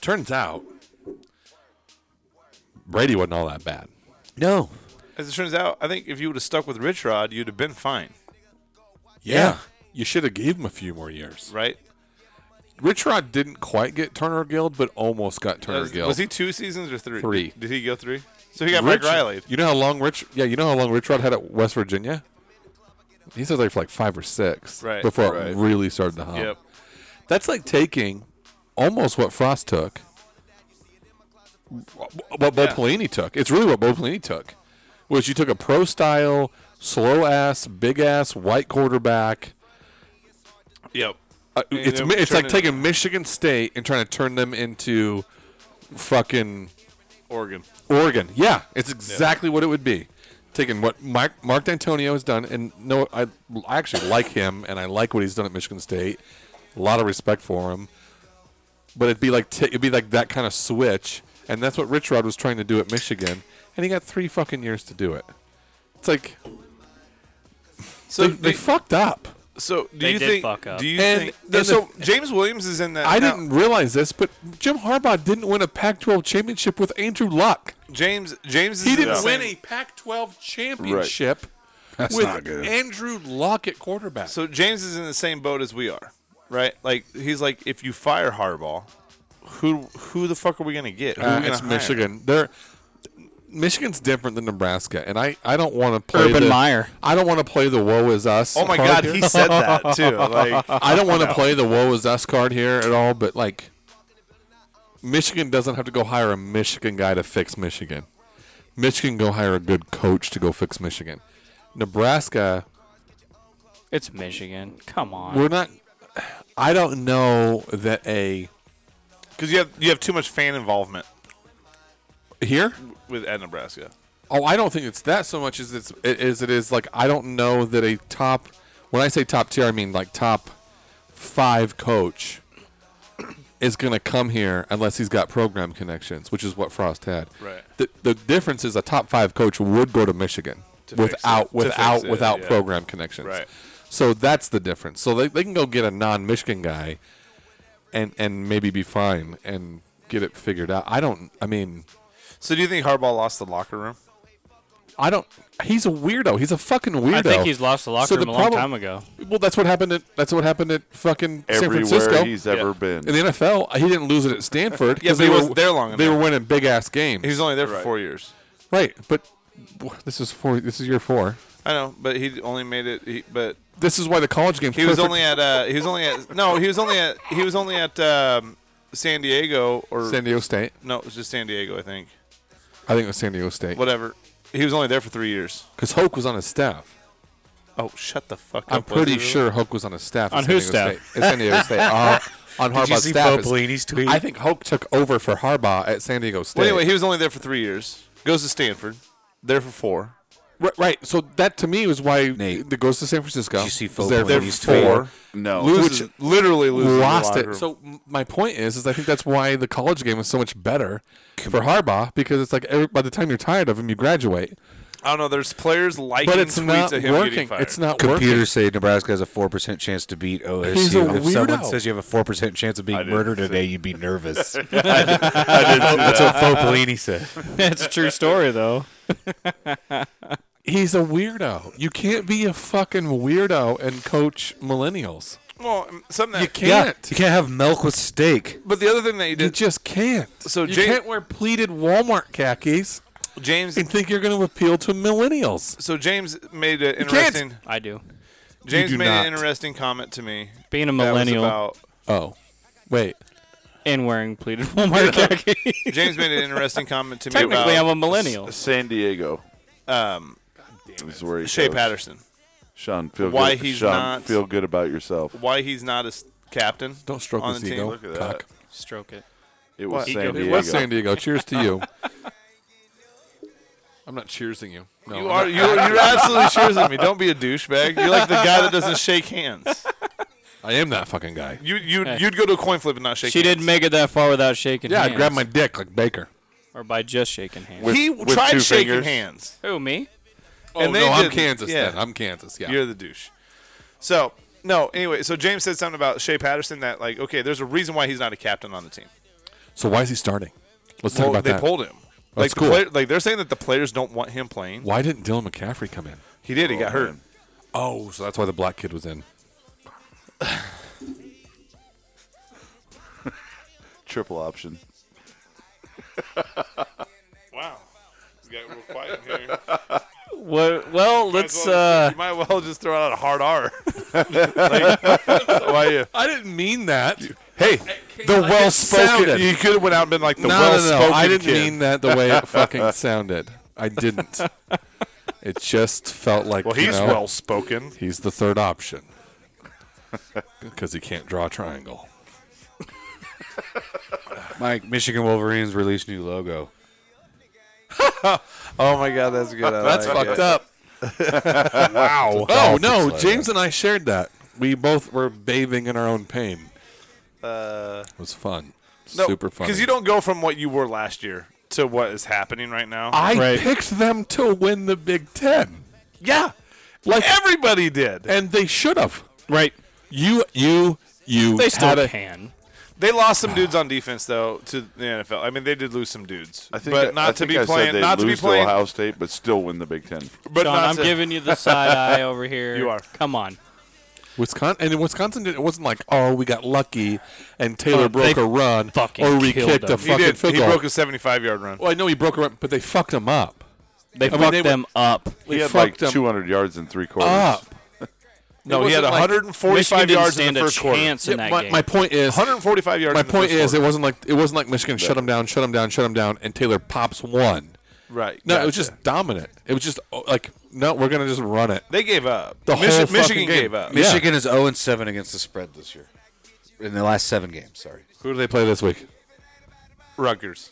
S1: Turns out, Brady wasn't all that bad.
S6: No.
S4: As it turns out, I think if you would have stuck with Rich Rod, you'd have been fine,
S1: Yeah. You should have gave him a few more years.
S4: right?
S1: Rich Rod didn't quite get Turner Guild, but almost got Turner
S4: Was,
S1: Guild.
S4: was he two seasons or three?
S1: Three.
S4: Did he go three? So he got
S1: Rich-
S4: Mike Riley.
S1: You know how long Rich? Yeah, you know how long Rich Rod had at West Virginia. He said like for like five or six
S4: Right,
S1: before it
S5: right.
S1: really started to hum.
S4: Yep.
S1: That's like taking almost what Frost took, wh- what Bo
S4: Yeah.
S1: Pelini took. It's really what Bo Pelini took, was you took a pro style, slow ass, big ass, white quarterback.
S4: Yep.
S1: Uh,
S4: Yeah,
S1: it's
S4: you
S1: mi-
S4: know,
S1: it's like
S4: turn it-
S1: taking Michigan State and trying to turn them into fucking
S4: Oregon.
S1: Oregon. Yeah, it's exactly what it would be. Taking what Mark, Mark D'Antonio has done, and no, I, I actually like him, and I like what he's done at Michigan State. A lot of respect for him, but it'd be like t- it'd be like that kind of switch, and that's what Rich Rod was trying to do at Michigan, and he got three fucking years to do it. It's like
S4: So
S1: they, they fucked up.
S4: So do
S3: They
S4: you
S3: did
S4: think?
S3: fuck up.
S4: Do you
S1: And-
S4: think?
S1: and
S4: so James Williams is in that.
S1: I
S4: now.
S1: didn't realize this, but Jim Harbaugh didn't win a Pac-12 championship with Andrew Luck.
S4: James James is
S1: He
S4: in
S1: didn't
S4: the
S1: win
S4: same-
S1: a Pac-12 championship with Andrew Luck at quarterback.
S4: So James is in the same boat as we are, right? Like he's like, if you fire Harbaugh, who who the fuck are we gonna get? Who are
S1: Uh,
S4: we gonna
S1: it's
S4: hire?
S1: Michigan. They're Michigan's different than Nebraska, and I, I don't want to play
S3: Urban
S1: the,
S3: Meyer.
S1: I don't want to play the woe is us.
S4: Oh my
S1: card
S4: God,
S1: here.
S4: he said that too. Like
S1: I don't want to play the woe is us card here at all. But like, Michigan doesn't have to go hire a Michigan guy to fix Michigan. Michigan go hire a good coach to go fix Michigan. Nebraska,
S3: It's Michigan. Come on.
S1: we're not. I don't know that a
S4: because you have you have too much fan involvement
S1: here.
S4: with at Nebraska.
S1: Oh, I don't think it's that so much as it's it- as it is like I don't know that a top. When I say top tier, I mean like top five coach is going to come here unless he's got program connections, which is what Frost had.
S4: Right.
S1: The, the difference is a top five coach would go to Michigan
S4: To fix
S1: without
S4: it. To
S1: without
S4: fix it,
S1: without
S4: yeah.
S1: program connections.
S4: Right.
S1: So that's the difference. So they, they can go get a non-Michigan guy and and maybe be fine and get it figured out. I don't. I mean.
S4: So do you think Harbaugh lost the locker room?
S1: I don't. He's a weirdo. He's a fucking weirdo.
S3: I think he's lost the locker
S1: So the
S3: room a long
S1: problem-
S3: time ago.
S1: Well, that's what happened. At, that's what happened at fucking San
S5: Everywhere
S1: Francisco.
S5: he's ever
S4: Yeah.
S5: been.
S1: in the NFL, he didn't lose it at Stanford
S4: Yeah,
S1: because
S4: but he
S1: they were
S4: wasn't there long
S1: They
S4: enough.
S1: were winning big ass games.
S4: He was only there for four years.
S1: Right, but w- this is four. This is year four.
S4: I know, but he only made it. He, but
S1: This is why the college game.
S4: he was only at. Uh, he was only at. No, he was only at. He was only at um, San Diego or
S1: San Diego State.
S4: no, it was just San Diego, I think.
S1: I think it was San Diego State
S4: Whatever. He was only there for three years.
S1: because Hoke was on his staff.
S4: Oh, shut the fuck
S1: I'm
S4: up. was
S1: pretty
S4: he really?
S1: sure Hoke was on his staff. at
S3: On
S1: San
S3: whose
S1: Diego
S3: staff?
S1: State. At San Diego State. Uh, on
S6: Did you
S1: Harbaugh's
S6: see
S1: staff.
S6: Bo
S1: is-
S6: Pelini's tweet?
S1: I think Hoke took over for Harbaugh at San Diego State.
S4: Well, anyway, he was only there for three years. Goes to Stanford. There for four.
S1: Ri- right. So that to me was why
S6: Nate,
S1: it goes to San Francisco.
S6: did you see
S1: He's
S6: Fo
S1: there for
S6: Pelini's
S1: four.
S5: No.
S1: Loses,
S4: Which literally loses the
S1: lost
S4: locker
S1: it.
S4: room.
S1: So m- my point is, is I think that's why the college game was so much better for Harbaugh because it's like every, by the time you're tired of him, you graduate.
S4: I don't know. There's players liking
S1: But it's
S4: tweets
S1: not
S4: of him
S1: working.
S4: getting fired.
S1: It's not
S6: Computers
S1: working.
S6: say Nebraska has a four percent chance to beat OSU.
S1: He's a
S6: if someone
S1: weirdo.
S6: says you have a four percent chance of being
S5: didn't
S6: murdered
S5: see-
S6: today, you'd be nervous.
S5: I didn't see
S6: That's
S5: that.
S6: what Fo Pelini said.
S3: it's a true story though.
S1: He's a weirdo. You can't be a fucking weirdo and coach millennials.
S4: well, um, something
S1: You
S4: that,
S1: can't.
S6: Uh, You can't have milk with steak.
S4: But the other thing that you
S1: You
S4: did,
S1: just can't.
S4: So
S1: you
S4: Jay-
S1: can't wear pleated Walmart khakis
S4: James.
S1: and think you're going to appeal to millennials.
S4: So James made an
S1: can't.
S4: interesting.
S3: I do.
S4: James
S1: do
S4: made
S1: not.
S4: an interesting comment to me.
S3: Being a
S4: that was
S3: millennial
S4: about-
S1: Oh, wait.
S3: and wearing pleated Walmart khakis.
S4: James made an interesting comment to me
S3: Technically, I'm
S4: about
S3: a millennial.
S5: San Diego.
S4: um,
S5: Is where he
S4: Shea
S5: goes.
S4: Patterson.
S5: Sean, feel
S4: Why
S5: good.
S4: he's
S5: Sean,
S4: not-
S5: feel good about yourself.
S4: Why he's not a s- captain?
S1: Don't stroke
S4: on
S1: his
S4: the team.
S1: ego.
S5: Look at that.
S1: cock.
S3: Stroke it.
S5: It was
S4: What?
S5: San Diego.
S1: It was San Diego. Cheers to you. I'm not cheersing you. No,
S4: You
S1: I'm
S4: are you, you're absolutely cheersing me. Don't be a douchebag. You're like the guy that doesn't shake hands.
S1: not- I am that fucking guy.
S4: You you
S3: Hey.
S4: you'd go to a coin flip and not shake.
S3: She
S4: hands.
S3: didn't make it that far without shaking
S1: Yeah,
S3: hands.
S1: I'd grab my dick like Baker.
S3: or by just shaking hands.
S5: With-
S4: He
S5: with two
S4: tried shaking
S5: fingers.
S4: hands.
S3: Who me?
S1: Oh
S4: And they
S1: no, I'm
S4: didn't.
S1: Kansas.
S4: Yeah.
S1: Then. I'm Kansas. Yeah.
S4: You're the douche. So no. Anyway, so James said something about Shea Patterson that like okay, there's a reason why he's not a captain on the team.
S1: so why is he starting? Let's
S4: Well,
S1: talk about
S4: they
S1: that.
S4: pulled him.
S1: That's
S4: like the
S1: cool.
S4: player, like they're saying that the players don't want him playing.
S1: why didn't Dylan McCaffrey come in?
S4: He did. He got hurt.
S1: Oh, so that's why the black kid was in.
S5: Triple option.
S4: Wow. It's got real quiet in here.
S3: What, well, let's. Uh,
S4: you might well just throw out a hard R. why you?
S1: I didn't mean that.
S4: Hey,
S1: The well spoken.
S4: You could have went out and been like the
S1: no,
S4: well
S1: no,
S4: spoken
S1: no. I didn't
S4: kid.
S1: mean that the way it fucking sounded. I didn't. It just felt like
S4: well,
S1: you
S4: he's
S1: know,
S4: well spoken.
S1: He's the third option because he can't draw a triangle.
S6: Mike, Michigan Wolverines released new logo.
S4: Oh my god, that's good.
S1: That's fucked up. wow. Oh no, James and I shared that. We both were bathing in our own pain. Uh, it was fun. Super fun.
S4: Because you don't go from what you were last year to what is happening right now.
S1: I
S3: Right.
S1: picked them to win the Big Ten,
S4: yeah,
S1: like,
S4: everybody did.
S1: and they should have.
S3: right.
S1: You, you, you.
S3: They
S1: had
S3: still
S1: a-
S3: can.
S4: They lost some dudes on defense though to the NFL. I mean, they did lose some dudes,
S5: I think,
S4: but not
S5: I
S4: to
S5: think
S4: be
S5: I
S4: playing.
S5: Said they
S4: not to be
S5: lose
S4: playing.
S5: Ohio State, but still win the Big Ten.
S4: but
S3: Sean,
S4: not
S3: I'm
S4: to-
S3: giving you the side eye over here.
S4: You are.
S3: Come on.
S1: Wisconsin, and in Wisconsin, did- it wasn't like, oh, we got lucky and Taylor
S3: Oh,
S1: broke
S3: they
S1: a run,
S3: fucking
S1: or we
S3: killed
S1: kicked
S3: them.
S1: a
S3: He
S4: He
S1: fucking
S4: did.
S1: field
S4: He
S1: goal.
S4: broke a 75 yard run.
S1: well, I know he broke a run, but they fucked him up.
S3: They
S1: mean,
S3: fucked
S1: they were-
S3: them up.
S5: He had
S1: fucked
S5: like
S1: them
S5: 200 yards in three quarters.
S1: Up.
S4: no, he
S1: wasn't
S4: had
S1: like-
S4: 145
S3: Michigan didn't
S4: yards in
S3: stand
S4: the first
S3: a
S4: quarter.
S3: chance in that
S1: my,
S3: game.
S1: my point is,
S4: 145 yards.
S1: my
S4: in the
S1: point
S4: first
S1: is, it
S4: quarter.
S1: wasn't like it wasn't like Michigan shut him down, shut him down, shut him down, and Taylor pops one.
S4: right.
S1: No, it was
S4: gotcha.
S1: just dominant. It was just oh, like, no, we're gonna just run it.
S4: they gave up.
S1: The
S4: Michi-
S1: whole fucking game.
S4: Michigan gave up.
S1: Yeah.
S6: Michigan is 0 and 7 against the spread this year. In the last seven games, sorry.
S1: Who do they play this week?
S4: Rutgers.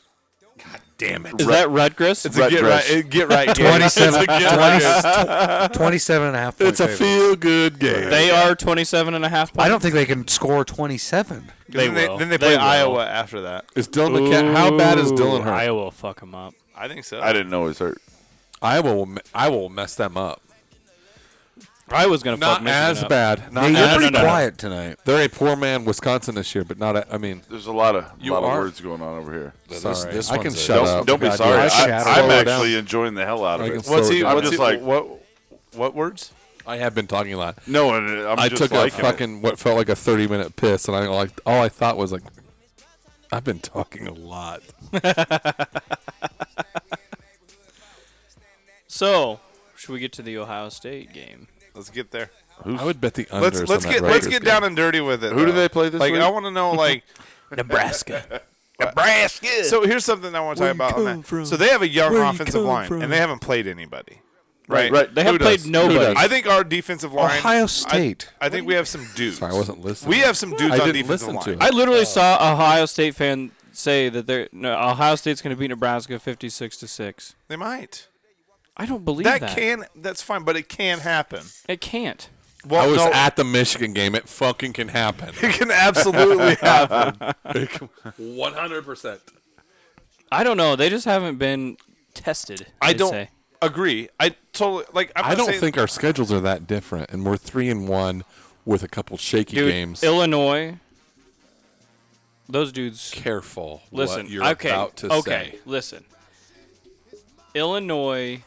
S3: Is that Rutgers?
S4: It's a get right. it- Get right. game.
S6: 27
S4: It's a get right game.
S6: 27 and a half. point
S1: It's a
S6: favorites.
S1: feel good game.
S3: they are 27 and a half points.
S6: I don't think they can score 27.
S3: They
S4: then,
S3: will.
S4: They, then they
S3: They
S4: play
S3: will.
S4: Iowa after that.
S1: Is Dylan McCa- How bad is Dylan
S3: Ooh,
S1: Hurt?
S3: Iowa will fuck them up.
S4: I think so.
S5: I didn't know it was hurt.
S1: Iowa will. me- Iowa will mess them up.
S3: Iowa's going to
S1: Not
S3: fuck Michigan
S1: as
S3: up.
S1: bad. Not
S6: Hey, you're
S1: as-
S3: no,
S6: pretty
S3: no, no.
S6: quiet tonight.
S1: They're a poor man Wisconsin this year, but not. A, I mean,
S5: There's a lot of
S1: You
S5: lot
S1: are-
S5: of words going on over here.
S1: sorry.
S6: this
S1: I can
S6: one's a-
S1: shut
S5: don't
S1: up.
S5: don't be
S1: God,
S5: sorry.
S1: yeah.
S5: I,
S1: Slow
S5: am
S1: it down.
S5: actually enjoying the hell out
S1: I
S5: of
S1: can
S5: it.
S1: slow
S4: What's
S1: it
S4: he?
S1: down.
S5: I'm
S4: What's
S5: just
S4: he,
S5: like-
S4: what? What words?
S1: I have been talking a lot.
S5: No, and I'm
S1: I
S5: just
S1: took a
S5: liking it.
S1: fucking what felt like a thirty minute piss, and I like all I thought was like, I've been talking a lot.
S3: So, should we get to the Ohio State game?
S4: Let's get there.
S1: I would bet the under.
S4: Let's let's get let's get down and dirty with it.
S5: Who do
S4: though.
S5: they play this
S4: Like
S5: week?
S4: I want to know like
S3: Nebraska.
S4: Nebraska. So here's something I want to talk about. On that. So they have a young offensive line, and they haven't played anybody. Right,
S5: right.
S3: They
S5: Who
S3: have played
S5: does?
S3: nobody.
S4: I think our defensive line.
S6: Ohio State.
S4: I, I think we have some dudes.
S1: Sorry, I wasn't listening.
S4: We have some dudes
S1: I
S4: on
S1: didn't
S4: defensive
S1: listen
S4: line.
S1: to.
S3: I literally saw a Ohio State fan say that they're no, Ohio State's going to beat Nebraska 56 to 6.
S4: They might.
S3: I don't believe
S4: That
S3: that.
S4: can. That's fine, but it can happen.
S3: it can't.
S4: Well,
S1: I was
S4: no,
S1: at the Michigan game. It fucking can happen.
S4: it can absolutely happen.
S1: One hundred percent.
S3: I don't know. They just haven't been tested.
S4: I
S3: they
S4: don't
S3: say.
S4: agree. I totally like. I'm
S1: I
S4: not
S1: don't
S4: saying-
S1: think our schedules are that different, and we're three and one with a couple shaky
S3: Dude,
S1: games.
S3: Illinois. Those dudes
S1: Careful.
S3: Listen,
S1: what you're
S3: okay,
S1: about to
S3: okay,
S1: say
S3: listen. Illinois,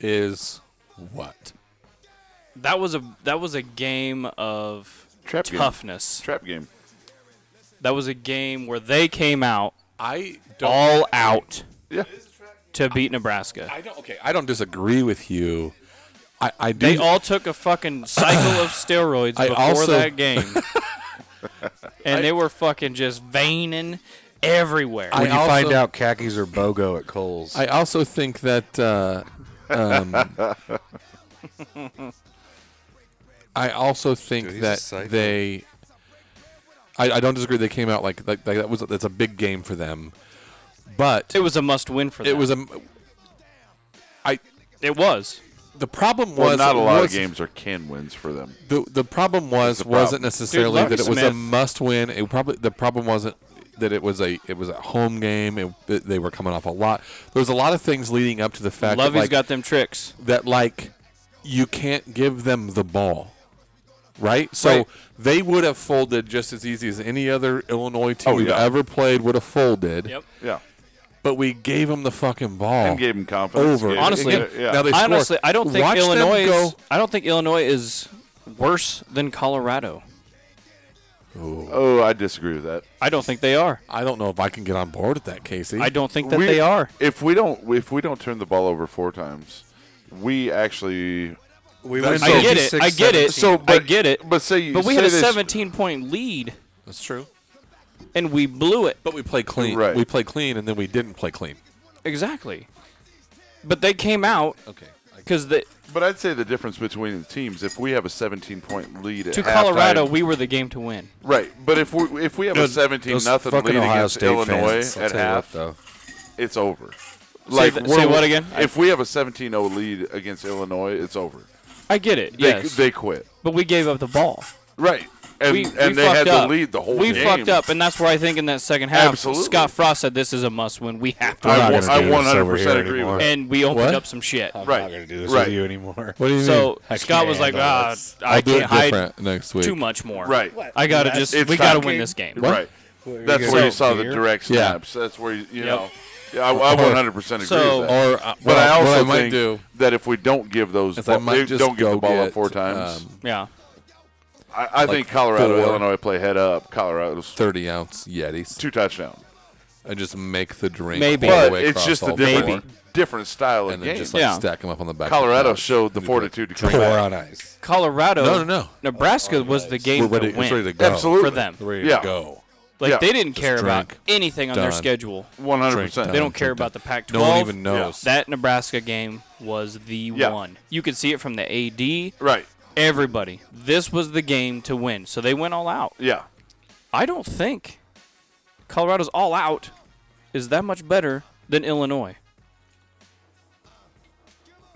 S1: is what?
S3: that was a that was a game of
S5: Trap game.
S3: toughness.
S5: Trap game.
S3: That was a game where they came out
S1: I
S3: all out
S5: Yeah.
S3: to beat Nebraska.
S1: I don't. Okay, I don't disagree with you. I, I do.
S3: They all took a fucking cycle of steroids
S1: I
S3: before
S1: also-
S3: that game, and they were fucking just veining everywhere.
S1: I
S6: When you find
S1: also-
S6: out khakis are BOGO at Kohl's.
S1: I also think that. Uh, um, I also think
S6: Dude, he's a
S1: that
S6: psycho.
S1: they. I, I don't disagree. They came out like like, like that was that's a big game for them, but
S3: it was a must-win for them.
S1: it was a. I
S3: It was.
S1: the problem
S5: Well,
S1: was
S5: not a lot
S1: was-
S5: of games are can wins for them.
S1: The the problem was
S5: the problem.
S1: wasn't necessarily
S3: Dude, Lovie
S1: that it was a
S3: Smith-
S1: must win. It probably the problem wasn't that it was a it was a home game. It, it- they were coming off a lot. There was a lot of things leading up to the fact that
S3: Lovey's
S1: like,
S3: got them tricks.
S1: that like you can't give them the ball. Right? So
S3: Right.
S1: they would have folded just as easy as any other Illinois team
S5: Oh,
S1: we've
S5: yeah.
S1: ever played would have folded.
S3: Yep.
S5: Yeah.
S1: But we gave them the fucking ball.
S5: And gave them confidence.
S1: Oh. over.
S5: Gave-
S3: Honestly,
S5: yeah, yeah.
S1: Now they score.
S3: Honestly, I don't think
S1: Watch them
S3: Illinois.
S1: go-
S3: Is, I don't think Illinois is worse than Colorado.
S5: oh, I disagree with that.
S3: I don't think they are.
S1: I don't know if I can get on board with that, Casey.
S3: I don't think that
S5: We-
S3: they are.
S5: If we don't, if we don't turn the ball over four times, we actually.
S6: we
S5: win
S3: I get it. I get it.
S5: So,
S3: I
S5: but-
S3: get it.
S5: But say you.
S3: But we
S5: say
S3: had a
S5: this-
S3: 17 point lead
S1: That's true.
S3: and we blew it.
S1: But we play clean.
S5: Right.
S1: We play clean and then we didn't play clean.
S3: Exactly. But they came out
S1: Okay.
S3: because the
S5: But I'd say the difference between the teams, if we have a 17 point lead at
S3: to Colorado
S5: halftime-
S3: we were the game to win.
S5: right? But if we if we have a 17 nothing lead
S6: fucking Ohio
S5: against
S6: State
S5: Illinois
S6: fans. I'll
S5: at
S6: tell you what,
S5: half,
S6: though.
S5: it's over.
S3: th-
S5: we're-
S3: say what again?
S5: If we have a 17-0 lead against Illinois, it's over.
S3: I get it.
S5: They,
S3: yes.
S5: they quit.
S3: but we gave up the ball.
S5: Right. And
S3: we,
S5: and
S3: we
S5: they
S3: fucked
S5: had
S3: up.
S5: the lead the whole
S3: We
S5: game.
S3: fucked up, and that's where I think in that second half,
S5: Absolutely.
S3: Scott Frost said, "This is a must-win. We have to."
S5: I,
S6: not
S5: wa-
S6: gonna
S5: I
S6: do this
S5: 100
S6: over
S5: percent
S6: here
S5: agree
S6: anymore.
S5: with that.
S3: and we opened
S1: What?
S3: up some shit.
S6: I'm
S5: Right.
S6: not going to do this
S5: Right.
S6: with you anymore.
S1: What do you
S3: So
S1: mean?
S3: Scott was like,
S6: handle
S3: "Ah,
S6: this.
S3: I
S1: I'll do
S3: can't
S1: it
S3: hide
S1: different next week.
S3: too much more.
S5: Right.
S3: I gotta just.
S5: It's
S3: we gotta
S5: time.
S3: win this game.
S5: Right. That's
S6: gonna
S5: where you
S3: go
S5: saw the
S6: here?
S5: direct
S1: Yeah.
S5: snaps. That's where you, you know. Yeah, I, I 100 percent agree
S3: So-
S5: with that.
S1: Or uh,
S5: But I also
S1: what I might
S5: think
S1: do
S5: that if we don't give those,
S1: is
S5: ball,
S1: I might
S5: if
S1: just
S5: don't give
S1: go
S5: the ball
S1: get,
S5: up four times.
S1: um,
S3: Yeah.
S5: I, I think Colorado,
S1: four.
S5: Illinois play head up. Colorado's
S1: thirty ounce Yetis
S5: two touchdown.
S1: and just make the drink.
S3: Maybe.
S1: all the
S5: But
S1: way
S5: it's
S1: across
S5: just a
S1: all four,
S5: different, different style of
S1: and then
S5: game.
S1: just like
S3: Yeah.
S1: stack them up on the back. of the
S5: Colorado
S1: couch.
S5: showed
S1: We'd
S5: the
S1: be
S5: fortitude to come
S6: Pour
S5: back.
S6: on ice.
S3: Colorado.
S1: No, no, no.
S3: Nebraska was the game
S1: Like, we're ready.
S3: to
S1: It's
S3: win
S1: ready to go.
S5: Absolutely,
S3: for them.
S1: We're ready
S5: Yeah.
S1: to go.
S3: Like
S5: Yeah.
S3: they didn't care about
S1: drink.
S3: anything on their
S1: Done.
S3: schedule.
S5: 100.
S1: Drink
S5: percent
S3: They
S1: Done.
S3: don't care about the Pac-12.
S1: No one even knows.
S3: That Nebraska game was the
S5: Yeah.
S3: one. You could see it from the AD.
S5: Right.
S3: Everybody. This was the game to win. So they went all out.
S5: Yeah.
S3: I don't think Colorado's all out is that much better than Illinois.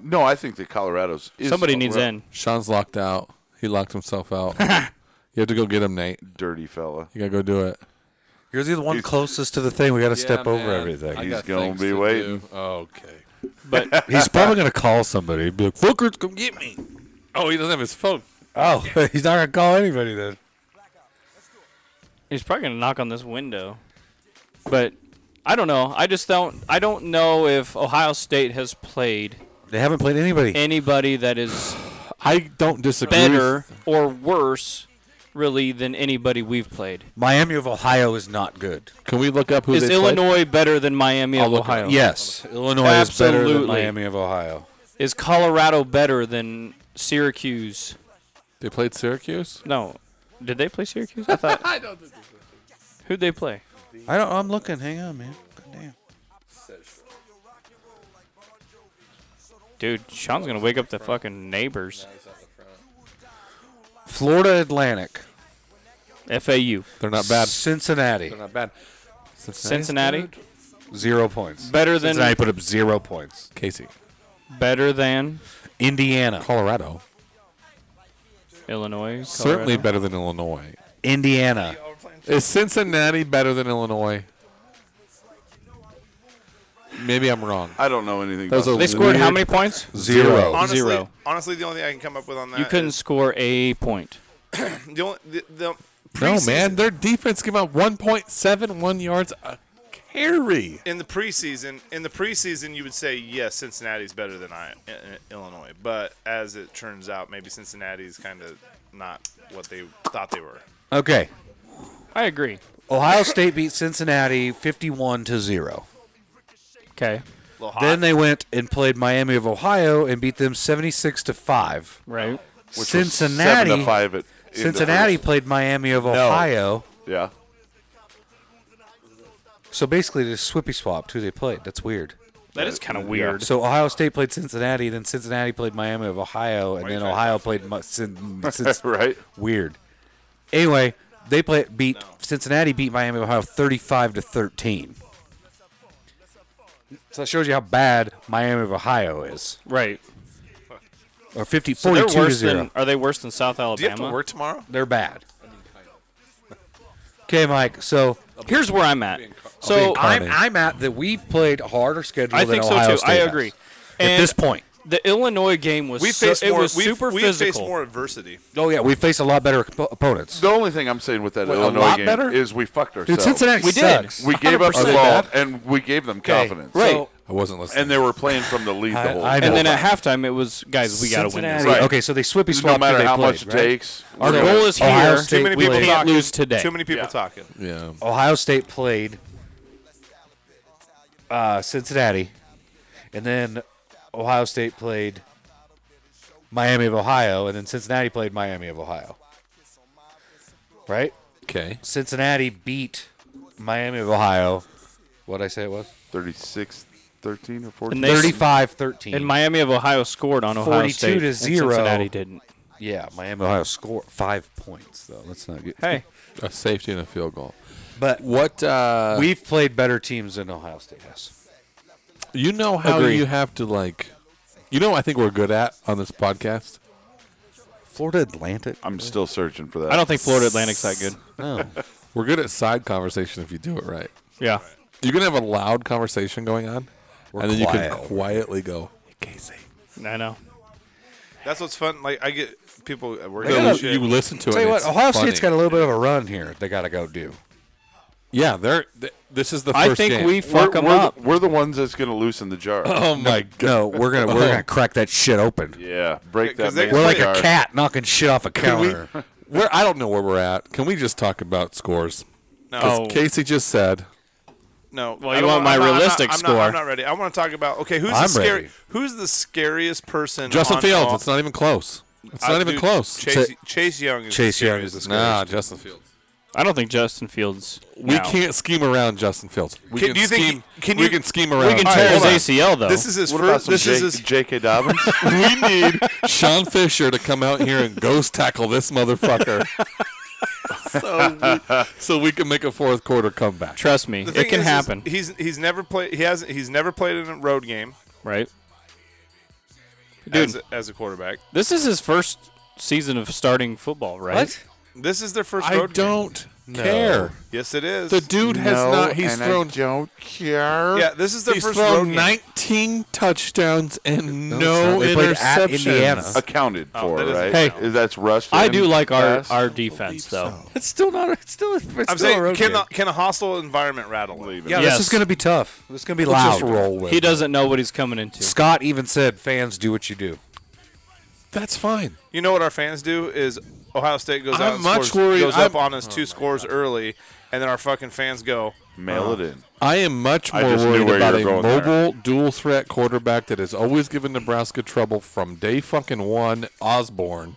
S5: No, I think that Colorado's. Is
S3: Somebody needs in.
S1: Sean's locked out. He locked himself out. you have to go get him, Nate.
S5: Dirty fella.
S1: You gotta go do it.
S6: You're the one closest to the thing. We got to step over everything.
S5: got gonna things be to do. waiting.
S1: Okay.
S3: But
S6: He's probably going to call somebody. He'd be like, "Fuckers, come get me."
S1: Oh, he doesn't have his phone.
S6: Oh, he's not going to call anybody then.
S3: he's probably gonna knock on this window. But I don't know. I just don't I don't know if Ohio State has played
S6: They haven't played anybody.
S3: anybody that is
S1: I don't disagree.
S3: better or worse really than anybody we've played.
S6: Miami of Ohio is not good.
S1: Can we look up who
S3: Is
S1: they played?
S3: Illinois better than Miami of Ohio?
S6: Yes, Illinois is better
S3: Absolutely.
S6: than Miami of Ohio.
S3: Is Colorado better than Syracuse?
S1: They played Syracuse.
S3: No, did they play Syracuse? I thought. I don't think Who'd they play?
S6: I don't. I'm looking. Hang on, man. Damn.
S3: Dude, Sean's gonna wake up the fucking neighbors.
S6: Florida Atlantic.
S3: FAU,
S1: They're not bad.
S6: Cincinnati.
S1: They're not bad.
S3: Cincinnati,
S6: Zero points.
S3: better
S6: Cincinnati
S3: than
S6: put up zero points.
S1: Casey.
S3: better than
S6: Indiana.
S1: Colorado.
S3: Illinois.
S1: Certainly
S3: Colorado.
S1: better than Illinois.
S6: Indiana.
S1: Is Cincinnati better than Illinois? Maybe I'm wrong.
S5: I don't know anything.
S1: Those
S5: about
S1: are-
S3: They scored how
S1: Weird.
S3: many points?
S6: Zero.
S4: Honestly,
S3: Zero.
S4: honestly, the only thing I can come up with on that
S3: You couldn't
S4: is
S3: score a point.
S4: the only the, the
S1: No,
S4: preseason-
S1: man. Their defense gave up 1.71 yards a carry.
S4: in the preseason, in the preseason, you would say yes, Cincinnati's better than I, I- I- Illinois. But as it turns out, maybe Cincinnati's kind of not what they thought they were.
S6: Okay.
S3: I agree.
S6: Ohio State beat Cincinnati 51 to 0.
S3: Okay.
S4: A little hot.
S6: Then they went and played Miami of Ohio and beat them 76 to 5.
S3: Right.
S5: which was
S6: Cincinnati
S5: seven to five at, in the
S6: Cincinnati
S5: first.
S6: played Miami of Ohio.
S5: Yeah,
S6: So basically they swippy swapped who they played. That's weird.
S3: That is kind of weird.
S6: So Ohio State played Cincinnati, then Cincinnati played Miami of Ohio, and then Ohio played Mi- Cin- Cin-
S5: right.
S6: weird. Anyway, they play beat Cincinnati beat Miami of Ohio 35 to 13. So that shows you how bad Miami of Ohio is.
S3: Right.
S6: Or 50
S3: So they're
S6: 42 to
S3: worse
S6: 0.
S3: than. Are they worse than South
S4: Do you have to
S3: Alabama?
S4: work tomorrow?
S6: They're bad. Okay, Mike. So
S3: Here's where I'm at. So
S1: being
S6: I'm,
S1: Carney.
S6: I'm at that we've played a harder schedule
S3: I
S6: than
S3: think so
S6: Ohio
S3: too.
S6: State
S3: I
S6: has
S3: agree.
S6: At
S3: And
S6: this point.
S3: the Illinois game was
S4: We
S3: so,
S4: face
S3: it
S4: more.
S3: was
S4: we
S3: super
S4: we face
S3: physical.
S4: more adversity.
S6: Oh, yeah. We face a lot better oppo- opponents.
S5: The only thing I'm saying with that
S1: What, a
S5: Illinois
S1: lot
S5: game
S1: better?
S5: is we fucked ourselves.
S6: Dude, Cincinnati
S3: We did.
S6: sucks.
S5: We gave up the
S1: 100%.
S5: ball and we gave them
S6: Okay,
S5: confidence.
S6: so-
S3: Right.
S1: I wasn't listening.
S5: And they were playing from the lead
S6: I-
S5: the whole.
S6: I know.
S5: whole
S3: And then
S5: time.
S3: at halftime, it was guys, we got to win this.
S6: Cincinnati.
S5: Right.
S6: Okay, so they swippy
S5: no
S6: swapped.
S5: matter
S6: who they
S5: how
S6: played,
S5: much it
S6: right?
S5: takes.
S3: Our
S5: we're
S3: goal
S5: gonna-
S3: is
S6: Ohio
S3: here.
S6: State Too many
S3: we
S6: people
S3: can't
S4: talking.
S3: lose today.
S4: Too many people
S5: Yeah.
S4: talking.
S1: yeah.
S6: Ohio State played uh, Cincinnati, and then Ohio State played Miami of Ohio, and then Cincinnati played Miami of Ohio. Right?
S1: Okay.
S6: Cincinnati beat Miami of Ohio. What I say it was?
S5: 36, 13 or 14.
S3: And they-
S6: 35 13.
S3: And Miami of Ohio scored on Ohio
S6: 42
S3: State.
S6: to
S3: and
S6: zero.
S3: Cincinnati didn't.
S6: yeah, Miami of Ohio scored five points, though. Let's not get.
S3: Hey,
S1: A safety and a field goal.
S6: But
S1: What uh
S6: we've played better teams than Ohio State has.
S1: you know how
S3: Agreed.
S1: you have to like you know what I think we're good at on this podcast?
S6: Florida Atlantic?
S5: I'm still searching for that.
S3: I don't think Florida Atlantic's that good.
S6: No.
S1: We're good at side conversation if you do it right.
S3: Yeah.
S1: You're gonna have a loud conversation going on, and then you
S6: quiet.
S1: can quietly go, Casey.
S3: I know.
S4: That's what's fun. Like I get people at work.
S1: No,
S4: and
S1: you,
S4: shit.
S1: you listen to it.
S6: Tell you
S1: and
S6: what,
S1: it's
S6: Ohio
S1: funny.
S6: State's got a little bit of a run here. They got to go do.
S1: Yeah, they're. Th- this is the first
S3: I think
S1: game.
S3: we fuck
S5: we're,
S3: them
S5: we're
S3: up.
S5: The, we're the ones that's going to loosen the jar.
S1: Oh my god!
S6: No, we're gonna we're gonna crack that shit open.
S5: yeah, break
S4: Yeah, 'cause
S5: that.
S4: they-
S5: man's
S6: We're like
S5: jar.
S6: a cat knocking shit off a counter.
S1: We're, I don't know where we're at. Can we just talk about scores?
S4: No,
S3: Oh.
S1: Casey just said
S4: no.
S3: Well,
S4: I
S3: you
S4: don't wanna- I'm
S3: want my
S4: not- I'm not-
S3: realistic
S4: I'm not- I'm
S3: score.
S4: not ready. I want to talk about. Okay, who's
S6: I'm
S4: the scary?
S6: ready.
S4: Who's the scariest person?
S1: Justin
S4: on
S1: Fields.
S4: all-
S1: It's not even close. It's
S4: I-
S1: not even
S4: dude,
S1: close.
S4: Chase, Chase Young is
S6: Chase Young
S4: is
S6: is the
S1: nah, Justin Fields.
S3: I don't think Justin Fields.
S1: We can't scheme around Justin Fields. We
S4: Can-
S1: can,
S4: do you think
S1: scheme.
S4: he- can
S1: we
S4: you-
S1: can scheme
S3: We
S1: around.
S3: can
S1: All
S3: tear
S1: right,
S3: his ACL though.
S4: This is his
S5: What about
S4: first.
S5: some
S4: This
S5: J-
S4: is his
S5: J.K. Dobbins?
S1: we need Sean Fisher to come out here and ghost tackle this motherfucker. so, we, so we can make a fourth quarter comeback.
S3: Trust me,
S4: The
S3: it
S4: thing
S3: can
S4: is, is
S3: happen.
S4: he's he's never played. He hasn't. He's never played in a road game
S3: right.
S4: as a, as a quarterback.
S3: This is his first season of starting football, right?
S4: This is their first
S1: I
S4: road game.
S1: don't care.
S4: Yes, it is.
S1: The dude has
S5: No,
S1: not. He's
S5: and
S1: thrown.
S5: I don't care.
S4: yeah, this is their
S1: he's
S4: first road
S1: thrown
S4: game.
S1: 19 touchdowns and no,
S6: not. They played at
S1: interceptions.
S6: Indiana.
S5: accounted for,
S4: Oh, that doesn't
S5: right?
S3: count.
S5: Is that's rushed.
S3: I
S5: in
S3: do like our,
S5: pass?
S3: our defense though.
S6: It's still not. It's still. It's
S4: I'm saying, can, a, can a hostile environment rattle? him?
S5: Leave it.
S6: Yeah,
S3: Yes.
S6: this is gonna be tough. This is gonna be
S1: Let's
S6: loud.
S1: just roll with.
S3: He
S1: it.
S3: doesn't know what he's coming into.
S6: Scott even said, "Fans, do what you do."
S1: That's fine.
S4: You know what our fans do is Ohio State goes out
S1: I'm
S4: and
S1: much
S4: scores,
S1: worried-
S5: Oh
S4: goes up
S1: I'm-
S4: on us two scores early, and then our fucking fans go,
S5: Mail
S3: uh,
S5: it in.
S1: I am much
S5: I
S1: more
S5: just knew
S1: worried
S5: where you
S1: about
S5: were
S1: a
S5: going there.
S1: mobile dual threat quarterback that has always given Nebraska trouble from day fucking one, Osborne,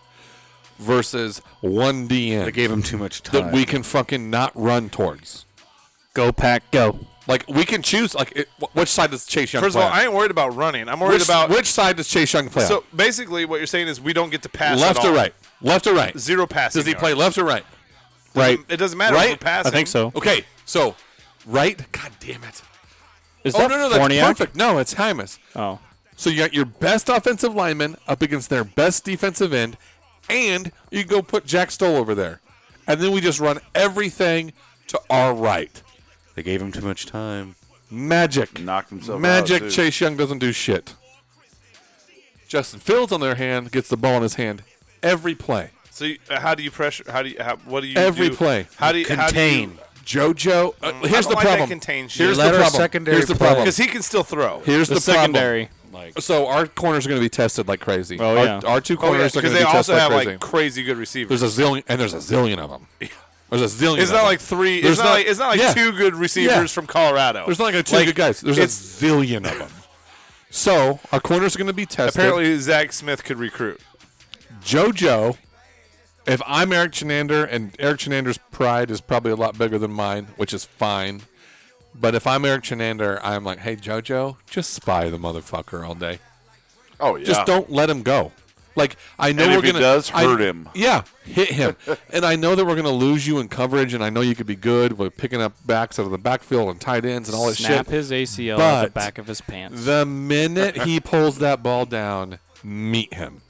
S1: versus one DN
S6: They gave him too much time.
S1: that we can fucking not run towards.
S3: Go pack, go.
S1: Like we can choose. Like it, wh- which side does Chase Young
S4: First of
S1: play?
S4: all,
S1: on?
S4: I ain't worried about running. I'm worried
S1: which,
S4: about
S1: which side does Chase Young play?
S4: So basically, what you're saying is we don't get to
S1: on?
S4: pass at
S1: Left or
S4: all.
S1: right? Left or right?
S4: Zero passing.
S1: Does he
S4: yards.
S1: play left or right? Right.
S4: It doesn't matter.
S1: Right?
S4: If we're passing.
S3: I think so.
S1: Okay, so right. God damn it!
S3: Is
S1: Oh
S3: that
S1: no, no, that's
S3: Forniak?
S1: perfect. No, it's Hymus.
S3: Oh,
S1: So you got your best offensive lineman up against their best defensive end, and you go put Jack Stoll over there, and then we just run everything to our right.
S6: they gave him too much time.
S1: Magic.
S5: Knocked himself out,
S1: Magic.
S5: too.
S1: Chase Young doesn't do shit. Justin Fields, on their hand, gets the ball in his hand every play.
S4: So you, uh, how do you pressure? How do you? How, what do you?
S1: Every
S4: do?
S1: play.
S4: How do you
S6: Contain.
S1: JoJo, uh, here's
S4: don't
S1: the
S4: like that
S1: problem.
S4: contained shit.
S1: here's the
S6: Let our
S1: problem.
S6: secondary
S1: here's the
S6: play.
S1: problem.
S4: Because he can still throw.
S1: Here's
S3: the,
S1: the, problem.
S3: secondary.
S1: So our corners are going to be tested like crazy.
S3: Oh,
S1: our,
S3: yeah.
S1: our two corners
S4: Because
S1: are going to
S4: they
S1: be
S4: also
S1: tested
S4: have
S1: like
S4: like
S1: crazy.
S4: crazy good receivers.
S1: There's a zillion, and there's a zillion of them. There's a zillion.
S4: It's
S1: of
S4: not
S1: them.
S4: like three.
S1: There's
S4: It's not,
S1: not-
S4: like it's not like
S1: yeah.
S4: two good receivers
S1: Yeah.
S4: from Colorado.
S1: there's not like two good guys. There's a
S4: it's-
S1: zillion of them. So our corners are going to be tested.
S4: apparently Zach Smith could recruit.
S1: JoJo, if I'm Eric Chenander, and Eric Chenander's pride is probably a lot bigger than mine, which is fine. But if I'm Eric Chenander, I'm like, hey JoJo, just spy the motherfucker all day.
S5: Oh yeah.
S1: Just don't let him go. Like I know
S5: And
S1: we're
S5: if he
S1: gonna
S5: does,
S1: I-
S5: hurt him.
S1: Yeah, hit him. and I know that we're gonna lose you in coverage, and I know you could be good with picking up backs out of the backfield and tight ends and all that
S3: Snap
S1: Oh, shit.
S3: his ACL out the
S1: But-
S3: back of his pants.
S1: The minute he pulls that ball down, meet him.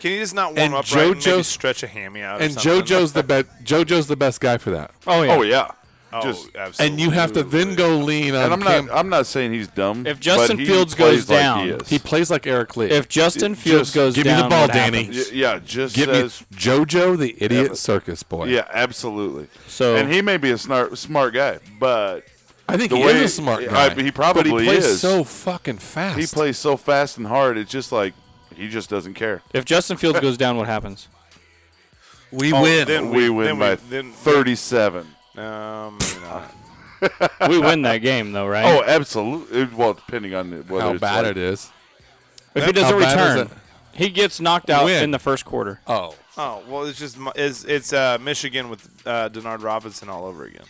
S4: Can you just not warm
S1: And
S4: up right and maybe
S1: JoJo's-
S4: stretch a hammy out? or
S1: And
S4: something?
S1: JoJo's the best. JoJo's the best guy for that.
S3: Oh yeah.
S5: Oh yeah.
S4: Oh,
S5: Just
S4: absolutely.
S1: And you have to then go lean on
S5: and I'm
S1: Cam-
S5: not. I'm not saying he's dumb.
S3: If
S5: but
S3: Justin
S5: he
S3: Fields
S5: plays
S3: goes
S5: like
S3: down,
S5: he, is.
S1: he plays like Eric Lee.
S3: If Justin Fields goes
S1: give me the
S3: down,
S1: ball,
S3: what
S1: Danny.
S3: happens?
S5: Y- yeah, just
S1: Get me
S5: says.
S1: JoJo the idiot circus boy.
S5: Yeah, absolutely.
S3: So-
S5: and he may be a smart, smart guy, but
S1: I think
S5: The
S1: he
S5: way-
S1: is a smart
S5: yeah,
S1: guy.
S5: I- he probably
S1: but he plays
S5: is.
S1: so fucking fast.
S5: he plays so fast and hard. It's just like he just doesn't care.
S3: If Justin Fields goes down, what happens?
S6: We
S4: Oh,
S6: win.
S4: Then
S5: we
S4: we
S5: win
S4: then
S5: by
S4: we- then-
S5: 37.
S4: Um, you know,
S3: we win that game though, right?
S5: Oh, absolutely. Well, depending on it- whether
S1: how
S5: it's
S1: bad it
S5: like-
S1: is.
S3: if he doesn't
S1: How bad is
S3: return,
S1: it?
S3: he gets knocked out
S1: Win.
S3: in the first quarter.
S1: Oh,
S4: oh well, it's just mi- it's it's uh, Michigan with uh, Denard Robinson all over again.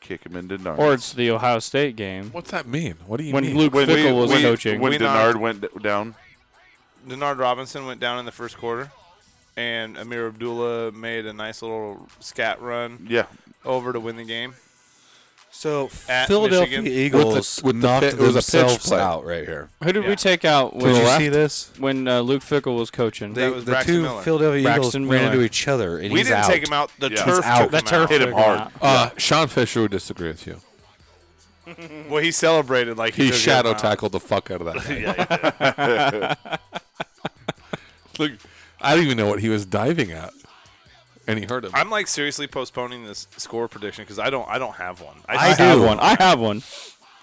S5: Kick him into Denard.
S3: Or it's the Ohio State game
S1: what's that mean? What do you
S3: when
S1: mean?
S3: Luke
S5: When we-
S3: Fickle was
S5: we-
S3: coaching.
S5: when
S4: We
S5: Denard
S4: knocked-
S5: went d- down.
S4: Denard Robinson went down in the first quarter, and Amir Abdullah made a nice little scat run
S5: Yeah.
S4: over to win the game.
S6: So
S4: At
S6: Philadelphia
S4: Michigan.
S1: With
S6: Eagles
S1: the- with the
S6: knocked
S1: pit- it was a pitch
S6: themselves
S1: play.
S6: out right here.
S3: Who did
S4: Yeah.
S3: we take out
S6: Did
S3: when,
S6: you
S3: when,
S6: see this?
S3: uh, Luke Fickle was coaching?
S4: That was
S6: the
S4: Braxton
S6: two
S4: Miller.
S6: Philadelphia
S3: Braxton
S6: Eagles ran
S3: Miller.
S6: into each other, and
S4: we
S6: he's
S4: didn't
S6: out.
S4: take him out. The
S5: Yeah.
S4: turf
S5: He's
S6: out.
S4: took
S6: The
S4: him
S6: turf
S4: out.
S5: Hit him hard.
S1: Uh, Sean Fisher would disagree with you.
S4: Well, he celebrated like he,
S1: He
S4: took him
S1: shadow
S4: out.
S1: tackled the fuck out of that. guy. Look, I don't even know what he was diving at, and he hurt him.
S4: I'm like seriously postponing this score prediction because I don't I don't have one.
S3: I
S4: just
S3: have
S4: have-
S3: one. I have one.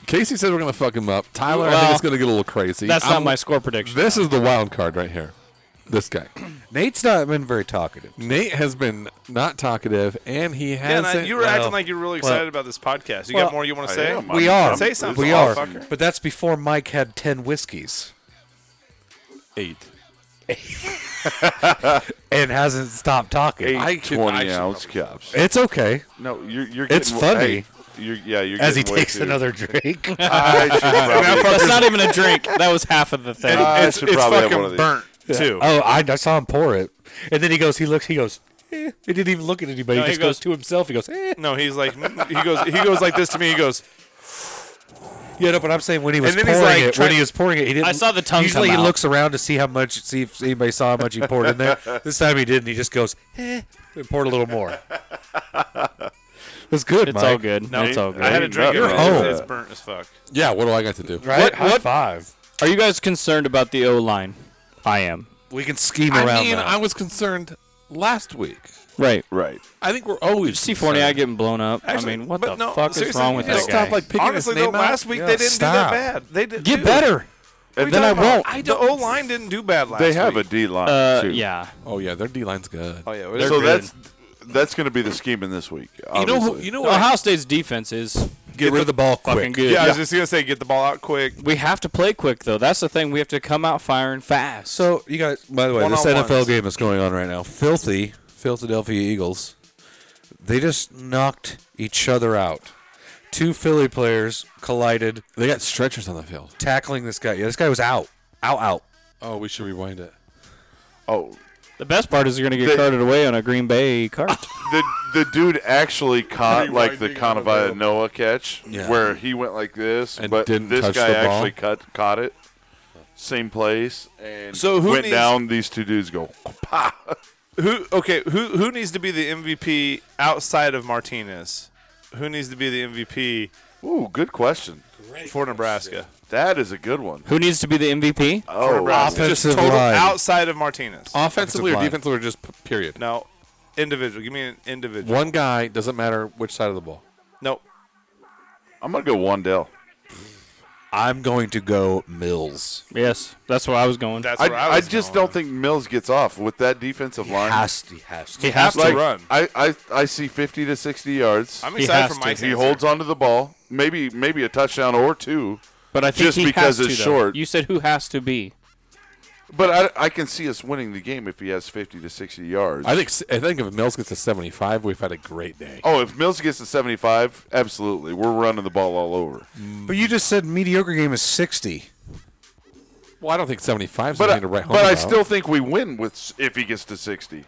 S1: Casey says we're gonna fuck him up. Tyler, I
S3: Well,
S1: think it's gonna get a little crazy.
S3: That's not
S1: I'm-
S3: my score prediction.
S1: This is the wild card right here. This guy,
S6: Nate's not been very talkative.
S1: Nate, has been not talkative, and he
S4: Yeah, and
S1: hasn't.
S4: I- you were acting like you were really
S6: well-
S4: excited about this podcast. You
S6: well,
S4: got more you want
S5: I
S4: to say?
S5: am.
S6: We
S5: I'm-
S6: are.
S4: Say something,
S6: We are.
S4: motherfucker.
S6: But that's before Mike had ten whiskeys
S1: eight.
S6: and hasn't stopped talking.
S5: Eight
S1: I can-
S5: 20
S1: I should
S5: ounce cups.
S6: It's okay
S5: No, you're. you're
S6: It's
S5: getting,
S6: funny.
S5: Hey, you're, yeah, you're
S6: as he
S5: getting way
S6: takes
S5: too-
S6: another drink.
S5: I should probably,
S3: That's not even a drink. That was half of the thing.
S5: I
S4: it's
S5: should
S4: it's
S5: probably have
S4: fucking
S5: one of these.
S4: burnt too.
S6: oh, I, I saw him pour it, and then he goes. He looks. He goes. Eh. He didn't even look at anybody.
S3: No, he
S6: he just goes,
S3: goes-
S6: to himself. He goes. Eh.
S4: No, he's like he goes he goes like this to me. He goes
S6: Yeah, no, but I'm saying when he was
S4: And then
S6: pouring
S4: he's like
S6: it,
S4: trying-
S6: when he was pouring it, he didn't.
S3: I saw the tongue
S6: Usually,
S3: come
S6: he
S3: out.
S6: looks around to see how much, see if anybody saw how much he poured in there. this time, he didn't. He just goes, eh, and poured a little more. It's good,
S3: It's
S6: Mike.
S3: all good.
S4: no.
S3: it's all good.
S4: I had a
S5: Ain't
S4: drink.
S5: nothing
S4: It's,
S5: wrong
S6: with
S4: it's
S5: that.
S4: burnt as fuck.
S1: Yeah, what do I got to do?
S6: right? High five.
S3: Are you guys concerned about the O line? I am.
S6: We can scheme
S1: I
S6: around
S1: mean,
S6: that.
S1: I was concerned last week.
S3: Right.
S5: Right.
S1: I think we're always
S3: See
S1: concerned.
S3: Fournier getting blown up.
S4: Actually,
S3: I mean, what
S4: but
S3: the
S4: no,
S3: fuck is
S4: seriously,
S3: wrong with
S4: you
S3: that
S4: just
S3: guy?
S1: stop like picking
S4: Honestly,
S1: his
S4: though,
S1: name out.
S4: last week
S6: Yeah,
S4: they didn't
S6: stop.
S4: do that bad. They did
S3: Get
S4: dude,
S3: better.
S4: what are
S5: And
S4: you
S5: then I
S4: talking about?
S5: won't.
S4: I don't- the O line didn't do bad last
S5: They have a
S4: week.
S5: D line
S3: Uh,
S5: too.
S3: yeah.
S1: Oh yeah, their D line's good.
S4: Oh yeah,
S5: so
S4: they're good.
S5: that's that's going to be the scheming this week.
S1: You know, who,
S5: obviously.
S1: you know what?
S3: Ohio State's defense is
S6: Get rid of the ball
S3: fucking
S6: quick.
S3: good.
S4: Yeah, I was just gonna say, get the ball out quick.
S3: We have to play quick though. That's the thing. We have to come out firing fast.
S6: So Oh, you guys, by the way, this
S4: One-on-ones.
S6: NFL game that's going on right now, filthy Philadelphia Eagles. They just knocked each other out. Two Philly players collided,
S1: They got stretchers on the field.
S6: tackling this guy. Yeah, this guy was out, out, out.
S1: Oh, we should rewind it.
S5: oh,
S3: the best part is you're gonna get
S5: They-
S3: carted away on a Green Bay cart.
S5: the the dude actually caught like the
S4: Rewinding on the
S5: Kanavaya
S4: ball.
S5: Noah catch
S1: Yeah.
S5: where he went like this,
S1: And
S5: but
S1: didn't
S5: this
S1: touch
S5: guy
S1: the ball.
S5: actually cut, caught it. Same place and
S4: So who
S5: went
S4: needs-
S5: down. These two dudes go.
S4: Who? Okay, who who needs to be the MVP outside of Martinez? Who needs to be the MVP
S5: Ooh, good question.
S4: for Nebraska?
S5: That is a good one.
S3: Who needs to be the MVP?
S5: Oh, wow.
S4: Nebraska, just
S6: Offensive
S4: total
S6: line.
S4: outside of Martinez.
S1: Offensively
S6: Offensive
S1: or
S6: line.
S1: defensively or just p- period.
S4: No, individual. Give me an individual.
S1: One guy doesn't matter which side of the ball.
S4: No,
S5: I'm gonna go Wandell.
S6: I'm going to go Mills.
S3: Yes, that's where I was going.
S4: that's
S5: I,
S4: where I,
S5: I
S4: was
S5: just
S4: going.
S5: don't think Mills gets off with that defensive line.
S6: Has to, has to.
S3: he has to
S5: like,
S3: run.
S5: I, I I see 50 to 60 yards.
S4: I'm
S3: He
S4: excited
S3: has
S4: for Mike.
S3: to.
S5: he holds onto the ball, maybe maybe a touchdown or two.
S3: But I think
S5: just
S3: he
S5: because
S3: has
S5: it's
S3: to, though.
S5: short.
S3: You said who has to be?
S5: But I, I can see us winning the game if he has 50 to 60 yards.
S1: I think s- I think if Mills gets to 75, we've had a great day.
S5: oh, if Mills gets to 75, absolutely. We're running the ball all over.
S6: But you just said mediocre game is 60.
S1: Well, I don't think 75 is
S5: But I,
S1: going to write
S5: but
S1: home
S5: I
S1: about.
S5: still think we win with s- if he gets to 60.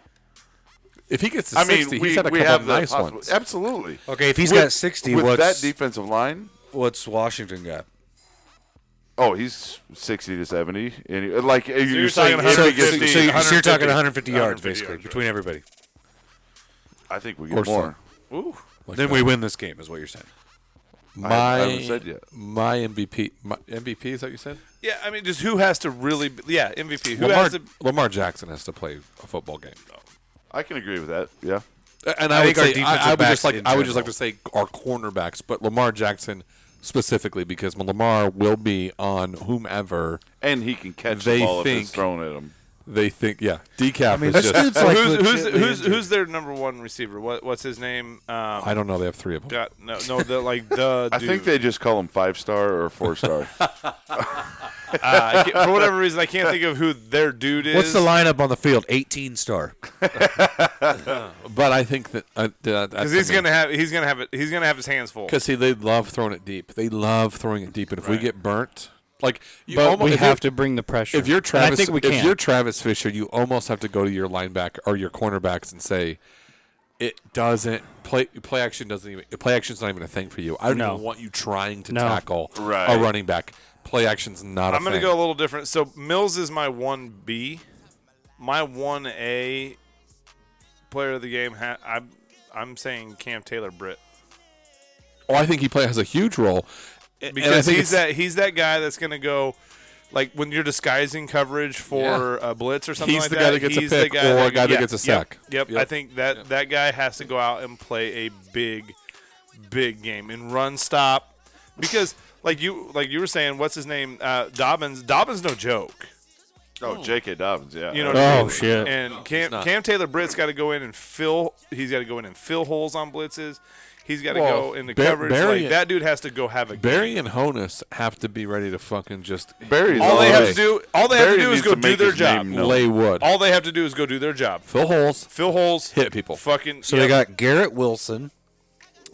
S1: if he gets to
S5: I mean,
S1: 60,
S5: we,
S1: he's had a
S5: we
S1: couple
S5: have
S1: of
S5: the
S1: nice
S5: possibil-
S1: ones.
S5: Absolutely.
S6: Okay, if he's
S5: With-
S6: got 60,
S5: with
S6: what's,
S5: that defensive line,
S6: what's Washington got?
S5: oh, he's 60 to 70. And he, like you're, saying,
S4: talking
S5: if he
S4: 150
S5: gets
S6: so,
S5: to-
S6: so
S4: 150
S6: you- so you're talking 150 yards,
S4: 150
S6: basically,
S4: yards,
S6: between everybody.
S5: I think we get
S1: Or so.
S5: more.
S6: then we win this game, is what you're saying.
S1: My
S5: I haven't said yet.
S1: my MVP my MVP is that what you said?
S4: Yeah, I mean, just who has to really? Be, yeah, MVP. Who
S1: Lamar,
S4: has to?
S1: Lamar Jackson has to play a football game.
S5: I can agree with that. Yeah.
S1: And I,
S6: I
S1: would
S6: think our
S1: say I, I
S6: defensive
S1: would
S6: backs
S1: just like
S6: in
S1: I would just like to
S6: general.
S1: say our cornerbacks, but Lamar Jackson specifically because Lamar will be on whomever
S5: And he can catch
S1: They
S5: the ball if it's
S1: think-
S5: thrown at him.
S1: they think. Yeah, decaf is
S6: this
S1: just
S6: dude's like
S4: who's who's
S6: legitimately
S4: who's,
S6: injured.
S4: who's their number one receiver? What what's his name? Um,
S1: I don't know. They have three of them.
S4: God, no, no, the like the.
S5: I
S4: dude.
S5: think they just call him five star or four star.
S4: Uh, I can't- for whatever reason, I can't think of who their dude is.
S6: What's the lineup on the field? 18 star.
S1: But I think that uh,
S4: Because he's gonna have he's gonna have it he's gonna have his hands full.
S1: because see they love throwing it deep. They love throwing it deep, and if we get burnt, like you
S3: But
S1: almo-
S3: we
S1: if you're-
S3: have to bring the pressure.
S1: If you're
S3: And
S1: Travis,
S3: I think we
S1: if
S3: can.
S1: you're Travis Fisher, you almost have to go to your linebacker or your cornerbacks and say, "It doesn't play play action doesn't even play action's not even a thing for you. I don't
S3: No.
S1: even want you trying to
S3: No.
S1: tackle
S5: Right.
S1: a running back. Play action's not.
S4: I'm
S1: a
S4: gonna
S1: thing.
S4: go a little different. So Mills is my one B. My one A player of the game. Ha- I'm I'm saying Cam Taylor Britt
S1: Oh, I think he play has a huge role And I
S4: because
S1: think
S4: he's
S1: it's-
S4: that he's that guy that's gonna go. Like when you're disguising coverage for a blitz or something
S1: He's
S4: like
S1: the
S4: that,
S1: guy that gets a
S4: he's the
S1: pick
S4: guy
S1: or
S4: that,
S1: a guy that
S4: yeah,
S1: gets a
S4: yep,
S1: sack.
S4: Yep, I
S1: Yep.
S4: think that that guy has to go out and play a big, big game and run stop because like you like you were saying, what's his name? Uh, Dobbins. Dobbins, no joke.
S5: oh, J.K. Dobbins, yeah.
S1: Uh,
S4: You know. what I
S3: oh
S4: mean?
S3: shit!
S4: And Cam, Cam Taylor Britt's got to go in and fill. He's got to go in and fill holes on blitzes. He's got to
S1: Well,
S4: go in the
S1: Bar-
S4: coverage.
S1: Barry-
S4: like that dude has to go have a.
S1: Barry and Honus have to be ready to fucking just
S5: Barry's
S4: all they have
S5: already-
S4: to do, all they have
S5: Barry
S4: to do is
S5: needs
S4: go
S5: to
S4: do
S5: make
S4: their
S5: his
S4: job.
S5: name known.
S1: lay wood,
S4: All they have to do is go do their job.
S1: fill holes.
S4: Fill holes.
S1: Hit people.
S4: Fucking.
S6: So
S4: yep.
S6: they got Garrett Wilson.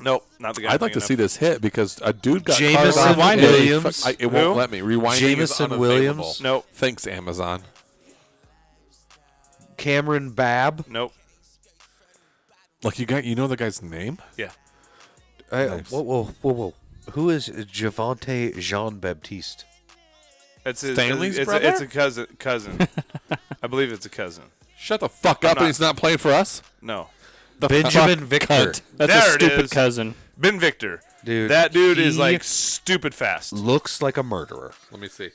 S4: Nope, not the guy.
S1: I'd like to see this hit because a dude got
S6: Jameson
S1: caught on a-
S6: Williams. Williams.
S1: I, it
S4: Who?
S1: won't let me rewind.
S6: Jameson Williams.
S4: Nope.
S1: Thanks, Amazon.
S6: Cameron Babb.
S4: Nope.
S1: Like you got, you know the guy's name.
S4: Yeah.
S6: I- uh, whoa, whoa, whoa, whoa. Who is Javante Jean Baptiste?
S4: It's his,
S1: Stanley's
S4: it's,
S1: brother?
S4: A, it's a cousin. Cousin. I believe it's a cousin.
S1: Shut the fuck up!
S4: not-
S1: And he's not playing for us.
S4: No.
S6: Benjamin Victor.
S3: That's
S4: There
S3: a
S4: it
S3: stupid
S4: is.
S3: cousin.
S4: Ben Victor.
S6: Dude,
S4: That dude is
S6: he-
S4: like stupid fast.
S6: Looks like a murderer.
S1: Let me see.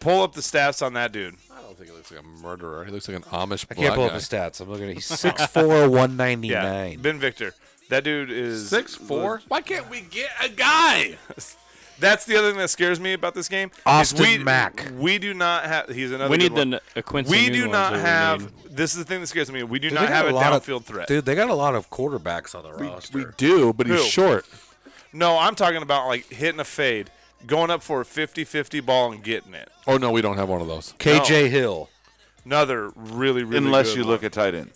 S4: Pull up the stats on that dude.
S1: I don't think he looks like a murderer. He looks like an Amish.
S6: I can't
S1: black
S6: pull up
S1: guy.
S6: his stats. I'm looking at he's 6'4",
S4: Yeah.
S6: 199.
S4: Ben Victor. That dude is
S1: Six four. Why can't we get a guy?
S4: That's the other thing that scares me about this game. is
S6: Austin
S4: we,
S6: Mack.
S4: We do not have. He's another.
S3: We
S4: good
S3: need the
S4: one.
S3: n- a Quincy
S4: We
S3: Newton
S4: do
S3: ones
S4: not
S3: that we
S4: have.
S3: need.
S4: This is the thing that scares me. We do
S6: Dude,
S4: not
S6: they got
S4: have a,
S6: lot of-
S4: downfield threat.
S6: Dude, they got a lot of quarterbacks on the roster.
S1: We do, but he's
S4: Who?
S1: short.
S4: No, I'm talking about like hitting a fade, going up for a 50-50 ball and getting it.
S1: Oh no, we don't have one of those.
S6: KJ Hill,
S4: Another really, really.
S5: unless
S4: good
S5: you
S4: one.
S5: look at tight end.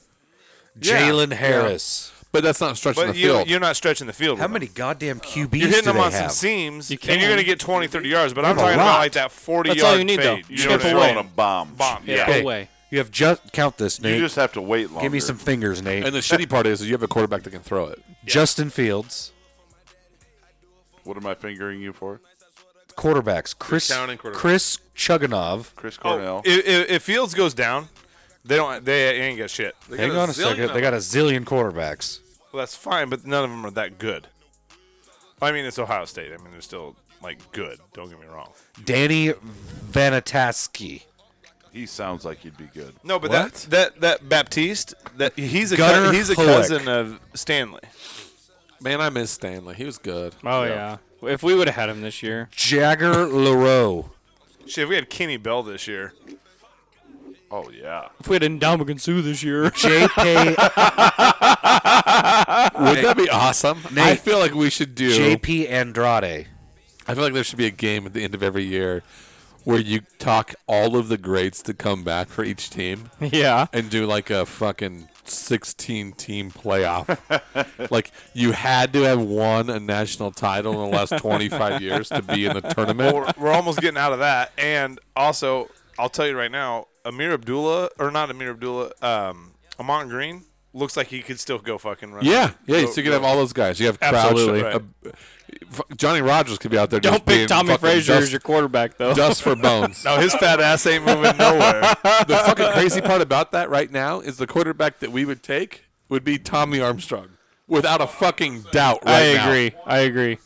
S4: Yeah.
S6: Jalen Harris.
S1: But that's not stretching
S4: But
S1: the
S4: you,
S1: field.
S4: you're not stretching the field.
S6: How
S4: with them.
S6: many goddamn QBs
S4: You're hitting
S6: do
S4: them
S6: they
S4: on
S6: have?
S4: some seams,
S3: You
S4: and you're
S3: can.
S4: going to get 20, 30 yards. But I'm
S6: have a
S4: talking about
S6: lot.
S4: like that 40
S3: That's
S4: yard
S3: all you need, though.
S4: fade. You
S5: You're
S4: know what
S3: Chip
S4: I mean?
S3: away.
S5: throwing a bomb.
S4: Bomb. Yeah.
S3: Go
S6: Hey,
S3: away.
S6: You have just count this, Nate.
S5: You just have to wait longer.
S6: Give me some fingers, Nate.
S1: and the shitty part is, is you have a quarterback that can throw it.
S6: Justin Fields,
S5: What am I fingering you for?
S6: quarterbacks. Chris
S4: counting quarterbacks.
S6: Chris Chuganov.
S5: Chris Cornell.
S4: Oh, if, if, if Fields goes down, they don't. They ain't got shit. They
S6: Hang
S4: got
S6: on a
S4: zillion
S6: second.
S4: of
S6: They got a zillion quarterbacks.
S4: Well, that's fine, but none of them are that good. I mean, it's Ohio State. I mean, they're still like good. Don't get me wrong.
S6: Danny Vanataski.
S5: He sounds like he'd be good.
S4: No, but
S1: What?
S4: that that that Baptiste, that he's a
S6: Gunnar
S4: cou- he's a
S6: Hoek.
S4: cousin of Stanley.
S1: Man, I miss Stanley. He was good.
S3: Oh yeah. If we would have had him this year,
S6: Jagger LaRoe.
S4: Shit, if we had Kenny Bell this year.
S5: Oh yeah.
S3: if we had Indomitian Sue this year,
S6: JP
S1: Would that be awesome? I feel like we should do.
S6: JP Andrade.
S1: I feel like there should be a game at the end of every year where you talk all of the grades to come back for each team
S3: yeah.
S1: and do like a fucking 16 team playoff. like you had to have won a national title in the last 25 years to be in the tournament.
S4: We're, we're almost getting out of that, and also I'll tell you right now, Amir Abdullah or not Amir Abdullah, um, Amon Green looks like he could still go fucking run.
S1: yeah, yeah. so
S4: Go-
S1: you could
S4: go.
S1: have all those guys. You have
S4: Absolutely
S1: Crowley. uh, f- Johnny Rogers could be out there.
S3: Don't
S1: just
S3: pick
S1: being
S3: Tommy
S1: fucking
S3: Frazier
S1: dust,
S3: as your quarterback though.
S1: dust for bones.
S4: No, his fat ass ain't moving nowhere.
S1: the fucking crazy part about that right now is the quarterback that we would take would be Tommy Armstrong, without a fucking doubt. Right
S3: I
S1: now.
S3: agree. I agree.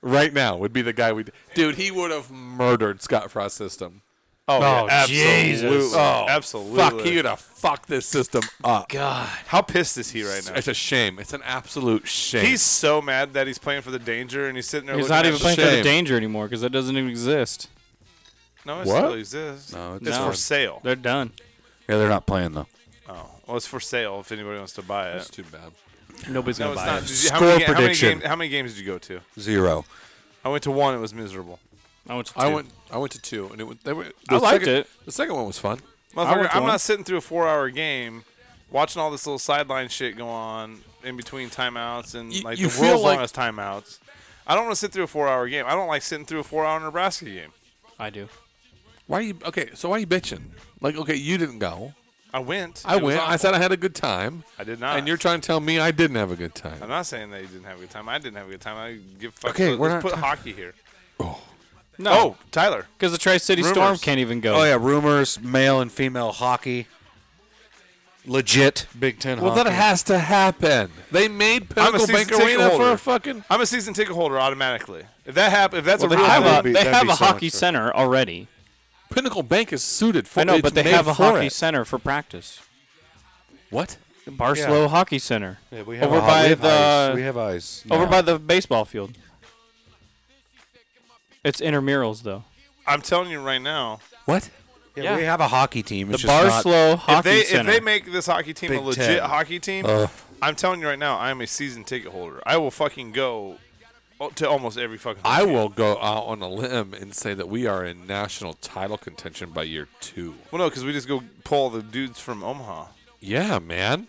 S1: Right now would be the guy we. Dude, he would have murdered Scott Frost's system.
S4: Oh, yeah,
S3: Oh,
S4: absolutely.
S3: Jesus.
S4: Oh, absolutely.
S1: Fuck, he would have fucked this system up.
S3: God.
S4: How pissed is he right now?
S1: It's a shame. It's an absolute shame.
S4: He's so mad that he's playing for the danger, and he's sitting there.
S3: He's
S4: looking
S3: not
S4: at
S3: even
S4: the
S3: playing
S4: shit.
S3: for the
S1: shame.
S3: danger anymore because that doesn't even exist.
S4: No, it
S1: What?
S4: still exists. No, it's,
S3: not.
S4: for sale.
S3: They're done.
S6: Yeah, they're not playing though.
S4: Oh, well, it's for sale if anybody wants to buy it.
S1: too bad.
S3: Nobody's
S4: No,
S3: gonna
S4: it's
S3: buy
S4: not.
S3: it.
S4: Did you- how many,
S6: Score
S4: ga- how many
S6: prediction.
S4: games, how many games did you go to?
S6: Zero.
S4: I went to one. It was miserable.
S3: I went to
S1: I
S3: two.
S1: went. I went to two, and it went. They were,
S3: I
S1: the
S3: liked
S1: second-
S3: it.
S1: The second one was fun.
S3: I
S4: Motherfucker,
S3: went to
S4: I'm
S3: one.
S4: not sitting through a four-hour game, watching all this little sideline shit go on in between timeouts and
S1: You-
S4: like
S1: you
S4: the
S1: feel
S4: world's
S1: like-
S4: longest timeouts. I don't want to sit through a four-hour game. I don't like sitting through a four-hour Nebraska game.
S3: I do.
S1: Why are you okay? So why are you bitching? Like, okay, you didn't go.
S4: I went.
S1: I
S4: It was
S1: went. I
S4: awful.
S1: said I had a good time,
S4: I did not.
S1: and you're trying to tell me I didn't have a good time.
S4: I'm not saying that you didn't have a good time. I didn't have a good time. I give fuck.
S6: Okay,
S4: let's
S6: we're not
S4: put
S6: talking-
S4: hockey here. Oh,
S3: No,
S4: Tyler.
S3: because the Tri City Storm
S4: Rumors.
S3: can't even go.
S6: Oh yeah, rumors, male and female hockey. Legit Big Ten
S1: Well,
S6: hockey.
S1: that has to happen. They made Pinnacle
S4: season
S1: Bank
S4: ticket
S1: Arena for
S4: holder.
S1: a fucking.
S4: I'm a season ticket holder automatically. If that happens, if that's
S6: Well,
S4: a
S6: they
S4: real
S6: have
S4: thing-
S6: that'd be-
S3: they
S6: that'd
S3: have
S6: be
S3: a
S6: so
S3: hockey
S6: much fun.
S3: center already.
S1: Pinnacle Bank is suited for.
S3: I know,
S1: it's
S3: but they
S1: made
S3: have a
S1: for
S3: hockey
S1: it.
S3: center for practice.
S1: What?
S3: The Barcelona Hockey Center.
S6: Yeah, we have
S3: Over
S6: a ho-
S3: by
S6: we have
S3: the-
S6: ice. we have ice.
S3: Over
S6: now.
S3: by the baseball field. It's intramurals though.
S4: I'm telling you right now.
S1: What?
S6: yeah,
S3: yeah.
S6: we have a hockey team.
S3: The
S6: It's just not-
S3: Barcelona
S4: If
S3: Hockey
S4: they, if
S3: Center.
S4: they make this hockey team a
S6: Big
S4: legit
S6: Ten.
S4: hockey team, I'm telling you right now, I am a season ticket holder. I will fucking go o- to almost every fucking.
S1: I will go out on a limb and say that we are in national title contention by year two.
S4: Well, no, because we just go pull the dudes from Omaha.
S1: Yeah, man.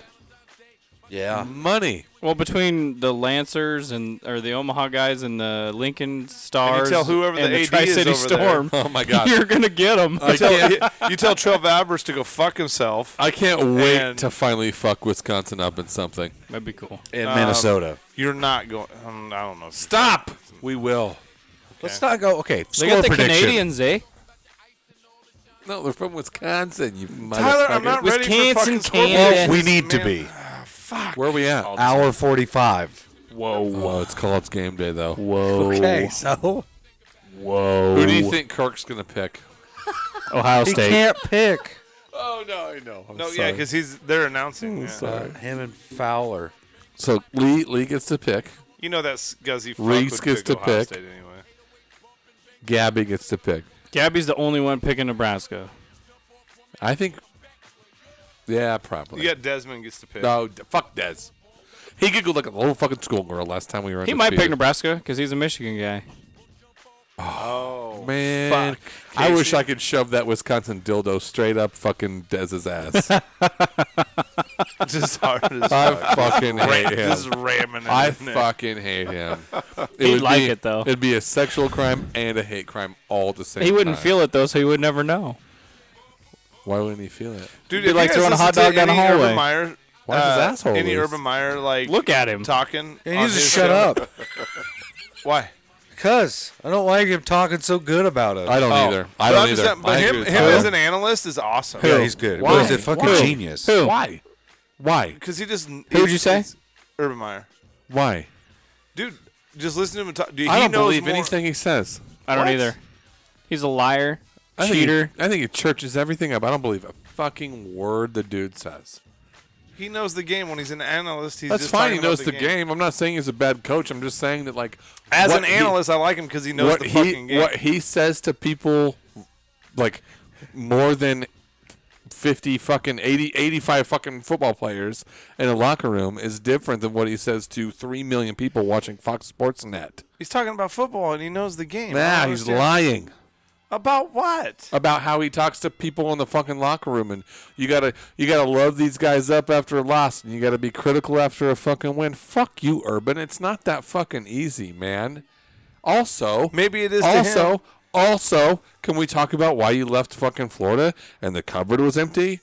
S6: yeah.
S1: Money.
S3: well, between the Lancers and or the Omaha guys and the Lincoln Stars,
S4: tell whoever
S3: and
S4: the AD is
S3: Tri City
S4: over there.
S3: Storm,
S1: Oh my god.
S3: you're gonna get them.
S1: I can't.
S4: You tell Trev Albers to go fuck himself.
S1: I can't wait
S4: And-
S1: to finally fuck Wisconsin up in something.
S3: That'd be cool.
S6: In Minnesota.
S4: You're not going. Um, I don't know. if-
S1: Stop. We will.
S6: Let's not go. Okay,
S3: They
S6: score
S3: got the
S6: prediction.
S3: Canadians, eh?
S1: No, they're from Wisconsin. You
S4: Tyler, I'm
S1: motherfucker.
S4: not ready for
S3: Wisconsin,
S4: fucking score
S3: Canada.
S4: predictions,
S6: We need to
S4: man.
S6: be
S1: Where are we
S3: Oh,
S1: at?
S6: hour forty-five.
S1: Whoa, it's college game day though.
S3: Whoa.
S6: Okay, so
S3: Whoa.
S1: Who do you think Kirk's gonna pick?
S3: Ohio
S6: he
S3: State.
S6: can't pick
S1: Oh no, I know.
S4: No, yeah, because he's they're announcing.
S1: Hmm,
S4: yeah.
S6: him and Fowler.
S1: So Lee Lee gets to pick.
S4: You know that's Guzzy.
S1: Reese
S4: Reese
S1: gets
S4: gets
S1: to
S4: Ohio
S1: pick.
S4: State anyway.
S1: Gabby gets to pick.
S3: Gabby's the only one picking Nebraska.
S1: I think. Yeah, probably.
S4: You got Desmond gets to pick.
S1: No, d- fuck Des. He could go like a little fucking schoolgirl last time we were.
S3: He might pick
S1: undefeated.
S3: Nebraska because he's a Michigan guy.
S4: Oh,
S1: Man,
S4: Fuck.
S1: I wish
S4: Casey.
S1: I could shove that Wisconsin dildo straight up fucking Dez's ass.
S4: Just hard as
S1: I
S4: fuck.
S1: fucking hate him.
S4: This is ramming. it
S1: I
S4: in there.
S1: fucking hate him. It
S3: He'd
S1: would
S3: like
S1: be-
S3: it, though.
S1: It'd be a sexual crime and a hate crime all at the same.
S3: He wouldn't
S1: time.
S3: feel it though, so he would never know.
S1: Why wouldn't he feel it?
S4: Dude,
S3: Be
S4: if
S3: like
S4: you guys
S3: throwing a hot
S4: listen
S3: dog
S4: to
S3: down the
S4: any
S3: hallway.
S4: Urban Meyer,
S1: Why is his
S4: uh,
S1: asshole
S4: Any
S1: loose?
S4: Urban Meyer like
S3: Look at him.
S4: talking.
S6: He
S4: on
S6: needs to
S4: his
S6: shut
S4: show.
S6: up.
S4: Why?
S6: Cause I don't like him talking so good about us.
S1: I don't
S4: Oh.
S1: either. I
S4: But
S1: don't
S4: I'm just
S1: either.
S4: saying- But
S1: I
S4: him,
S1: agree with
S4: him
S1: Tyler.
S4: as an analyst is awesome.
S6: yeah, he's good.
S1: Why?
S6: But he's a fucking
S1: Why?
S6: genius.
S3: Who?
S1: Why? Why?
S4: because he just. Who
S3: would you say?
S4: Urban Meyer,
S1: Why?
S4: dude. Just listen to him talk. Dude,
S1: I
S4: he
S1: don't
S4: knows
S1: believe
S4: more-
S1: anything he says.
S3: I don't
S4: What?
S3: either. He's a liar,
S1: I think he-
S3: cheater.
S1: I think it churches everything up. I don't believe a fucking word the dude says.
S4: He knows the game when he's an analyst. He's
S1: That's
S4: just
S1: fine.
S4: talking
S1: He
S4: about
S1: knows
S4: the
S1: the game. I'm not saying he's a bad coach. I'm just saying that, like,
S4: As
S1: what
S4: an
S1: he-
S4: analyst, I like him because he knows
S1: what
S4: the
S1: he
S4: fucking game.
S1: what he says to people, like, more than fifty fucking 80, 85 fucking football players in a locker room is different than what he says to three million people watching Fox Sports Net.
S4: He's talking about football and he knows the game. I don't
S1: Nah, he's
S4: understand.
S1: lying. Uh,
S4: About what?
S1: about how he talks to people in the fucking locker room and you gotta you gotta love these guys up after a loss and you gotta be critical after a fucking win. Fuck you, Urban. It's not that fucking easy, man. Also
S4: Maybe it is to
S1: also
S4: him.
S1: also can we talk about why you left fucking Florida and the cupboard was empty?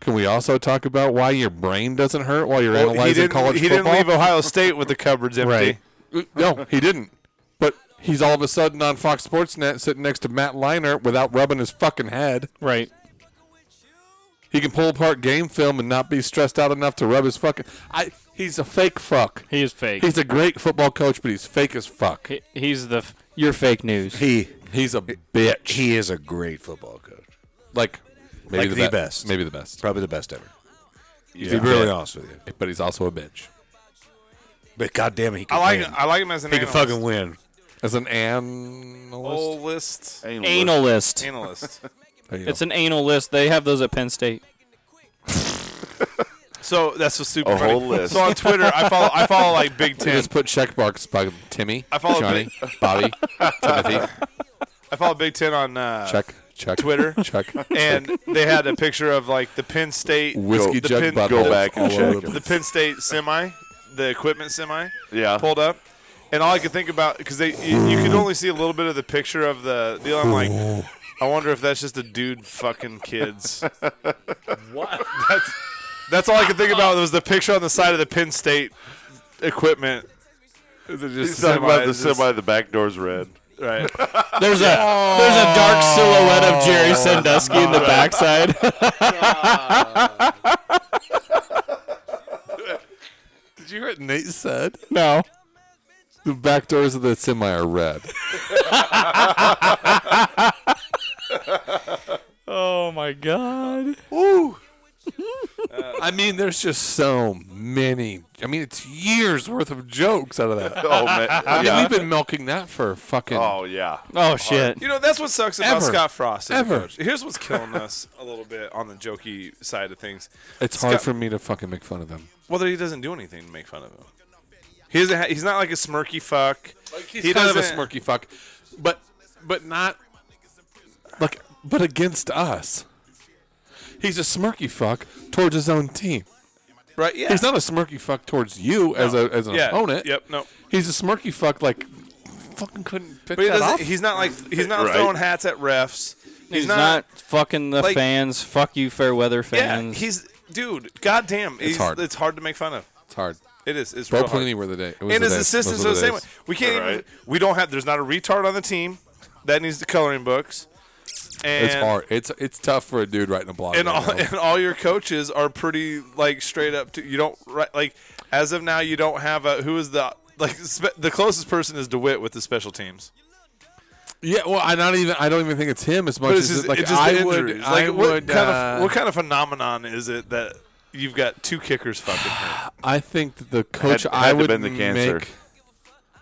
S1: Can we also talk about why your brain doesn't hurt while you're
S4: he
S1: analyzing
S4: didn't,
S1: college
S4: he
S1: football?
S4: didn't leave Ohio State with the cupboards empty.
S1: Right. No, he didn't. But he's all of a sudden on Fox Sports Net sitting next to Matt Leinart without rubbing his fucking head.
S3: Right.
S1: He can pull apart game film and not be stressed out enough to rub his fucking. I. He's a fake fuck.
S3: He is fake.
S1: He's a great football coach, but he's fake as fuck.
S3: He- he's the. F- you're fake news.
S6: He
S1: He's a bitch.
S6: he is a great football coach.
S1: like maybe
S6: Like the
S1: be-
S6: best.
S1: Maybe the best.
S6: Probably the best ever.
S1: Yeah.
S6: To be really honest with you.
S1: But he's also a bitch.
S6: But goddamn it, he can
S4: I like
S6: win.
S4: him. I like him as an
S6: He can
S4: analyst.
S6: fucking win.
S1: As an analyst,
S4: Analyst.
S3: Anal
S4: Analyst.
S3: list.
S1: There you go.
S3: It's an anal list. They have those at Penn State.
S4: So that's what's super
S5: A
S4: funny.
S5: whole list.
S4: So on Twitter, I follow I follow like Big
S1: They
S4: Ten.
S1: just put check marks by Timmy,
S4: I follow
S1: Johnny, Bobby, Timothy.
S4: I follow Big Ten on uh,
S1: Check, check.
S4: Twitter.
S1: check.
S4: and they had a picture of like the Penn State
S1: Whiskey
S4: the
S1: jug
S4: Penn,
S1: bubbles
S5: go back
S1: all
S5: and
S1: over
S5: check
S1: the
S4: the
S1: place.
S4: Penn State semi, the equipment semi.
S5: Yeah.
S4: pulled up, and all I could think about because they you, you could only see a little bit of the picture of the deal. I'm like, I wonder if that's just a dude fucking kids. what? That's that's all I could think about was the picture on the side of the Penn State equipment. Is it just
S5: He's talking about the
S4: semis? Just-
S5: semi. The back door's red.
S4: right?
S3: There's a there's a dark silhouette of
S6: Oh.
S3: Jerry Sandusky in the backside.
S1: Did you hear what Nate said?
S3: no.
S1: The back doors of the semi are red.
S3: Oh my God.
S1: I mean, there's just so many. I mean, it's years worth of jokes out of that.
S5: Oh man.
S1: Yeah,
S5: Yeah.
S1: we've been milking that for fucking.
S5: Oh yeah.
S3: Oh shit.
S4: You know that's what sucks about
S1: Ever.
S4: Scott Frost. as a
S1: Ever.
S4: coach. Here's what's killing us a little bit on the jokey side of things.
S1: it's hard
S4: Scott-
S1: for me to fucking make fun of them.
S4: Whether he doesn't do anything to make fun of him. He doesn't ha- he's not like a smirky fuck. he doesn't-
S1: fuck, but but not like but against us. He's a smirky fuck towards his own team.
S4: Right? Yeah.
S1: He's not a smirky fuck towards you as a as an
S4: yeah.
S1: opponent.
S4: Yep. No.
S1: He's a smirky fuck like fucking couldn't pick
S4: But he
S1: that
S4: doesn't.
S1: off.
S4: He's not like he's not
S5: Right.
S4: throwing hats at refs.
S3: He's, not, fucking the
S4: like-
S3: fans. Fuck you, fair weather
S4: Yeah.
S3: fans.
S4: He's dude. Goddamn. It's
S1: hard.
S4: It's hard to make fun of.
S1: it's hard.
S4: It is. It's
S1: Bo
S4: real hard.
S1: Pelini were the day. it was
S4: And
S1: the
S4: his
S1: days.
S4: assistants
S1: Those
S4: are the same way.
S1: days.
S4: We can't even.
S5: Right.
S4: We don't have. There's not a retard on the team that needs the coloring books. And
S1: It's hard. It's it's tough for a dude writing a blog.
S4: and
S1: right
S4: all
S1: now.
S4: and all your coaches are pretty like straight up to you don't ri- like as of now you don't have a who is the like spe- the closest person is DeWitt with the special teams.
S1: Yeah, well, I not even I don't even think it's him as much
S4: But
S1: as
S4: it's just,
S1: it- like
S4: it's just
S1: I
S4: the
S1: would
S4: injuries.
S1: I
S4: like what
S1: would
S4: kind
S1: uh,
S4: of what kind of phenomenon is it that you've got two kickers fucking hurt?
S1: I think that the coach
S5: Had-
S1: I
S5: had to
S1: would
S5: been the cancer.
S1: make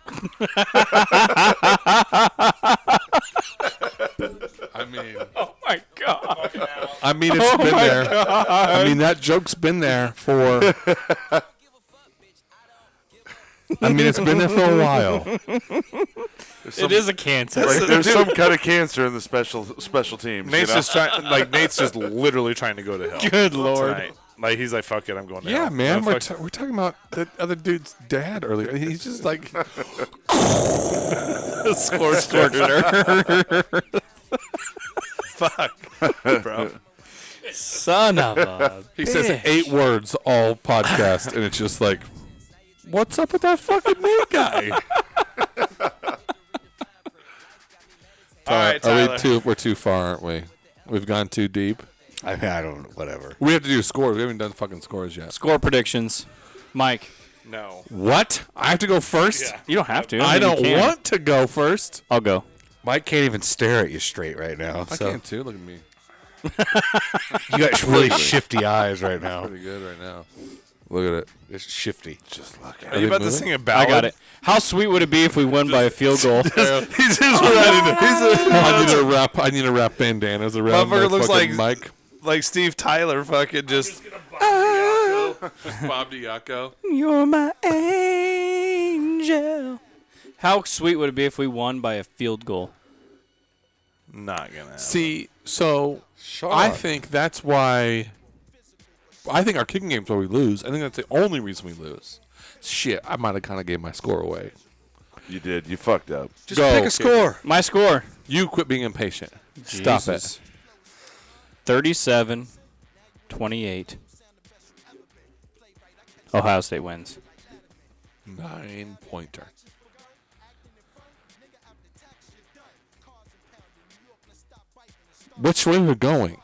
S1: I mean,
S3: Oh my god. Oh
S1: I mean, it's been there. I mean, that joke's been there for. I mean, it's been there for a while.
S3: it is a cancer.
S5: Like, there's some kind of cancer in the special special teams. you
S4: Nate's
S5: know?
S4: just trying, like Nate's just literally trying to go to hell.
S3: Good lord.
S4: tonight. Like he's like, fuck it, I'm going. To
S1: Yeah,
S4: hell.
S1: man.
S4: I'm
S1: We're, ta-
S4: fuck-
S1: we're talking about that other dude's dad earlier. He's just like,
S3: Scorched earth.
S4: fuck, bro.
S3: Son of a.
S1: he says eight words all podcast, and it's just like, what's up with that fucking new guy?
S4: All right,
S1: Are
S4: Tyler.
S1: we too? We're too far, aren't we? We've gone too deep.
S6: I, mean, I don't. Whatever.
S1: We have to do scores. We haven't done fucking scores yet.
S3: Score predictions. Mike,
S4: no.
S1: What? I have to go first.
S4: Yeah.
S3: you don't have to.
S1: I
S3: mean, you
S1: don't
S3: can.
S1: want to go first.
S3: I'll go.
S6: Mike can't even stare at you straight right now.
S1: I
S6: So
S1: can too. Look at me.
S6: you got really shifty eyes right now.
S1: Pretty good right now. Look at it.
S6: It's shifty.
S5: just look
S4: Are
S5: at
S4: you
S1: they
S4: about to
S1: moving?
S4: sing a
S3: I
S4: ballad?
S3: got it. How sweet would it be if we won by a field goal?
S5: it. He's just ready to.
S1: I need to wrap. I need to wrap bandanas around.
S4: Motherfucker
S1: the
S4: looks
S1: fucking
S4: like-
S1: mic.
S4: Like Steve Tyler, fucking just.
S1: Bob Diaco.
S3: You're my angel. How sweet would it be if we won by a field goal?
S4: Not gonna.
S1: See, so I think that's why. I think our kicking game's where we lose. I think that's the only reason we lose. Shit, I might have kind of gave my score away.
S5: You did. You fucked up.
S6: Just
S1: Go,
S6: pick a score.
S3: My score
S1: You quit being impatient. Stop it.
S3: Jesus. 37 28. Ohio State wins.
S1: Nine pointer. Which way we're going?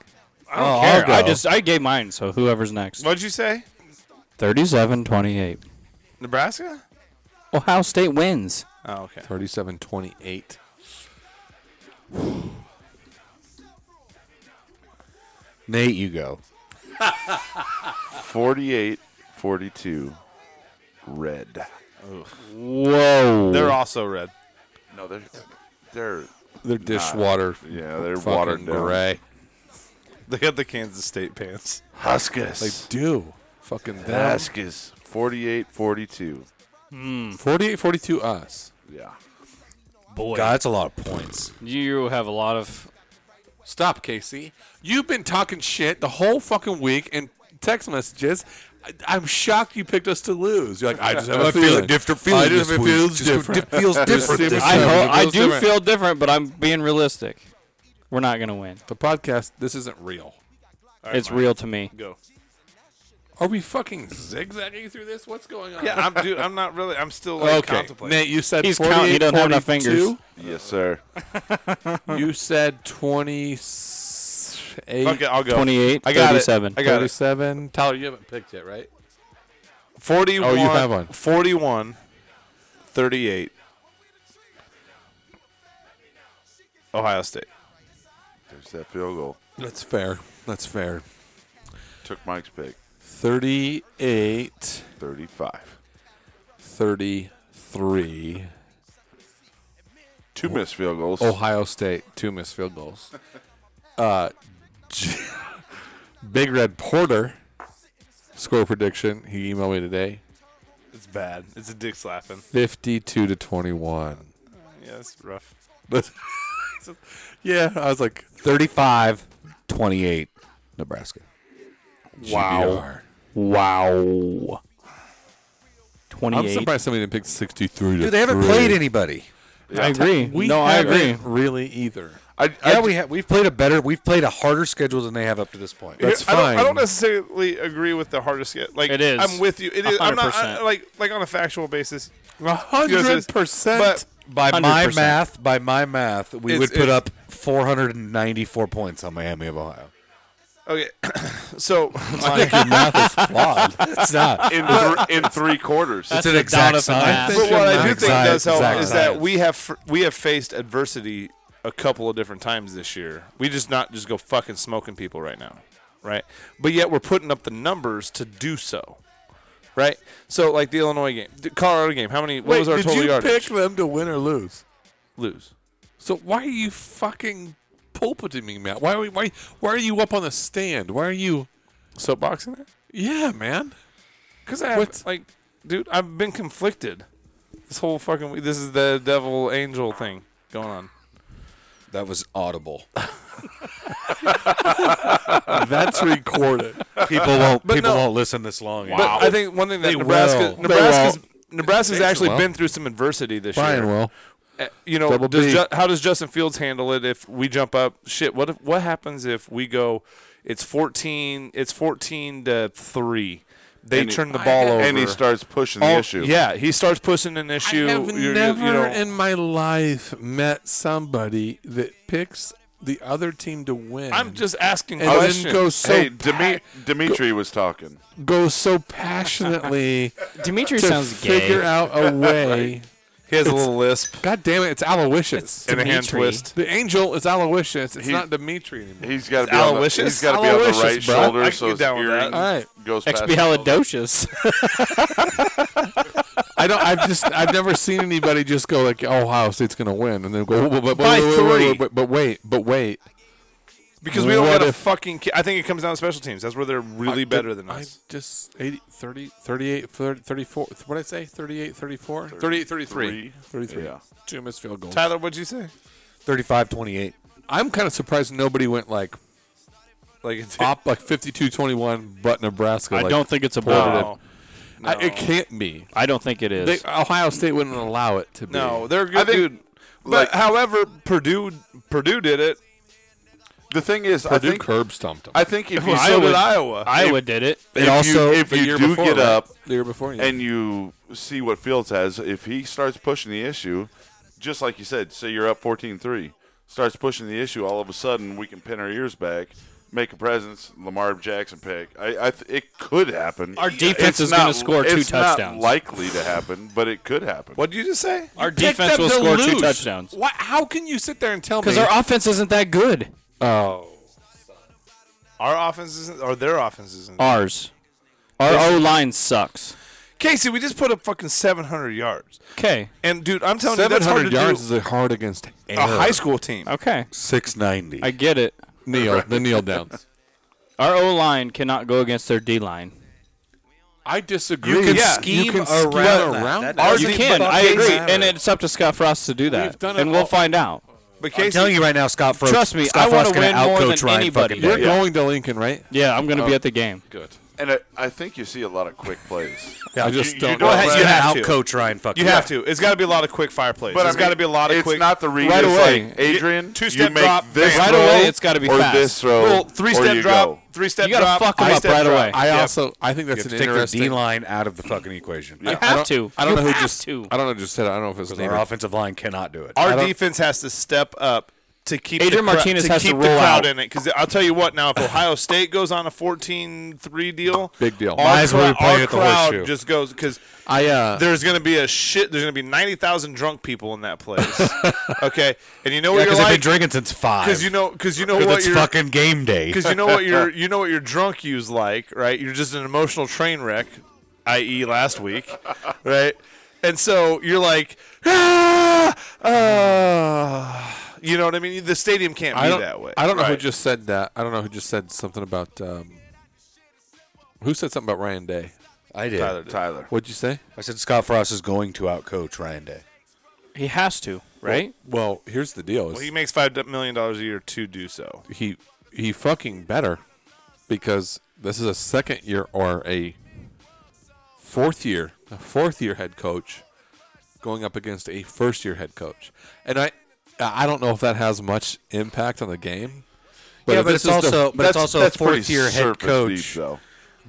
S3: I don't
S6: Oh,
S1: care.
S3: I
S1: go.
S3: just I gave mine, so whoever's next.
S4: What'd you say?
S3: 37 28.
S4: Nebraska?
S3: Ohio State wins.
S4: Oh, okay.
S1: 37 28.
S6: Nate, you go.
S5: 48 42 red.
S3: Whoa.
S4: They're also red.
S5: No, they're they're
S1: They're dishwater.
S5: yeah, they're
S1: fucking
S5: watered down.
S1: gray.
S4: They had the Kansas State pants.
S1: They
S5: Huskers.
S1: do. Fucking that.
S5: Huskers. 48 42.
S1: 48 42 us.
S5: Yeah.
S3: boy.
S6: God, that's a lot of points.
S3: You have a lot of.
S1: Stop, Casey. You've been talking shit the whole fucking week in text messages. I, I'm shocked you picked us to lose. You're like, I just have a feeling.
S6: different
S1: I just have a feels different.
S6: feels different.
S1: Just
S6: this
S1: different.
S3: I,
S6: time.
S3: ho- I
S1: feels
S3: do
S1: different.
S3: feel different, but I'm being realistic. We're not going to win.
S1: The podcast, this isn't real.
S3: it's real to me.
S4: Go.
S1: Are we fucking zigzagging through this? What's going on?
S4: Yeah, I'm. Dude, I'm not really. I'm still like
S1: Okay,
S4: contemplating.
S1: Nate, you said
S3: He's counting. He doesn't have enough fingers.
S1: 48,
S5: Yes, sir.
S1: 42. You said 28.
S4: Okay, I'll go.
S3: 28
S4: I got it.
S3: 37.
S4: I got it.
S1: 37. Tyler, you haven't picked yet, right?
S4: 41.
S1: Oh, you have one.
S4: 41, 38. Ohio State.
S5: There's that field goal.
S1: That's fair. That's fair.
S5: Took Mike's pick.
S1: 38,
S5: 35.
S1: 33.
S5: Two
S4: Oh.
S5: missed field goals.
S1: Ohio State, two missed field goals. Uh, J- Big Red Porter, score prediction. He emailed me today
S4: It's bad. It's a dick slapping.
S1: 52 to 21.
S4: Yeah, it's rough.
S1: yeah, I was like,
S6: 35 28 Nebraska.
S1: wow.
S3: Wow.
S1: I'm
S3: 28.
S1: surprised somebody didn't pick 63 to
S6: Dude, they haven't
S1: three.
S6: played anybody.
S3: I agree.
S1: We
S3: no, I agree.
S1: haven't Really, either.
S5: I, I,
S6: yeah, we have, we've played a better, we've played a harder schedule than they have up to this point.
S1: That's
S4: I don't, I
S1: fine.
S4: don't necessarily agree with the hardest yet. Like
S3: It is.
S4: I'm with you. It is. I'm not I-
S3: 100%.
S4: like like on a factual basis. You know, it's-
S1: 100%.
S4: But
S6: By my
S3: 100%.
S6: math, by my math, we
S4: It's-
S6: would put
S4: it's-
S6: up 494 points on Miami of Ohio.
S4: okay, so
S6: I think your math is flawed. It's not.
S5: in, th- in three quarters.
S3: That's
S6: an
S3: the
S6: exact
S3: Donovan
S6: science.
S3: math.
S6: I
S4: But what I do
S6: Exact
S4: think does help
S6: science.
S4: is that we have fr- we have faced adversity a couple of different times this year. We just not just go fucking smoking people right now, right? But yet we're putting up the numbers to do so. right? So like the Illinois game, the Colorado game. How many? What was our
S1: did
S4: total
S1: you
S4: yardage?
S1: pick them to win or lose?
S4: Lose.
S1: So why are you fucking pulpiting me, Matt? Why are we, why why are you up on the stand? Why are you?
S4: Soapboxing there?
S1: Yeah, man.
S4: Because I have,
S1: What?
S4: like, dude, I've been conflicted. This whole fucking week. This is the devil angel thing going on.
S6: That was audible.
S1: That's recorded.
S6: People won't.
S4: But
S6: people
S4: no.
S6: won't listen this long.
S4: But I think one thing that
S1: They
S4: Nebraska,
S1: will. They
S4: Nebraska's,
S1: Thanks,
S4: Nebraska's actually
S1: Will.
S4: been through some adversity this
S1: Brian
S4: year.
S1: will.
S4: Uh, You know,
S1: Double
S4: does
S1: B.
S4: Ju- how does Justin Fields handle it if we jump up? Shit, what if, what happens if we go? It's fourteen. It's fourteen to three. They
S5: And he-
S4: turn the ball over,
S5: and he starts pushing the
S4: All-
S5: issue.
S4: Yeah, he starts pushing an issue.
S1: I have
S4: you- you- you
S1: never
S4: know-
S1: in my life met somebody that picks the other team to win.
S4: I'm just asking
S1: and
S4: questions.
S1: then goes so
S5: hey,
S1: pa-
S5: Demi- Dimitri was talking.
S1: goes so passionately
S3: Dimitri
S1: to
S3: sounds
S1: figure
S3: gay.
S1: out a way.
S4: he has a little lisp.
S1: God damn it! It's Aloysius.
S4: and a hand
S3: Dimitri.
S4: twist.
S1: the angel is Aloysius. It's
S5: He-
S1: not Dimitri anymore.
S5: He's got to
S4: It's
S5: be on the,
S4: Aloysius?
S5: he's got to be on the
S1: Aloysius,
S5: right
S1: bro.
S5: shoulder,
S4: I can
S5: so
S4: get
S5: his
S4: down with that.
S5: earring
S1: All right.
S5: goes past. the shoulder.
S3: Expialidocious.
S1: I don't. I've just. I've never seen anybody just go like, "Oh, Ohio State's going to win," and then go, "But, but, but,
S4: By
S1: wait, wait,
S4: three.
S1: wait, wait, but wait, but wait."
S4: Because we don't
S1: What
S4: get a
S1: if-
S4: fucking. Ki- I think it comes down to special teams. That's where they're really
S1: I-
S4: better than
S1: I
S4: us.
S1: just 80, 30, 38, 30, 34. What did I say? 38, 34? 38, 33. 33.
S5: Yeah.
S1: Two missed field goals.
S4: Tyler, what'd you say?
S6: 35-28.
S1: I'm kind of surprised nobody went like
S4: Like it's
S1: op like 52-21, but Nebraska.
S3: I
S1: like,
S3: don't think it's a
S1: pulled
S4: Oh,
S3: blowout.
S1: it. I, it can't be.
S3: I don't think it is.
S1: They, Ohio State wouldn't allow it to be.
S4: no, they're good.
S5: I think,
S4: dude.
S5: like-
S4: but however, Purdue Purdue did it.
S5: The thing is, I
S1: Purdue
S5: think
S1: curb stomped them.
S5: I think if you
S4: so did Iowa.
S3: Iowa did it.
S5: if you, if
S1: the
S5: you
S1: year
S5: do
S1: before,
S5: get
S1: right?
S5: up
S1: the year before, yeah.
S5: and you see what Fields has, if he starts pushing the issue, just like you said, say you're up 14-3, starts pushing the issue, all of a sudden we can pin our ears back, make a presence, Lamar Jackson pick. I, I th- it could happen.
S3: Our
S5: It's
S3: defense is gonna
S5: not-
S3: score two
S5: it's Not
S3: touchdowns.
S5: likely to happen, but it could happen.
S4: What did you just say?
S3: Our
S1: Pick
S3: defense
S1: them
S3: will
S1: to
S3: score two
S1: lose.
S3: touchdowns.
S1: What? How can you sit there and tell me?
S3: Because our offense isn't that good.
S1: oh,
S4: Our offense isn't, or their offense isn't.
S3: Ours. Our O line sucks.
S4: Casey, we just put up fucking 700 yards.
S3: Okay.
S4: And dude, I'm telling you,
S1: seven
S4: that's hard to
S1: hundred yards
S4: do.
S1: is a hard against air.
S4: a high school team.
S3: Okay.
S6: 690.
S3: I get it.
S1: kneel. The kneel downs.
S3: Our O line cannot go against their D line.
S1: I disagree.
S4: You can
S1: yeah,
S4: scheme
S1: you can
S4: around
S1: scheme around that.
S4: Ours
S3: You
S4: is-
S3: can.
S4: but-
S3: I agree.
S4: Matter.
S3: And it's up to Scott Frost to do that.
S1: done it
S3: and we'll
S1: all.
S3: find out.
S4: But
S6: I'm
S4: Casey,
S6: telling you right now, Scott. Fro-
S3: Trust me,
S6: Scott
S3: I wanna
S6: Frost's gonna
S3: win more
S6: outcoach
S3: than
S6: Ryan
S3: anybody.
S6: fucking
S1: You're
S6: Day.
S1: going to Lincoln, right?
S3: Yeah, I'm going to be at the game.
S1: Oh, Good.
S5: And I, I think you see a lot of quick plays.
S1: Yeah, I just don't.
S4: don't have-
S1: know.
S4: you
S6: You're
S4: have
S6: gonna
S4: to.
S6: outcoach Ryan fucking
S4: you have
S6: Day.
S4: to. It's got to be a lot of quick fire plays.
S5: But
S4: But
S5: I
S4: it's got to
S5: mean,
S4: be a lot of
S5: it's
S4: quick.
S5: not the read.
S4: Right
S5: it's
S4: away.
S5: like Adrian,
S4: Two-step
S5: you make
S4: drop,
S5: this
S4: bang.
S3: Right
S5: throw
S3: away, it's gotta be
S5: or
S3: fast.
S5: this throw,
S4: Well, three
S5: or
S4: step
S5: you
S4: drop,
S5: go.
S4: three step
S3: You gotta
S4: drop,
S3: fuck 'em
S4: three
S3: up
S4: step
S3: right
S4: drop.
S3: away.
S1: I
S4: Yep.
S1: also. I think that's
S6: You
S1: an
S6: have to take the D
S1: interesting.
S6: line out of the fucking equation.
S3: You have to.
S1: I don't know
S3: You
S1: who
S3: have
S1: just.
S3: to.
S1: I don't know. Just said. it. I don't know if it's name.
S6: Our offensive line cannot do it.
S4: Our
S1: don't-
S4: defense has to step up to keep
S3: Adrian
S4: the crowd-
S3: Martinez
S4: to
S3: has to
S4: keep the
S3: roll
S4: crowd
S3: out.
S4: in it. Because I'll tell you what, now if Ohio State goes on a 14-3 deal,
S1: Big deal.
S4: Our,
S1: Might
S6: as well
S4: crowd-
S6: be playing
S4: our
S6: at the
S4: crowd
S6: horseshoe.
S4: just goes because
S1: I uh.
S4: there's going to be a shit. There's going to be ninety thousand drunk people in that place. okay, and you know what
S6: because
S4: you're
S6: they've been
S4: like
S6: drinking since five.
S4: because you know because you know
S6: 'Cause
S4: what
S6: it's
S4: you're
S6: fucking game day.
S4: because you know what your you know what your drunk you's like, right? You're just an emotional train wreck, i.e. last week, right? And so you're like, ah, ah." you know what I mean? The stadium can't
S1: I
S4: be
S1: don't,
S4: that way.
S1: I don't know who
S4: Right.
S1: just said that. I don't know who just said something about. Um, who said something about Ryan Day?
S6: I did.
S4: Tyler did.
S5: Tyler.
S1: What'd you say?
S6: I said Scott Frost is going to outcoach Ryan Day.
S3: He has to, right?
S1: Well, here's the deal. is
S4: Well, he makes five million dollars a year to do so.
S1: he he fucking better because this is a second year or a fourth year a fourth year head coach going up against a first year head coach and i i don't know if that has much impact on the game but
S6: Yeah,
S1: if
S6: but
S1: this
S6: it's
S1: is the-
S6: also- but
S5: that's,
S6: it's also a
S5: that's pretty
S6: fourth-year head
S5: surface
S6: coach.
S5: Deep, though.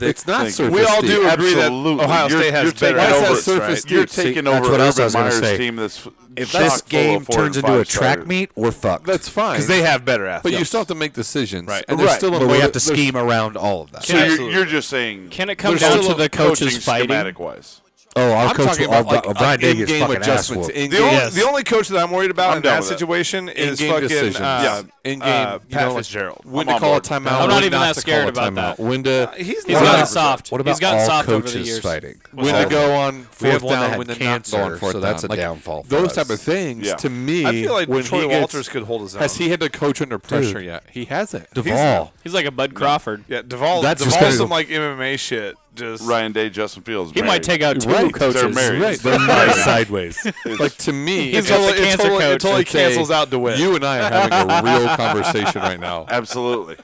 S1: it's not
S5: Thank you.
S1: surface
S4: We all do
S1: deep.
S4: agree
S5: Absolutely.
S4: that Ohio
S5: You're-
S4: State has
S5: you're
S4: better
S5: taking
S1: over-
S4: over
S1: surface
S4: right?
S5: You're
S1: deep. See,
S5: taking
S6: that's
S5: over
S6: what else I
S5: Urban
S6: was gonna
S5: Meyer's
S6: say.
S5: team. That's
S6: If this game turns into a track meet, we're fucked.
S1: that's fine
S4: because they have better athletes.
S1: but you still have to make decisions
S4: Right.
S1: and there's
S5: Right.
S1: still a
S6: but we
S1: little-
S6: have to
S1: there's-
S6: scheme around all of that.
S5: So you're,
S4: Absolutely.
S5: you're just saying
S3: Can it come
S5: there's
S3: down
S5: still
S3: to
S5: a
S3: the
S5: coaching
S3: coaches fighting?
S5: schematic wise?
S6: Oh, our
S1: I'm
S6: coach,
S1: talking
S6: our,
S1: about like
S6: our Brian Day gets
S1: in-game
S6: fucking ass
S1: adjustments.
S6: whooped.
S1: In-game,
S4: The only,
S3: Yes.
S4: the only coach that I'm worried about
S5: I'm
S4: in
S5: down
S4: that
S5: with that.
S4: situation is
S1: in-game
S4: fucking
S1: decisions.
S4: uh,
S1: in-game.
S4: uh,
S1: you know,
S4: Pat
S1: like
S4: Fitzgerald.
S1: When
S5: I'm
S1: to
S5: on
S1: call a
S5: board.
S1: timeout.
S3: I'm not
S1: when
S3: even
S1: not
S3: that
S1: to
S3: scared
S1: call a
S3: about that.
S1: timeout, When to
S4: Uh, He's
S3: He's
S4: not-
S3: gotten
S1: about-
S3: soft.
S6: What about
S3: He's gotten
S6: all
S3: soft over
S6: coaches
S3: the years.
S6: fighting?
S1: when to go on
S6: had
S1: fourth
S6: one that
S1: down
S6: had
S1: when they're not
S6: cancer,
S1: going fourth
S6: so
S1: down.
S6: that's a
S1: Like,
S6: downfall for
S1: those
S6: us.
S1: type of things
S5: Yeah.
S1: to me.
S4: I feel like
S1: when
S4: Troy
S1: he gets,
S4: Walters could hold his own.
S1: Has he had to coach under pressure yet? He hasn't.
S6: Duvall.
S3: He's like a Bud Crawford.
S4: yeah, Duvall.
S1: That's
S4: Duvall's
S1: just-
S4: some like MMA shit. Just
S5: Ryan Day, Justin Fields.
S3: He might take out two
S1: Right.
S3: coaches.
S5: They're married.
S1: Right.
S6: They're nice sideways.
S1: like to me,
S3: He's
S1: it's
S3: got
S1: like-
S3: the
S1: it's
S3: cancer
S1: totally- it
S3: coach.
S1: totally
S4: It's a-
S1: cancels out DeWitt. You and I are having a real conversation right now.
S5: Absolutely.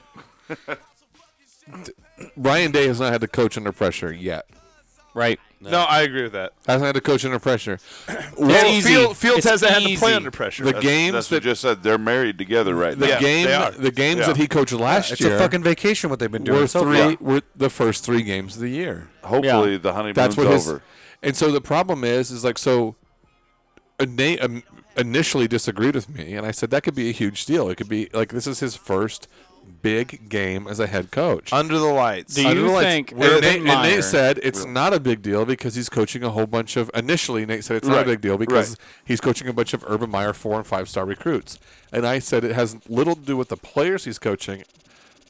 S1: Ryan Day has not had to coach under pressure yet.
S3: Right.
S4: no, I agree with that.
S1: Hasn't had to coach under pressure. What-
S4: Well,
S3: easy.
S4: Field, Fields
S3: It's
S4: hasn't had to play
S3: easy.
S4: under pressure.
S1: the
S4: That's-
S1: games
S5: That's
S1: that
S5: what you just said. They're married together right
S1: the
S5: now.
S4: Yeah, they are.
S1: game the games
S5: Yeah.
S1: that he coached last
S6: It's
S1: year
S6: a fucking vacation what they've been doing.
S1: were
S6: so
S1: three
S6: far.
S1: were the first three games of the year.
S5: Hopefully
S3: Yeah.
S5: the honeymoon's
S1: That's what his.
S5: over.
S1: And so the problem is, is like so. Ina- um, initially disagreed with me, and I said that could be a huge deal. It could be like this is his first big game as a head coach.
S4: under the lights.
S3: Do you
S1: Otherwise,
S3: think
S1: and Nate,
S3: Urban
S1: and Nate
S3: Meyer-
S1: said it's not a big deal because he's coaching a whole bunch of. Initially, Nate said it's not
S5: Right,
S1: a big deal because
S5: right.
S1: he's coaching a bunch of Urban Meyer four and five star recruits, and I said it has little to do with the players he's coaching,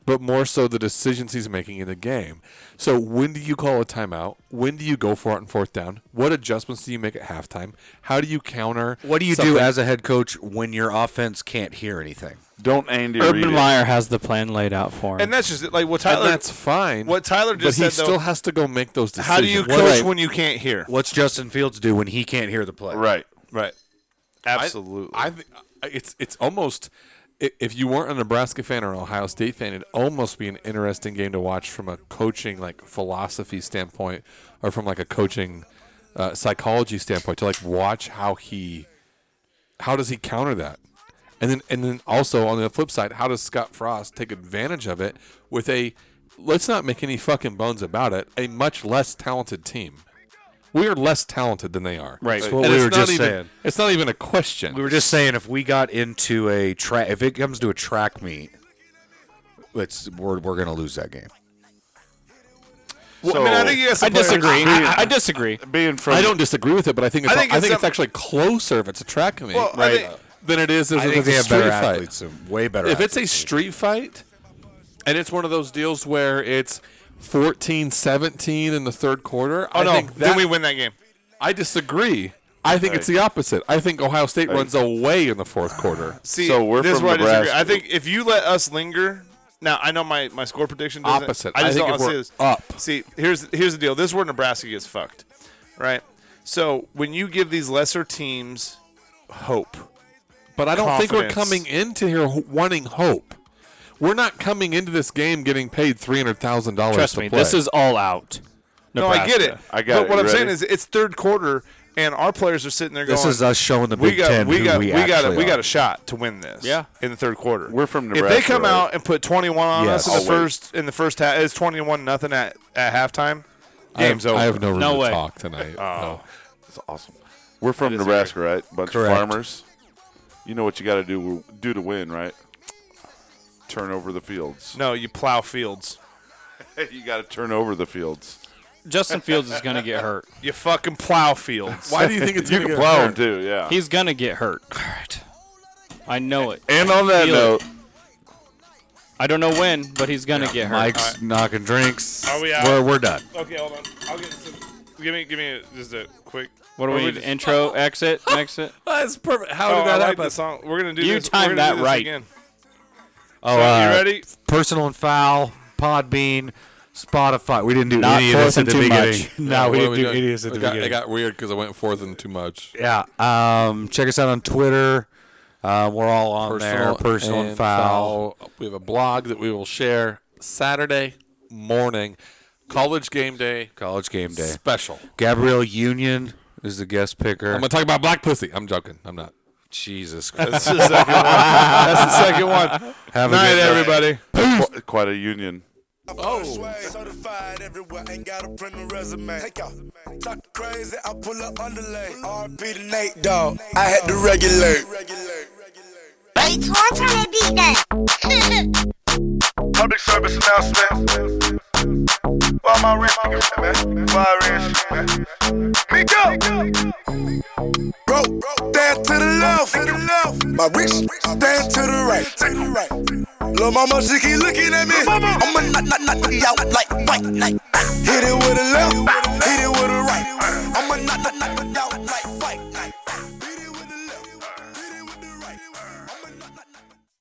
S1: but more so the decisions he's making in the game. So when do you call a timeout? When do you go for it on fourth down? What adjustments do you make at halftime? How do you counter?
S6: What do you do
S1: something-
S6: as a head coach when your offense can't hear anything?
S5: Don't Andy Reid.
S3: Urban
S5: it.
S3: Meyer has the plan laid out for him.
S4: and that's just it. like what
S1: And
S4: Tyler.
S1: that's fine.
S4: what Tyler
S1: but
S4: just
S1: he
S4: said, though-
S1: still has to go make those decisions.
S4: how do you coach when you can't hear?
S6: What's Justin Fields do when he can't hear the play?
S5: Right.
S4: Right. Absolutely.
S1: I think it's it's almost i- if you weren't a Nebraska fan or an Ohio State fan, it'd almost be an interesting game to watch from a coaching like philosophy standpoint or from like a coaching uh, psychology standpoint to like watch how he how does he counter that. And then, and then also on the flip side, how does Scott Frost take advantage of it with a, let's not make any fucking bones about it, a much less talented team. We are less talented than they are.
S3: Right.
S6: That's what
S1: And
S6: we
S1: it's
S6: were
S1: not
S6: just
S1: even-
S6: saying.
S1: It's not even a question.
S6: We were just saying if we got into a track, if it comes to a track meet, it's we're, we're gonna lose that game.
S5: so,
S4: I mean, I think you got some
S3: I
S4: players-
S3: disagree. I, I disagree.
S5: being from
S1: I don't disagree with it, but I think it's, I think it's,
S4: some-
S1: actually closer if it's a track meet
S4: Well, I
S1: right,
S4: think-
S1: than it is if it's a street fight.
S6: and way better.
S1: If it's a street fight, and it's one of those deals where it's 14-17 in the third quarter,
S4: Oh
S1: I
S4: no!
S1: think
S4: then
S1: that
S4: we win that game.
S1: I disagree. I think it's the opposite. I think Ohio State runs away in the fourth quarter.
S4: See,
S5: So we're
S4: this is
S5: from
S4: where I disagree.
S5: Nebraska.
S4: I think if you let us linger, now I know my, my score prediction doesn't.
S1: Opposite.
S4: I
S1: I
S4: just
S1: think
S4: don't
S1: if
S4: see
S1: we're
S4: this.
S1: up.
S4: See, here's here's the deal. This is where Nebraska gets fucked, right? So when you give these lesser teams hope,
S1: But I don't think we're coming
S4: Confidence.
S1: into here ho- wanting hope. We're not coming into this game getting paid three hundred thousand dollars.
S3: Trust
S1: to
S3: me,
S1: play.
S3: this is all out.
S4: no, I get it.
S5: I got
S4: But
S5: it.
S4: what
S5: You
S4: I'm saying
S5: ready?
S4: is, it's third quarter, and our players are sitting there
S6: this
S4: going,
S6: is us showing the Big
S4: "We got,
S6: Ten
S4: we
S6: who
S4: got,
S6: we,
S4: we, got, a,
S6: actually
S4: we got
S6: are.
S4: a shot to win this."
S3: Yeah.
S4: in the third quarter,
S5: We're from
S4: If they
S5: Nebraska,
S4: come
S5: right?
S4: out and put 21 on us
S6: Yes.
S4: in the
S6: I'll
S5: wait.
S4: first in the first half, it's 21 nothing at at halftime.
S1: I have-
S4: Game's over.
S1: I have no room
S3: No
S1: to
S3: way.
S1: talk tonight. No.
S5: It's awesome. We're from Nebraska, right? Bunch
S6: Correct.
S5: of farmers. You know what you got to do do to win, right? Turn over the fields.
S4: No, you plow fields.
S5: you got to turn over the fields.
S3: Justin Fields is going to get hurt.
S4: You fucking plow fields.
S1: Why do you think it's you
S5: You can plow them too, yeah.
S3: He's going to get hurt. I know it.
S5: and on that
S3: Feel
S5: note,
S3: I don't know when, but he's going to get hurt.
S6: Mike's knocking drinks.
S4: Are we out?
S6: We're, we're done.
S4: okay, hold on. I'll get some. Give me, give me a, just a quick.
S3: What do
S4: Or
S3: we need?
S4: just-
S3: Intro, exit, exit?
S1: That's perfect. How did
S4: Oh, I
S1: that
S4: like
S1: happen?
S4: the song. We're gonna do.
S3: You
S4: this. we're
S3: timed
S4: gonna do
S3: that
S4: this
S3: right.
S4: Again.
S6: Oh,
S4: so
S6: uh,
S4: you ready?
S6: Personal and foul. Podbean. Spotify. We didn't do
S3: Not
S6: any of
S3: fourth
S6: this at
S3: and
S6: the
S3: too
S6: beginning.
S3: much.
S6: No, we
S1: What
S6: didn't
S1: are
S6: do
S1: doing?
S6: any of this at
S1: It
S6: the
S1: got-
S6: beginning.
S1: It got weird because I went forth and too much.
S6: Yeah. Um, check us out on Twitter. Uh, we're all on there. Personal and, foul.
S1: We have a blog that we will share Saturday morning, college game day
S6: College game day.
S1: special.
S6: Gabrielle Union is the guest picker.
S1: I'm gonna talk about black pussy. I'm joking. I'm not.
S6: Jesus Christ.
S4: That's the second one. That's the second one.
S6: Have a
S4: Night,
S6: good night.
S4: everybody.
S5: qu- quite a union.
S2: Oh. Certified everywhere, ain't gotta print a resume. Take out. Talk crazy, I pull up underlay. RP to Nate, dog. I had to regulate.
S8: Wait, hold on, I beat that.
S2: Public service announcement. Well,
S9: on my wrist. My wrist. Me go.
S2: Bro, stand to the left, to the left. My wrist, stand to the right, to the right. Lil' mama, she keep looking at me. I'ma knock, knock, knock, knock you out like, like, like. Hit it with a left, hit it with a right. I'ma knock, knock, knock, knock you out.